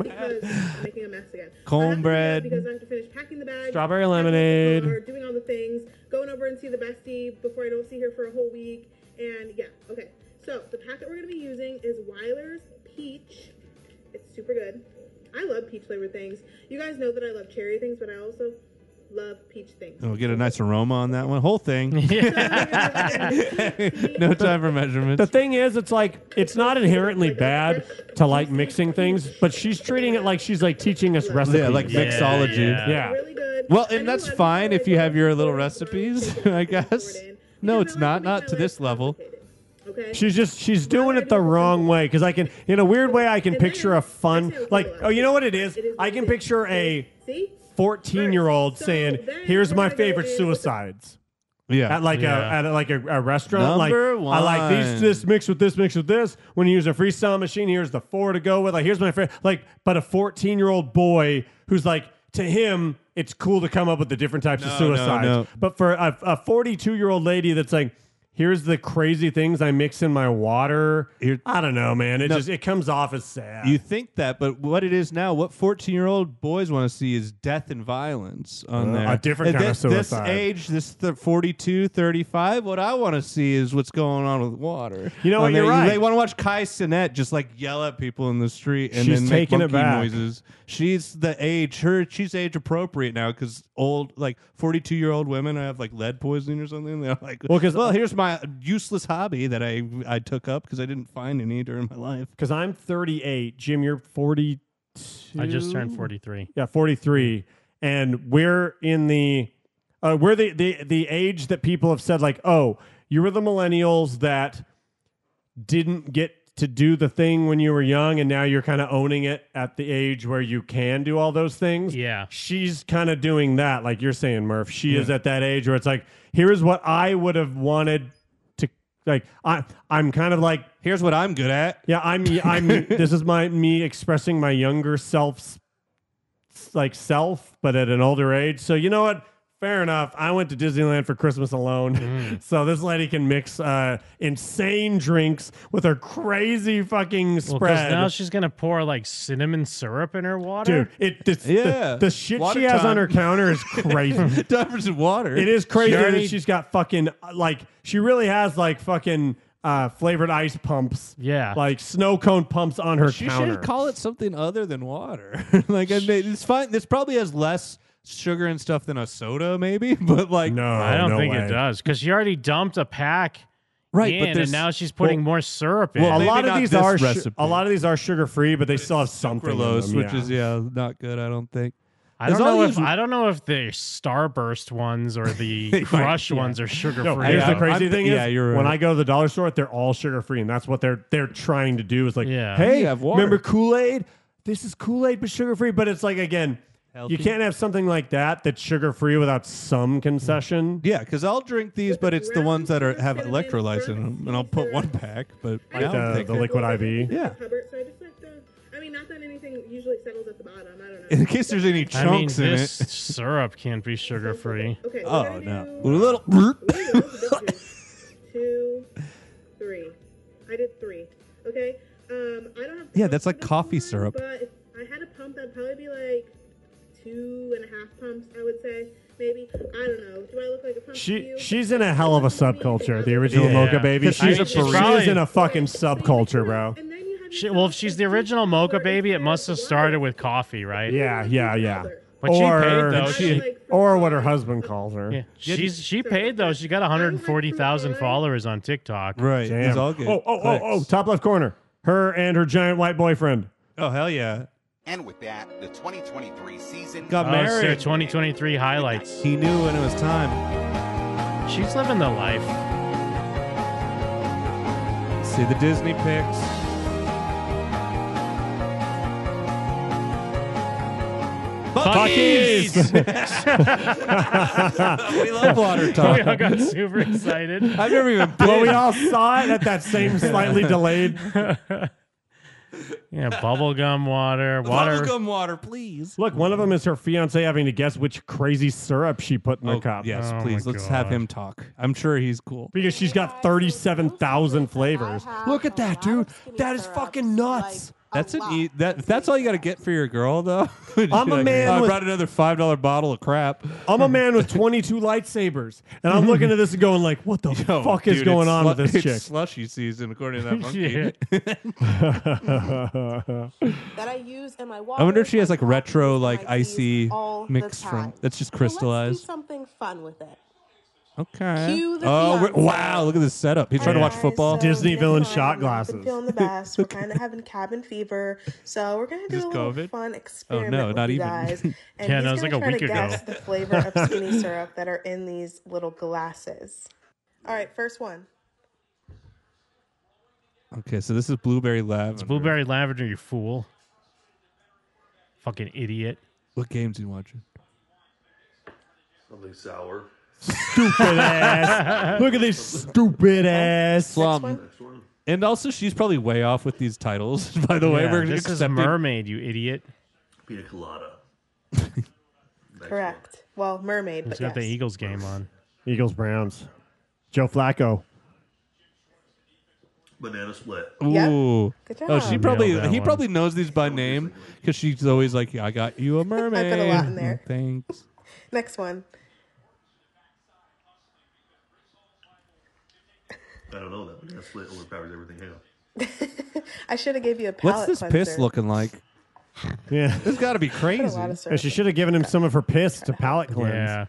S14: making a mess again.
S12: cornbread,
S14: Because I have to finish packing the bag,
S12: strawberry lemonade.
S14: or doing all the things, going over and see the bestie before I don't see her for a whole week. And yeah, okay. So the packet we're gonna be using is Weiler's Peach. It's super good. I love peach flavored things. You guys know that I love cherry things, but I also love peach
S12: *laughs*
S14: things.
S8: We'll get a nice aroma on that one. Whole thing. *laughs* no time for measurements.
S12: The thing is, it's like it's not inherently bad to like mixing things, but she's treating it like she's like teaching us recipes.
S8: Yeah, like mixology.
S12: Yeah.
S8: Well, and that's fine if you have your little recipes, *laughs* I guess. No, it's not. Not to this level.
S12: She's just she's doing it the wrong way because I can in a weird way I can picture a fun like oh you know what it is I can picture a fourteen year old saying here's my favorite suicides
S8: Yeah.
S12: at like
S8: Yeah.
S12: a at like a, a restaurant
S8: Number
S12: like I like these
S8: one.
S12: this mix with this mix with this when you use a freestyle machine here's the four to go with like here's my favorite like but a fourteen year old boy who's like to him it's cool to come up with the different types of
S8: No, no,
S12: suicides
S8: no.
S12: but for a 42 year old lady that's like here's the crazy things I mix in my water. I don't know, man. It just it comes off as sad.
S8: You think that, but what it is now, what 14 year old boys want to see is death and violence on
S12: Uh,
S8: there.
S12: a different
S8: And
S12: kind of
S8: thi-
S12: suicide.
S8: This age, this th- 42, 35, what I want to see is what's going on with water.
S12: You know
S8: On
S12: what, you're
S8: there,
S12: right.
S8: They want to watch Kai Sinet just like yell at people in the street and
S12: She's
S8: then make
S12: taking it
S8: monkey
S12: back.
S8: noises. She's the age, her she's age appropriate now because old, like 42 year old women have like lead poisoning or something. They're like,
S12: Well, 'cause-
S8: well here's my useless hobby that I, I took up because I didn't find any during my life.
S12: Because I'm 38. Jim, you're 42.
S11: I just turned 43.
S12: Yeah, 43. And we're in the uh, we're the, the the age that people have said like, "Oh, you were the millennials that didn't get to do the thing when you were young and now you're kind of owning it at the age where you can do all those things."
S11: Yeah.
S12: She's kind of doing that like you're saying, Murph. She is
S11: Yeah.
S12: at that age where it's like, "Here's what I would have wanted to like I I'm kind of like
S8: here's what I'm good at.
S12: Yeah, I'm I'm
S8: *laughs*
S12: this is my me expressing my younger self's like self, but at an older age. So you know what? Fair enough. I went to Disneyland for Christmas alone, *laughs*
S8: Mm.
S12: so this lady can mix uh, insane drinks with her crazy fucking
S11: Well,
S12: spread.
S11: 'cause now she's gonna pour like cinnamon syrup in her water.
S12: Dude, it the, the- the, shit
S11: Water
S12: she has on
S11: time.
S12: her counter
S8: *laughs*
S12: is crazy.
S8: Diapers and water.
S12: It is crazy
S11: She already-
S12: that she's got fucking uh, like she really has like fucking uh, flavored ice pumps.
S11: Yeah.
S12: like snow cone pumps on her
S8: she
S12: counter.
S8: should call it something other than water. *laughs* like I mean, it's fine. This probably has less sugar and stuff than a soda, maybe. *laughs* But like, Oh, no,
S11: I don't think it does because she already dumped a pack.
S8: Right,
S11: in,
S8: but
S11: and
S8: there's-
S11: now she's putting
S12: well-
S11: more syrup in.
S12: Well, a lot of these are su- a lot of these are sugar free, but they still have something. in
S8: Sucralose,
S12: them,
S8: which
S12: yeah.
S8: is yeah, not good. I don't think.
S11: I
S8: There's
S11: don't
S8: all
S11: know if
S8: these-
S11: I don't know if the Starburst ones or the Crush ones are sugar free.
S12: No, here's the crazy thing is,
S8: yeah, you're
S12: when
S8: right.
S12: I go to the dollar store, they're all sugar free, and that's what they're they're trying to do is like,
S11: Yeah.
S12: hey,
S11: You have water.
S12: remember Kool Aid? This is Kool Aid but sugar free. But it's like again,
S8: Healthy.
S12: you can't have something like that that's sugar free without some concession.
S8: Yeah, because I'll drink these, but it's the ones that are have electrolytes in them, and I'll put one pack. But I
S12: Like
S8: don't
S12: the-
S8: think
S12: the
S8: it-
S12: liquid IV?
S8: Yeah.
S14: Cupboard, so I just like the. I mean, not that anything usually settles at the bottom. I don't know.
S8: In case there's any
S11: I mean,
S8: chunks in
S11: this
S8: it.
S11: syrup can't be sugar free.
S14: Okay, we're
S8: Oh
S14: gonna
S8: no,
S14: do-
S8: a little. *laughs*
S14: Ooh, those are
S6: *laughs*
S14: big juice. Two, three. I did three. Okay. Um, I don't have.
S8: Yeah, that's like coffee syrup.
S14: But if I had a pump, that'd probably be like two and a half pumps. I would say maybe. I don't know. Do I look like a pump? to
S12: She
S14: you?
S12: she's in a hell of a subculture. The original
S11: Yeah.
S12: Mocha Baby.
S11: 'Cause
S12: She's
S11: she's
S12: a,
S11: a
S12: she
S11: probably-
S12: is in a fucking subculture, bro.
S11: She, well, if she's the original Mocha Baby, it must have started with coffee, right?
S12: Yeah, yeah, yeah.
S11: But she paid though. She,
S12: or what her husband calls her.
S11: yeah, she's she paid though. She got 140,000 followers on TikTok.
S8: Right,
S12: Damn.
S8: it's all good.
S12: Oh, oh, oh, oh, top left corner. Her and her giant white
S8: *laughs*
S12: boyfriend.
S8: Oh hell yeah!
S4: And with that, the 2023 season
S11: Oh, it's their 2023 highlights.
S8: He knew when it was time.
S11: She's living the life.
S8: See the Disney pics. *laughs*
S11: Buc-ee's!
S12: *laughs* we
S8: love water talk.
S11: *laughs* We all got super excited.
S8: I've never even.
S12: Well, we
S8: been.
S12: all saw it at that
S8: *laughs*
S12: same slightly delayed.
S11: Yeah, bubblegum water, water.
S8: Bubblegum water, please.
S12: Look, one of them is her fiance having to guess which crazy syrup she put in the
S8: Oh,
S12: cup.
S8: yes, please. Let's have him talk. I'm sure he's cool.
S12: Because she's got 37,000 flavors. Look at that, dude. That is fucking nuts.
S8: That's an e- that. if That's all you got to get for your girl, though. *laughs* I'm
S12: a man
S8: I
S12: with-
S8: brought another five dollar bottle of crap.
S12: I'm a man with 22 lightsabers, and I'm looking at this and going like, "What the
S8: *laughs* Yo,
S12: fuck is
S8: dude,
S12: going
S8: it's
S12: on with
S8: slu-
S12: this
S8: it's
S12: chick?"
S8: Slushy season,
S12: *laughs*
S8: according
S11: *laughs*
S8: to that monkey. *laughs*
S6: that I use in my water.
S8: I wonder if she has like retro, like
S6: my teas
S8: icy
S6: all the
S8: mix from
S6: time.
S8: that's just
S6: So Let's do
S8: crystallized.
S6: something fun with it.
S8: Okay.
S6: Cue the
S8: oh we're-
S6: fiance.
S8: wow! Look at this setup. He's trying to watch football.
S12: Disney villain shot
S6: Been
S12: glasses.
S6: feeling the
S8: *laughs*
S6: best. We're kind of having cabin fever, so we're gonna do
S12: Just
S6: a little
S12: COVID?
S6: fun
S12: Oh,
S6: experiment
S12: no,
S6: with
S12: not
S6: you
S12: even.
S8: *laughs*
S6: guys. And
S12: Yeah,
S6: he's
S12: no, it was like a
S6: gonna try
S12: week
S6: to
S12: ago.
S6: guess the flavor of
S12: *laughs*
S6: skinny syrup that are in these little glasses. All right, first one.
S8: Okay, so this is blueberry lavender.
S11: It's blueberry *laughs* lavender, you fool. Fucking idiot.
S8: What games are you watching?
S23: Something sour.
S12: Stupid
S2: Uh,
S12: ass. *laughs* Look at this stupid ass.
S8: Slum. And also, she's probably way off with these titles. *laughs* By the way,
S11: Yeah,
S8: we're
S11: this is
S8: accepting-
S11: mermaid, you idiot.
S23: Pina colada.
S6: Correct. Well, mermaid,
S11: He's
S6: but
S11: got
S6: yes.
S11: the Eagles game on.
S12: Eagles Browns. Joe Flacco.
S16: Banana split.
S8: Ooh.
S6: Good
S8: Oh,
S6: job.
S8: she probably
S6: Nailed that
S8: he
S6: one.
S8: probably knows these by name because she's always like, "I got
S6: *laughs*
S8: you a mermaid." Mm,
S6: lot in there.
S8: Thanks.
S6: Next one.
S16: I don't know that banana split overpowers everything else.
S6: I should have gave you a
S8: What's
S6: palate
S8: this
S6: cleanser.
S8: piss looking like?
S12: Yeah.
S8: This got to be crazy.
S12: Yeah, she should have given him some of her piss to palate cleanse.
S11: Yeah.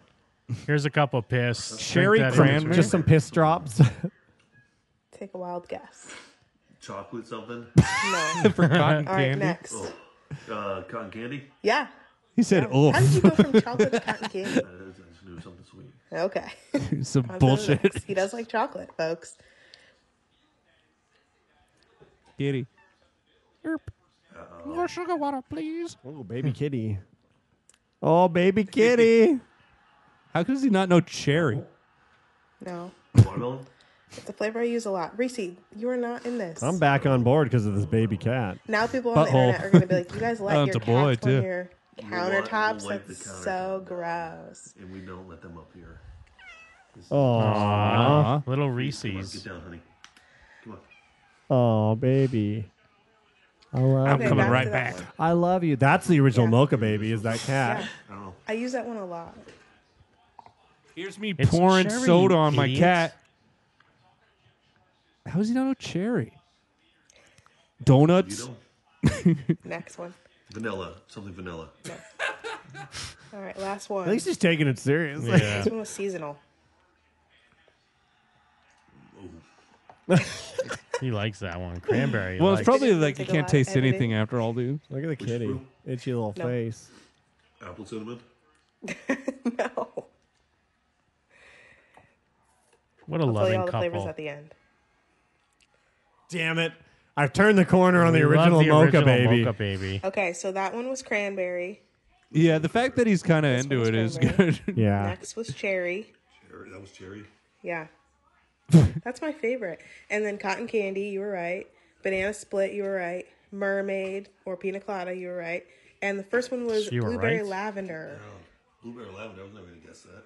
S11: Here's a couple piss. Drink
S12: Cherry
S11: that in
S12: cran,
S11: between.
S12: just some piss drops. *laughs*
S6: Take a wild guess.
S16: Chocolate something?
S6: *laughs* No.
S12: *laughs* For cotton
S6: All right,
S12: candy?
S6: next.
S16: Oh, uh, cotton candy?
S6: Yeah.
S8: He said,
S6: How
S8: "Oh."
S6: did you
S8: *laughs*
S6: go from chocolate to cotton candy?
S16: I just knew *laughs* something sweet.
S6: Okay.
S12: *laughs*
S8: Some
S6: On to the
S8: bullshit.
S6: next. He does like chocolate, folks.
S8: Kitty.
S12: More sugar water, please. Oh, baby kitty.
S8: Oh,
S16: *laughs*
S8: baby kitty. How does he not know cherry?
S6: No.
S16: Watermelon?
S6: It's a flavor I use a lot. Reese, you are not in this.
S12: I'm back on board because of this baby cat.
S6: Now people on
S12: Butthole.
S6: the internet are going to be like,
S12: *laughs*
S6: you *laughs* guys let
S12: Oh,
S6: your
S12: it's
S6: cats
S12: a boy,
S6: on
S12: too.
S6: your
S16: We'll wipe-
S6: countertops.
S16: we'll wipe
S6: That's
S16: the countertop
S6: so gross.
S16: And we don't let them up here.
S12: Aw.
S11: Aw, little
S16: Come on, get
S11: Reese's.
S16: down, honey. Come on.
S12: Oh, baby. I love
S6: I'm
S12: you.
S6: coming Okay, back right to that back.
S12: I love you. That's the original Mocha baby, is that cat.
S6: I use that one a lot.
S8: Here's me
S12: It's
S8: pouring
S12: cherry,
S8: soda on my
S12: idiot.
S8: cat. How does he not know cherry? *laughs* Donuts.
S6: Next one.
S16: Vanilla. Something vanilla.
S6: All right, last one.
S12: At least he's taking it seriously. *laughs*
S6: This one was seasonal.
S11: He likes that one. Cranberry.
S8: well,
S11: likes.
S8: it's probably like you can't taste anything after all, dude.
S12: Look at the kitty. Itchy little
S6: No.
S12: face.
S16: Apple cinnamon?
S11: What a
S6: I'll tell you
S11: loving
S6: all the flavors
S11: couple.
S6: at the end.
S12: Damn it. I've turned the corner on the original, Mocha, baby.
S6: Okay, so that one was cranberry.
S8: Yeah, the fact that he's kind of into it is good. *laughs*
S6: Next was cherry.
S16: Cherry. That was cherry.
S6: Yeah. That's my favorite. And then cotton candy, you were right. Banana split, you were right. Mermaid or pina colada, you were right. And the first one was
S16: You were
S6: blueberry
S16: right.
S6: lavender.
S16: Blueberry lavender. I was never going to guess that.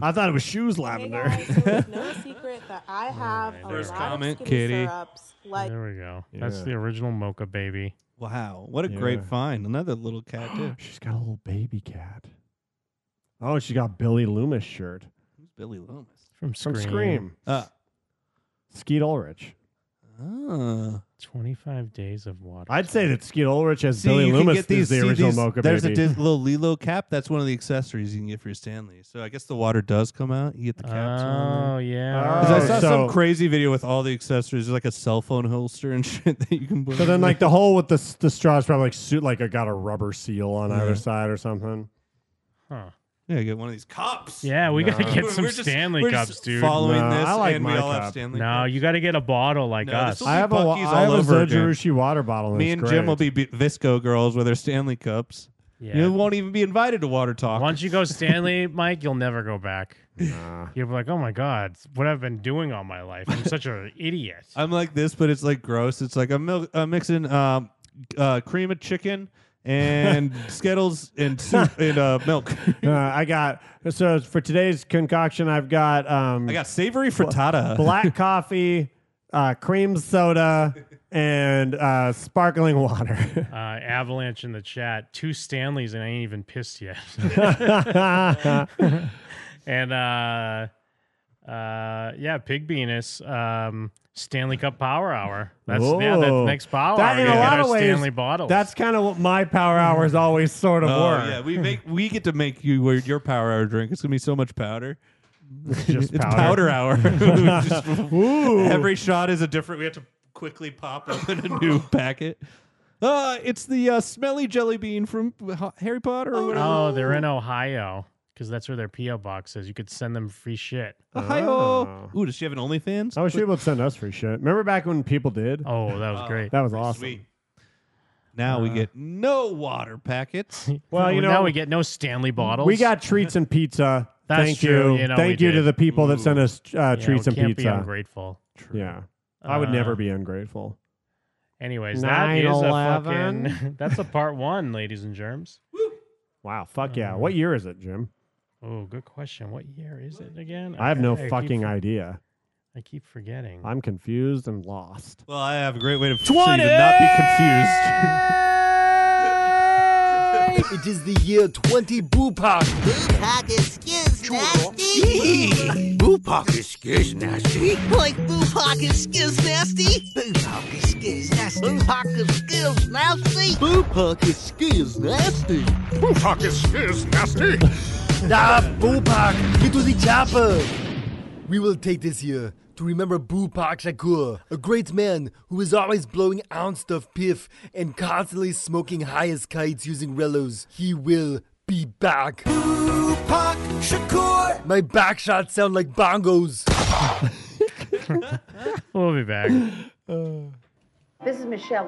S12: *laughs* I thought it was shoes lavender. *laughs*
S6: No secret that I have a
S8: First
S6: lot
S8: comment,
S6: of skinny
S8: kitty.
S6: syrups. Like
S11: There we go. That's
S8: Yeah.
S11: the original Mocha baby.
S8: Wow, what a great
S12: Yeah.
S8: find! Another little
S12: *gasps*
S8: cat too.
S12: She's got a little baby cat. Oh, she got Billy Loomis shirt.
S8: Billy Loomis
S11: From
S12: From
S11: Scream.
S12: Scream.
S8: Uh,
S12: Skeet Ulrich.
S8: Oh.
S11: 25 days of water.
S12: I'd say that Skeet Ulrich as
S8: See,
S12: Billy
S8: you can
S12: Loomis
S8: get these.
S12: is the
S8: see
S12: original
S8: these-
S12: Mocha
S8: there's
S12: baby.
S8: a dis- little Lilo cap. That's one of the accessories you can get for your Stanley. So I guess the water does come out. You get the caps.
S11: Oh, yeah.
S8: 'Cause I
S12: Oh,
S8: saw
S12: so-
S8: some crazy video with all the accessories. There's like a cell phone holster and *laughs* shit that you can put.
S12: So
S8: in
S12: then,
S8: there.
S12: like the hole with the s- the straw is probably like suit like I got a rubber seal on
S8: Yeah.
S12: either side or something.
S11: Huh.
S8: yeah, get one of these cups.
S11: Yeah, we gotta
S12: No.
S11: get
S12: We're-
S11: some
S12: we're just-
S11: Stanley
S8: we're
S11: cups,
S8: just
S11: dude.
S8: following
S12: No, this, I like and we
S11: my
S12: my all have cup. Stanley
S11: No, you got to get a bottle like
S8: No,
S11: us.
S8: this'll
S12: I have a wa-
S8: Buc-ee's
S12: I have
S8: all
S12: a
S8: over again.
S12: Zojirushi water bottle.
S8: Me and
S12: it's
S8: Jim will
S12: great.
S8: be, be Visco girls with their Stanley cups.
S11: Yeah.
S8: You won't even be invited to water talk.
S12: *laughs*
S11: Once you go Stanley, Mike, you'll never go back. You'll be like, oh my god, it's what I've been doing all my life. I'm such an *laughs* idiot.
S8: I'm like this, but it's like gross. It's like I'm, mil- uh mixing um, uh, cream of chicken
S12: *laughs*
S8: and Skittles and soup and uh, milk.
S12: Uh, I got so for today's concoction, I've got um
S8: I got savory frittata. *laughs*
S12: black coffee, uh, cream soda, and uh, sparkling water.
S11: Uh, Avalanche in the chat, two Stanleys, and I ain't even
S12: *laughs*
S11: pissed yet. and uh, uh, yeah, Pig Venus, um, Stanley Cup Power Hour. That's yeah, that's
S12: Whoa.
S11: next Power
S12: That,
S11: Hour.
S12: in
S11: we
S12: a
S11: gotta get
S12: lot
S11: our
S12: of ways,
S11: Stanley bottles.
S12: that's kind of what my power hours always sort of
S8: Oh,
S12: were.
S8: yeah, we
S11: *laughs*
S8: make we get to make you wear your power hour drink. It's gonna be so much powder.
S12: It's just
S8: *laughs* it's
S12: powder.
S8: powder,
S11: *laughs*
S12: *laughs*
S8: hour. We just-
S12: Ooh.
S8: every shot is a different. We have to quickly pop open a new packet. Uh, it's the uh, smelly jelly bean from Ha- Harry Potter or whatever.
S11: oh, they're in Ohio because that's where their PO box is. You could send them free shit.
S12: Oh.
S8: Ohio. Ooh, does she have an OnlyFans?
S12: I wish people Oh, would send us free shit. Remember back when people did?
S11: Oh, that was
S8: Oh,
S11: great. Uh,
S12: That was
S8: pretty
S12: awesome.
S8: sweet. Now we get no water
S11: *laughs*
S8: packets.
S12: Well, you know,
S11: now we get no Stanley bottles.
S12: We got treats and pizza.
S11: *laughs* That's
S12: Thank
S11: true.
S12: you.
S11: You know,
S12: Thank
S11: we
S12: you to
S11: did.
S12: the people that sent us uh,
S11: Yeah,
S12: treats
S11: we
S12: and
S11: can't
S12: pizza.
S11: Be ungrateful.
S12: Yeah. I would never
S11: Uh,
S12: be ungrateful.
S11: Anyways, that
S12: 9/11.
S11: is a fucking. *laughs* That's a part one, ladies and germs. Mm.
S12: Wow. Fuck yeah. What year is it, Jim?
S11: Oh, good question. What year is it again?
S12: I have no
S11: Okay, keep-
S12: fucking idea.
S24: I keep
S12: *laughs*
S24: forgetting.
S12: I'm confused and lost.
S8: Well, I have a great way to, so you to not be
S12: *laughs*
S8: confused.
S17: it is the year 20 Boopak.
S18: Boopak is skiz nasty.
S17: Boopak is skiz nasty.
S18: Like Boopak is skiz nasty. Boopak is skiz nasty. Boopak is skiz nasty.
S17: Boopak is skiz nasty. Boopak is skiz nasty. nah, Boopak, get to the chopper. We will take this year to remember Boopak Shakur, a great man who is always blowing ounce of piff and constantly smoking high as kites using rellos. He will be back. Boopak Shakur! My back shots sound like bongos. *laughs*
S24: We'll be back.
S11: This is Michelle.